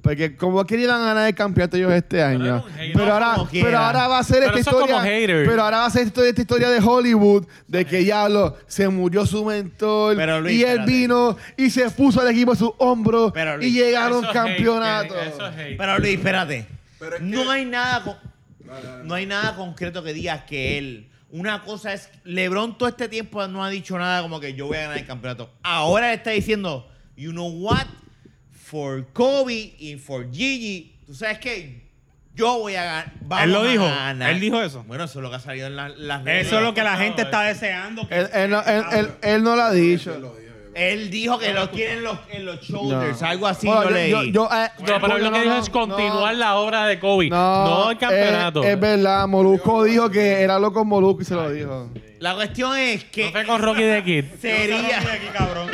Speaker 3: Porque como que iban a ganar el campeonato ellos este año.
Speaker 2: era un hater.
Speaker 3: Pero ahora,
Speaker 4: Como
Speaker 3: pero
Speaker 4: quiera.
Speaker 3: ahora va a ser
Speaker 2: Pero
Speaker 3: esta
Speaker 2: eso es como
Speaker 3: historia.
Speaker 2: hater.
Speaker 3: Pero ahora va a ser esto- esta historia de Hollywood, de que diablo, se murió su mentor
Speaker 4: Pero, Luis,
Speaker 3: y él
Speaker 4: espérate.
Speaker 3: vino y se puso al equipo a sus hombros
Speaker 4: Pero, Luis,
Speaker 3: y llegaron
Speaker 2: Eso es hate,
Speaker 3: campeonatos.
Speaker 2: Kenny, eso es hate.
Speaker 4: Pero Luis, espérate.
Speaker 5: Pero es que-
Speaker 4: No hay nada con-
Speaker 5: Dale, dale,
Speaker 4: no hay nada concreto que digas que él. Una cosa es, LeBron todo este tiempo no ha dicho nada como que yo voy a ganar el campeonato. Ahora le está diciendo, you know what, for Kobe y for Gigi, tú sabes que yo voy a ganar. Vamos
Speaker 1: Él lo
Speaker 4: a
Speaker 1: dijo.
Speaker 4: ganar".
Speaker 1: Él dijo eso.
Speaker 4: Bueno, eso es lo que ha salido en la- las redes.
Speaker 1: Eso es lo que la gente está deseando.
Speaker 3: Él, él Eh, no, él-
Speaker 2: Ah,
Speaker 3: él- él no lo ha
Speaker 5: Yo lo
Speaker 3: dicho.
Speaker 5: dije, yo-
Speaker 4: Él dijo que lo tiene en los, en los shoulders,
Speaker 3: No.
Speaker 4: algo así.
Speaker 3: Bueno,
Speaker 4: yo,
Speaker 3: yo-
Speaker 4: leí.
Speaker 3: yo- yo, eh,
Speaker 2: No, pero lo
Speaker 3: no,
Speaker 2: que dijo
Speaker 3: no,
Speaker 2: es continuar
Speaker 3: no,
Speaker 2: la obra de Kobe. No, el campeonato.
Speaker 3: Es, es verdad, Molusco dijo que era loco con Molusco y se lo dijo.
Speaker 4: la cuestión es que
Speaker 2: no fue con Rocky de Kid.
Speaker 4: sería.
Speaker 1: Rocky de aquí, cabrón.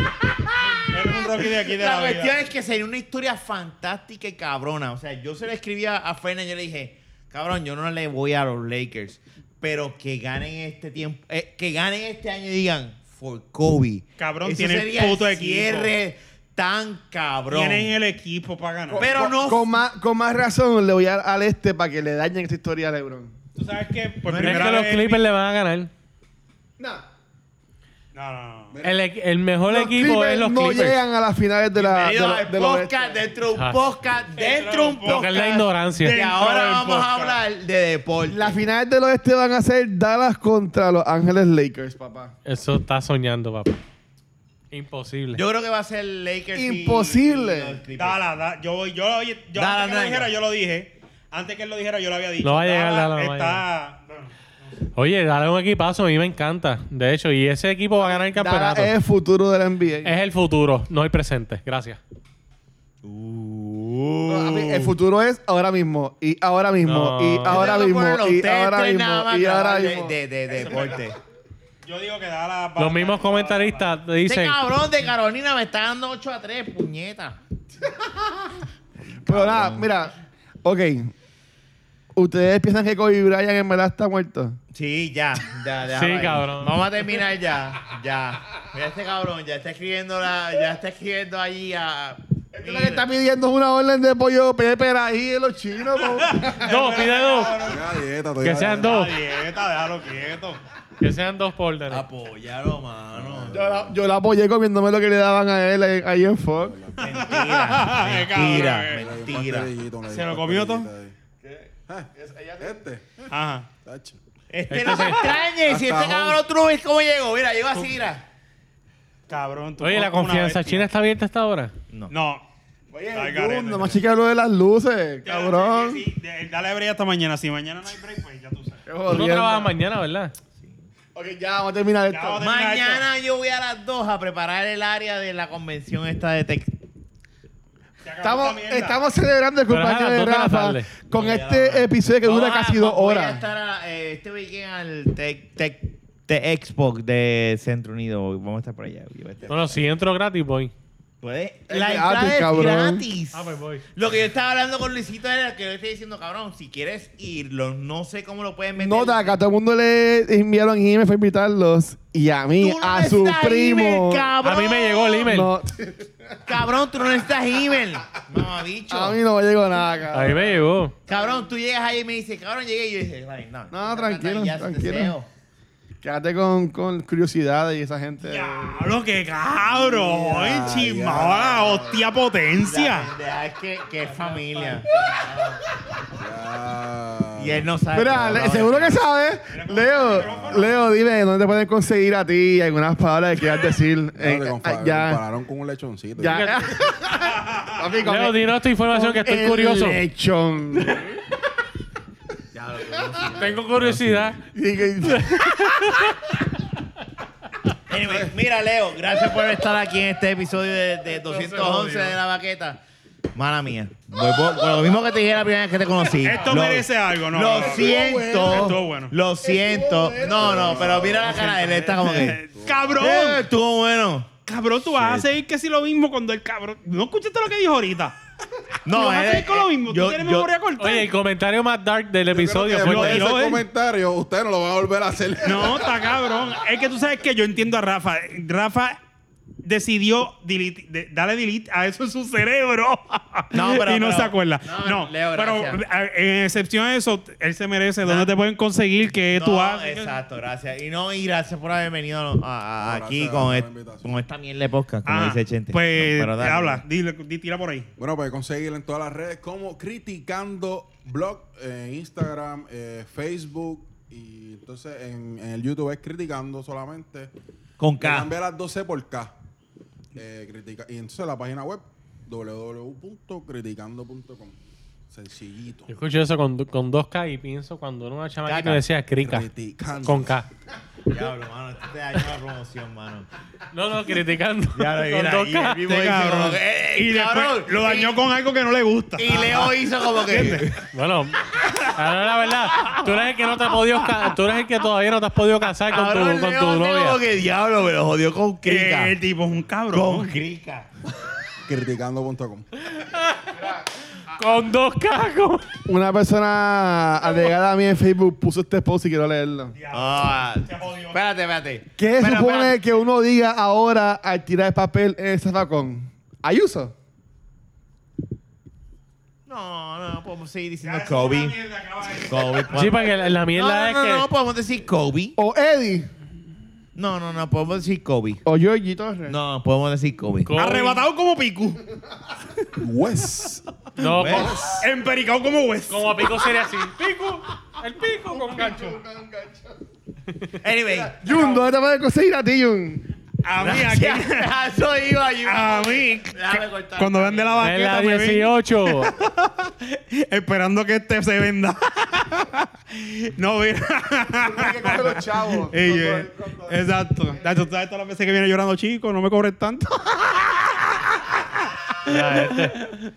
Speaker 1: Era un Rocky de aquí de
Speaker 4: La
Speaker 1: la,
Speaker 4: cuestión
Speaker 1: vida.
Speaker 4: es que sería una historia fantástica y cabrona. O sea, yo se lo escribía a Fernández y yo le dije, cabrón, yo no le voy a los Lakers, pero que ganen este tiempo, eh, que ganen este año y digan, for Kobe.
Speaker 1: Cabrón,
Speaker 4: Ese
Speaker 1: tiene el
Speaker 4: sería
Speaker 1: puto
Speaker 4: el
Speaker 1: equipo.
Speaker 4: cierre tan cabrón.
Speaker 1: Tienen el equipo para ganar.
Speaker 4: Pero
Speaker 3: Con-
Speaker 4: no-
Speaker 3: Con más, con más razón le voy a, al este para que le dañen esta historia a LeBron.
Speaker 1: Tú sabes que por
Speaker 2: Es que
Speaker 1: primera
Speaker 2: los
Speaker 1: vez-
Speaker 2: Clippers le van a ganar.
Speaker 3: Nah,
Speaker 1: No, no, no.
Speaker 2: El, equ- el mejor
Speaker 3: los
Speaker 2: equipo
Speaker 3: Clippers
Speaker 2: es los
Speaker 3: no
Speaker 2: Clippers.
Speaker 3: llegan a las finales de la. De
Speaker 4: Bienvenidos
Speaker 3: la-
Speaker 4: al
Speaker 3: de los-
Speaker 4: podcast, dentro de un
Speaker 2: Ah.
Speaker 4: podcast, dentro de un
Speaker 1: Lo
Speaker 2: Porque es la
Speaker 4: podcast.
Speaker 2: ignorancia.
Speaker 4: Y ahora
Speaker 1: del
Speaker 4: vamos a
Speaker 1: podcast.
Speaker 4: hablar de deporte.
Speaker 3: Las finales del oeste van a ser Dallas contra Los Ángeles Lakers, papá.
Speaker 2: Eso está soñando, papá. Imposible.
Speaker 4: Yo creo que va a ser Lakers. y-
Speaker 3: Imposible.
Speaker 4: y los Clippers.
Speaker 1: Dala, da- yo voy, yo, oye, yo
Speaker 4: Dala,
Speaker 1: antes que lo
Speaker 4: Nanga.
Speaker 1: dijera, yo lo dije. Antes que él lo dijera, yo lo había dicho.
Speaker 2: No va a llegar,
Speaker 1: Dala
Speaker 2: Dala, no va a
Speaker 1: está. bueno,
Speaker 2: Oye, dale un equipazo, a mí me encanta. De hecho, y ese equipo va a ganar el
Speaker 3: Dallas
Speaker 2: campeonato. Eh,
Speaker 3: es el futuro de la NBA.
Speaker 2: Es el futuro, no el presente. Gracias.
Speaker 3: Papi, El futuro es ahora mismo. Y ahora mismo.
Speaker 2: uh. No.
Speaker 3: Y
Speaker 2: Yo
Speaker 3: ahora
Speaker 4: Ustedes lo
Speaker 3: mismo.
Speaker 4: ponen a
Speaker 3: Y
Speaker 4: ustedes
Speaker 3: ahora
Speaker 4: tres nada
Speaker 3: mismo.
Speaker 4: más
Speaker 3: Y
Speaker 4: a
Speaker 3: ahora
Speaker 4: hablar de-
Speaker 3: mismo.
Speaker 4: de- de- de deporte.
Speaker 1: Yo digo que Dala. va a
Speaker 2: Los mismos
Speaker 1: ganar.
Speaker 2: comentaristas te
Speaker 4: Este
Speaker 2: dicen.
Speaker 4: cabrón de Carolina me está dando 8 a 3, puñeta.
Speaker 3: Pero nada, mira. Ok. ¿Ustedes piensan que Kobe Bryant en verdad está muerto?
Speaker 4: Sí, ya. ya, ya
Speaker 2: Sí,
Speaker 4: vaya.
Speaker 2: cabrón.
Speaker 4: Vamos a terminar ya. Ya. Mira este cabrón, ya está escribiendo la, ya está escribiendo allí a.
Speaker 3: Esto es lo que está pidiendo es una orden de pollo Pepper ahí de los chinos.
Speaker 4: [LAUGHS]
Speaker 3: po.
Speaker 2: Dos, pide dos.
Speaker 5: Estoy a dieta, estoy
Speaker 2: Que
Speaker 5: a
Speaker 2: sean
Speaker 1: Está
Speaker 5: dieta.
Speaker 2: dos.
Speaker 1: dieta, déjalo quieto.
Speaker 2: Que sean dos por orden.
Speaker 4: Ah, Apóyalo, mano.
Speaker 3: yo, la, yo la apoyé comiéndome lo que le daban a él ahí- ahí en Fox.
Speaker 4: Mentira. mentira.
Speaker 1: Ah, Cabrón,
Speaker 5: Le di un
Speaker 4: mentira.
Speaker 5: pastelillito, le di
Speaker 1: ¿Se
Speaker 5: un
Speaker 1: lo comió todo?
Speaker 5: pastelillito ahí. ¿Qué? Este,
Speaker 1: eh. Ajá.
Speaker 5: tacho.
Speaker 4: Este no se extrañe. Si este
Speaker 5: Hasta
Speaker 4: cabrón tú no ves cómo llegó. Mira, llegó así, mira.
Speaker 1: Cabrón, tú
Speaker 2: Oye, la
Speaker 1: como pues, una
Speaker 2: confianza
Speaker 1: bestia.
Speaker 2: china está abierta hasta ahora.
Speaker 1: No. Está al garete.
Speaker 3: Mundo, más Uh, chica lo de las luces, cabrón.
Speaker 1: Sí, sí, sí. Dale break hasta mañana. Si mañana no hay break, pues ya tú sabes.
Speaker 3: Qué
Speaker 2: Tú no
Speaker 3: jodiendo.
Speaker 2: trabajas mañana, ¿verdad?
Speaker 3: Ok, ya vamos a terminar
Speaker 1: Ya vamos
Speaker 3: esto.
Speaker 1: a terminar
Speaker 4: Mañana yo voy a las 2 a preparar el área de la convención esta de Tex.
Speaker 1: Se acabó
Speaker 3: Estamos,
Speaker 1: esta mierda.
Speaker 3: estamos celebrando el
Speaker 2: Pero es a
Speaker 3: cumpleaños
Speaker 2: las
Speaker 3: de
Speaker 2: dos de la
Speaker 3: Rafa
Speaker 2: tarde.
Speaker 3: con
Speaker 4: No, ya la
Speaker 3: este
Speaker 4: hora.
Speaker 3: episodio que dura
Speaker 4: No,
Speaker 3: casi
Speaker 4: ah,
Speaker 3: dos
Speaker 4: voy a
Speaker 3: horas.
Speaker 4: estar a- eh, este weekend al Tech, Tech, Tech Expo de Centro Unido. Vamos a estar por allá. Yo voy a estar-
Speaker 2: Bueno, si entro gratis, voy.
Speaker 4: ¿Puede?
Speaker 3: Es
Speaker 4: La
Speaker 3: gratis,
Speaker 4: entrada es
Speaker 3: Este cabrón.
Speaker 4: gratis.
Speaker 2: Ah, pues voy.
Speaker 4: Lo que yo estaba hablando con Luisito era que yo le estoy diciendo, cabrón, si quieres irlo, no sé cómo lo pueden meter.
Speaker 3: Nota que a todo el mundo le enviaron email para invitarlos y a
Speaker 4: Tú
Speaker 3: mí,
Speaker 4: no
Speaker 3: a su
Speaker 4: necesitas
Speaker 3: primo.
Speaker 4: email, cabrón.
Speaker 2: A mí me llegó el email.
Speaker 3: No,
Speaker 4: Cabrón, tú no necesitas email. Mamabicho.
Speaker 3: a mí no me llegó nada,
Speaker 2: A mí
Speaker 3: cabrón.
Speaker 2: me llegó.
Speaker 4: Cabrón, tú llegas ahí y me dices, cabrón, llegué. Y yo dije, "Ay, no.
Speaker 3: No, tranquilo,
Speaker 4: Ya se te
Speaker 3: tranquilo.
Speaker 4: deseo".
Speaker 3: Quédate con, con curiosidades y esa gente.
Speaker 1: Diablo, qué cabrón.
Speaker 5: Ya,
Speaker 1: Chimbala, hostia
Speaker 4: La
Speaker 2: ah.
Speaker 1: potencia.
Speaker 4: pendeja es que, que es familia.
Speaker 5: Ya.
Speaker 4: Y él no sabe.
Speaker 3: Mira,
Speaker 4: cabrón.
Speaker 3: le- seguro que sabes. Leo, Leo, dime dónde te pueden conseguir a ti algunas palabras que quieras decir.
Speaker 5: Dale,
Speaker 3: Eh,
Speaker 5: compa-
Speaker 3: ah, ya.
Speaker 5: compararon con un lechoncito.
Speaker 3: Ya. [LAUGHS] Papi, con
Speaker 2: Leo,
Speaker 3: el-
Speaker 2: dinos esta información que estoy curioso.
Speaker 3: El lechón.
Speaker 2: Tengo curiosidad.
Speaker 3: Y que-
Speaker 4: Anyway, mira, Leo, gracias por estar aquí en este episodio de, de 211 de La Baqueta. Mala mía. Voy por- por lo mismo que te dije la primera vez que te conocí.
Speaker 1: Esto
Speaker 4: Lo-
Speaker 1: merece algo, ¿no?
Speaker 4: Lo
Speaker 1: no, no.
Speaker 4: siento.
Speaker 1: Estuvo bueno.
Speaker 4: Lo siento. No, no, pero mira la cara de él. Está como que.
Speaker 1: Eh, Cabrón.
Speaker 4: "Eh, estuvo bueno.
Speaker 1: Cabrón, tú vas a seguir que si lo mismo cuando el cabrón. No escuchaste lo que dijo ahorita. No,
Speaker 4: No,
Speaker 1: vas a
Speaker 4: él.
Speaker 1: seguir con lo mismo.
Speaker 4: yo-
Speaker 1: tú tienes
Speaker 4: yo-
Speaker 1: memoria corta.
Speaker 2: Oye, el comentario más dark del episodio
Speaker 5: Yo creo que
Speaker 1: lo
Speaker 2: fue
Speaker 5: después de
Speaker 1: dijo
Speaker 5: ese
Speaker 1: él.
Speaker 5: comentario, usted no lo va a volver
Speaker 2: [LAUGHS]
Speaker 5: a hacer.
Speaker 1: No, está cabrón. Es que tú sabes que yo entiendo a Rafa. Rafa decidió delete- de- darle delete a eso en su cerebro.
Speaker 4: No, pero-
Speaker 1: [LAUGHS] y no
Speaker 4: pero-
Speaker 1: se acuerda.
Speaker 4: no,
Speaker 1: No,
Speaker 4: Leo,
Speaker 1: pero
Speaker 4: gracias.
Speaker 1: a- en excepción a eso, él se merece. ¿Dónde te pueden conseguir que
Speaker 4: No,
Speaker 1: tú haces?
Speaker 4: Exacto, gracias. Y no, y gracias por haber venido a- a-
Speaker 5: Gracias
Speaker 4: aquí
Speaker 5: por
Speaker 4: con,
Speaker 5: la
Speaker 4: et-
Speaker 5: invitación.
Speaker 4: con esta mierda de podcast, como
Speaker 1: Ah,
Speaker 4: dice Chente.
Speaker 1: Pues
Speaker 4: No, pero dale.
Speaker 1: habla, dile, di- tira por ahí.
Speaker 5: Bueno, puede conseguirlo en todas las redes como Criticando Blog, en Instagram, eh, Facebook y entonces en, en el YouTube es Criticando solamente.
Speaker 4: Con
Speaker 5: Le
Speaker 4: K.
Speaker 5: Cambia las 12 por K. Eh, critica- y entonces la página web www.criticando.com. Sencillito.
Speaker 2: Yo escuché eso con, con 2K y pienso cuando era una chamaquita
Speaker 4: Caca.
Speaker 2: me decía crica.
Speaker 5: Criticando.
Speaker 2: Con K.
Speaker 4: Diablo, mano. Este te dañó la promoción, mano.
Speaker 2: No, no, criticando.
Speaker 4: Diablo, y
Speaker 2: con
Speaker 4: mira, y el
Speaker 2: 2K.
Speaker 4: mismo
Speaker 1: Este
Speaker 4: hizo
Speaker 1: cabrón.
Speaker 4: como que, "Eh,
Speaker 1: Y después
Speaker 4: cabrón".
Speaker 1: lo dañó con algo que no le gusta.
Speaker 4: Y Leo hizo como que.
Speaker 2: Bueno, ahora la verdad, tú eres el que no te has podido ca- tú eres el que todavía no te has podido casar con
Speaker 4: Cabrón,
Speaker 2: tu, con tu
Speaker 4: Leo hace como
Speaker 2: novia.
Speaker 4: que diablo, me lo jodió con
Speaker 1: Que
Speaker 4: Krika.
Speaker 1: Eh, el tipo es un cabrón.
Speaker 4: Con Krika.
Speaker 5: Criticando.com.
Speaker 2: Con 2K. con-
Speaker 3: Una persona agregada a mí en Facebook puso este post y quiero leerlo.
Speaker 4: Ah, espérate, espérate.
Speaker 3: ¿Qué
Speaker 4: Espera,
Speaker 3: supone
Speaker 4: espérate.
Speaker 3: que uno diga ahora al tirar el papel en el zafacón? Ayuso.
Speaker 4: No, no, podemos seguir diciendo
Speaker 1: Ya, eso es una
Speaker 4: Kobe.
Speaker 1: mierda, acaba de-
Speaker 4: Kobe.
Speaker 2: Sí, porque la, la
Speaker 4: No,
Speaker 2: mierda
Speaker 4: no, no,
Speaker 2: es que.
Speaker 4: no, podemos decir Kobe.
Speaker 3: O Eddie.
Speaker 4: No, no, no, podemos decir Kobe.
Speaker 3: O Georgie Torres.
Speaker 4: No, podemos decir Kobe.
Speaker 2: Kobe-
Speaker 1: Arrebatado como Piku.
Speaker 2: [LAUGHS]
Speaker 5: Wes.
Speaker 2: No,
Speaker 4: ¿Ves?
Speaker 2: como-
Speaker 1: Empericado como Wes.
Speaker 2: como pico sería así. Pico, el pico con gancho.
Speaker 4: Anyway.
Speaker 3: Jun, ¿dónde te puedes conseguir a ti, Jun?
Speaker 1: A mí aquí.
Speaker 4: Ya, Eso iba
Speaker 1: A
Speaker 4: ayudar.
Speaker 1: mí.
Speaker 4: Déjame cortar.
Speaker 1: Cuando vean de la
Speaker 2: Es la
Speaker 1: baqueta me ven
Speaker 2: 18.
Speaker 1: esperando que este se venda. no, mira.
Speaker 8: Hay que coger los chavos.
Speaker 1: Ey, eh, Exacto. Nacho, ¿sabes todas las veces que viene llorando, chico? No me cobres tanto.
Speaker 4: Por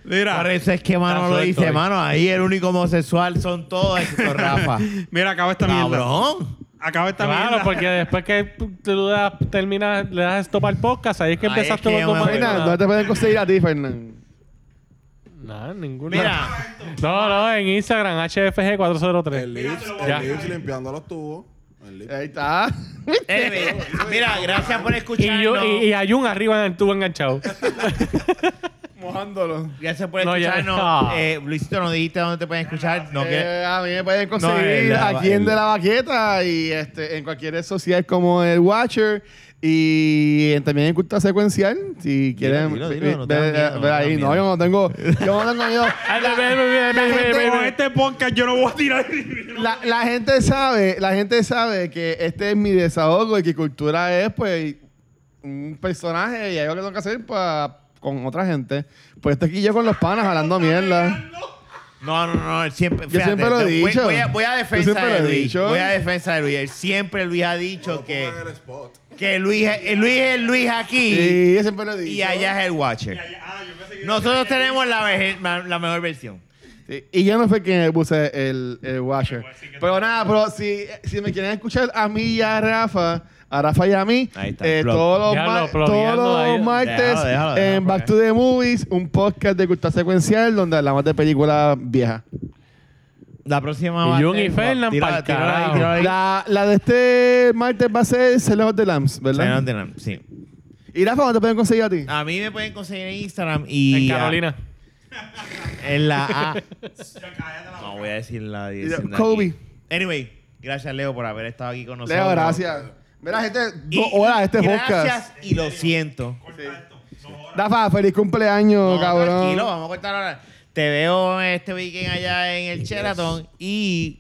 Speaker 1: Mira.
Speaker 4: eso es que mano lo
Speaker 2: suelto,
Speaker 4: dice,
Speaker 2: eh.
Speaker 4: mano. Ahí el único homosexual son todos [LAUGHS] estos Rafa.
Speaker 1: Mira, acaba esta mierda.
Speaker 4: Cabrón.
Speaker 1: Acaba esta
Speaker 2: Claro,
Speaker 1: mierda.
Speaker 2: porque después que tú das- terminas, le das stop al podcast, ahí es que
Speaker 4: Ahí es
Speaker 2: empezaste
Speaker 4: que
Speaker 2: los dos
Speaker 4: me-
Speaker 2: maneras.
Speaker 3: Fernan, ¿dónde te pueden conseguir a ti, Fernán?
Speaker 2: Nada, ninguna.
Speaker 4: Mira.
Speaker 2: No, no, en Instagram, HFG403.
Speaker 5: El Lips.
Speaker 2: Ya. Eh,
Speaker 5: El Lips limpiando los tubos. El Lips.
Speaker 3: Ahí está.
Speaker 4: Eh, anyway, Mira, gracias por
Speaker 2: Y, yo,
Speaker 4: escucharnos.
Speaker 2: y, y hay un arriba en el tubo enganchado.
Speaker 3: Mojándolo.
Speaker 4: Gracias por
Speaker 2: No, ya-
Speaker 4: escucharnos.
Speaker 2: Ah.
Speaker 4: Eh, Luisito, no dijiste dónde te pueden escuchar. No, quieres-
Speaker 3: Eh, a mí me pueden
Speaker 4: No, el
Speaker 3: conseguir
Speaker 4: de la-
Speaker 3: aquí en
Speaker 4: el-
Speaker 3: De La Baqueta y este, en cualquier red social como el Watcher y en- también en Cultura Secuencial. Si quieren
Speaker 4: dilo,
Speaker 3: ve-
Speaker 4: dilo, no
Speaker 3: ve-
Speaker 4: te da miedo,
Speaker 3: ve
Speaker 4: no te da
Speaker 3: ahí. No,
Speaker 4: miedo.
Speaker 3: yo no tengo, yo no tengo miedo.
Speaker 4: [LAUGHS]
Speaker 2: Ay, ve, ve, ve, ve, ve, ve,
Speaker 1: Con
Speaker 2: ve.
Speaker 1: este podcast yo no voy a tirar.
Speaker 3: La, la gente sabe, la gente sabe que este es mi desahogo y que Cultura es pues un personaje y algo que tengo que hacer para con otra gente. Pues estoy aquí yo con los panas hablando mierda.
Speaker 4: No, no, no, él siempre.
Speaker 3: Yo siempre lo he
Speaker 4: te- voy-
Speaker 3: dicho.
Speaker 4: Voy a, voy a
Speaker 3: Yo
Speaker 4: defensa
Speaker 3: siempre
Speaker 4: de
Speaker 3: lo he
Speaker 4: Luis.
Speaker 3: dicho.
Speaker 4: Voy a defensa de Luis. Él siempre Luis ha dicho que,
Speaker 5: Pongan el spot.
Speaker 4: que Luis, es- Luis es Luis aquí
Speaker 3: Y yo siempre lo he dicho.
Speaker 4: y allá es el Watcher. Nosotros tenemos la, veje- ma- la mejor versión.
Speaker 3: Sí, Y yo no fue quien puse el, el washer. Pero nada, pero si, si me quieren escuchar a mí y a Rafa, a Rafa y a mí,
Speaker 4: Ahí está,
Speaker 3: eh,
Speaker 4: plug.
Speaker 3: todos los,
Speaker 2: Déjalo,
Speaker 3: mar-
Speaker 2: plugueando
Speaker 3: todos los
Speaker 2: ahí.
Speaker 3: martes
Speaker 4: Déjalo, déjalo, déjalo,
Speaker 3: en Back
Speaker 4: porque-
Speaker 3: to the Movies, un podcast de cultura secuencial donde hablamos de películas viejas.
Speaker 4: La próxima
Speaker 2: Y
Speaker 4: va a
Speaker 2: Jun y
Speaker 4: ser-
Speaker 2: Fernan
Speaker 4: Tira-
Speaker 2: pa'l
Speaker 4: tira-
Speaker 2: carajo.
Speaker 4: tira- tira-
Speaker 3: La, la de este martes va a ser Celos de Lambs, ¿verdad?
Speaker 4: Fernan Fernan, Sí.
Speaker 3: Y Rafa, ¿dónde te pueden conseguir a ti?
Speaker 4: A mí me pueden conseguir en Instagram y.
Speaker 2: En Carolina.
Speaker 4: En la A. No voy a decir la dirección. de
Speaker 3: Kobe.
Speaker 4: aquí. Anyway, gracias Leo por haber estado aquí con nosotros.
Speaker 3: Leo, gracias. Mira, gente,
Speaker 4: Y-
Speaker 3: dos horas este
Speaker 4: Gracias
Speaker 3: podcast.
Speaker 4: y lo siento.
Speaker 3: Rafa, feliz cumpleaños,
Speaker 4: No,
Speaker 3: cabrón.
Speaker 4: Tranquilo, vamos a cortar ahora. Te veo este weekend allá en el Sheraton y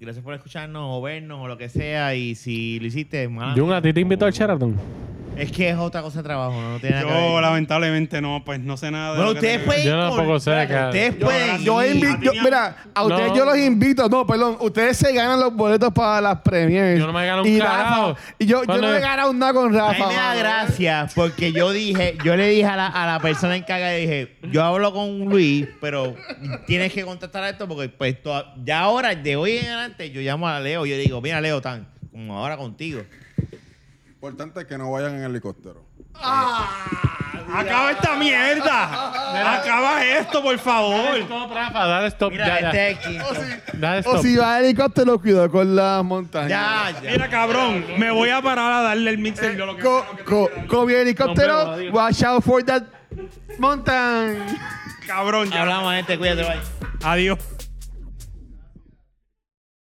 Speaker 4: gracias por escucharnos o vernos o lo que sea. Y si lo hiciste, mala
Speaker 2: Jun, a ti te invitó al Sheraton.
Speaker 4: Es que es otra cosa de trabajo, no, No tiene nada que
Speaker 1: Yo,
Speaker 4: ver.
Speaker 1: lamentablemente, no, pues no sé nada de. lo
Speaker 4: Bueno,
Speaker 1: que
Speaker 4: ustedes
Speaker 1: tenga que ver.
Speaker 4: pueden.
Speaker 2: Yo tampoco sé,
Speaker 4: espérate,
Speaker 2: cara.
Speaker 4: Ustedes
Speaker 1: Yo
Speaker 4: pueden.
Speaker 1: ahora sí.
Speaker 3: Pues,
Speaker 4: ir-
Speaker 3: Yo
Speaker 1: a
Speaker 3: invito,
Speaker 1: mí
Speaker 3: yo-
Speaker 1: ni a-
Speaker 3: mira, a ustedes
Speaker 2: No.
Speaker 3: yo los invito, no, perdón, ustedes se ganan los boletos para las premiers.
Speaker 2: Yo no me gano un
Speaker 3: y
Speaker 2: carajo.
Speaker 3: Rafa, y yo, yo
Speaker 2: ¿Cuándo
Speaker 3: no me he
Speaker 2: yo-
Speaker 3: ganado nada con
Speaker 4: A
Speaker 3: Rafa.
Speaker 4: mí me da
Speaker 3: mano.
Speaker 4: gracia porque yo dije, yo le dije a la, a la persona encargada, dije, yo hablo con Luis, pero tienes que contestar a esto porque pues toda- ya ahora, de hoy en adelante, yo llamo a Leo, yo le digo, mira Leo, tan como ahora contigo.
Speaker 5: Importante es que no vayan en helicóptero.
Speaker 1: ¡Acaba esta mierda! ¡Acaba esto, por
Speaker 2: Dale
Speaker 1: favor!
Speaker 2: stop, Rafa, dale stop.
Speaker 4: Mira,
Speaker 2: ya,
Speaker 4: este
Speaker 2: ya.
Speaker 4: es el
Speaker 3: O
Speaker 4: quinto.
Speaker 3: si,
Speaker 2: Dale
Speaker 3: o
Speaker 2: stop.
Speaker 3: si va el helicóptero, cuidado con las montañas.
Speaker 4: Ya, ya.
Speaker 1: Mira, cabrón, me voy a parar a darle el mixer. Yo lo que
Speaker 3: Eh, Co- co- Con mi
Speaker 2: Nos
Speaker 3: helicóptero,
Speaker 2: vemos, adiós.
Speaker 3: watch out for that mountain.
Speaker 1: Cabrón, ya.
Speaker 4: Hablamos, gente, cuídate, bye.
Speaker 1: Adiós.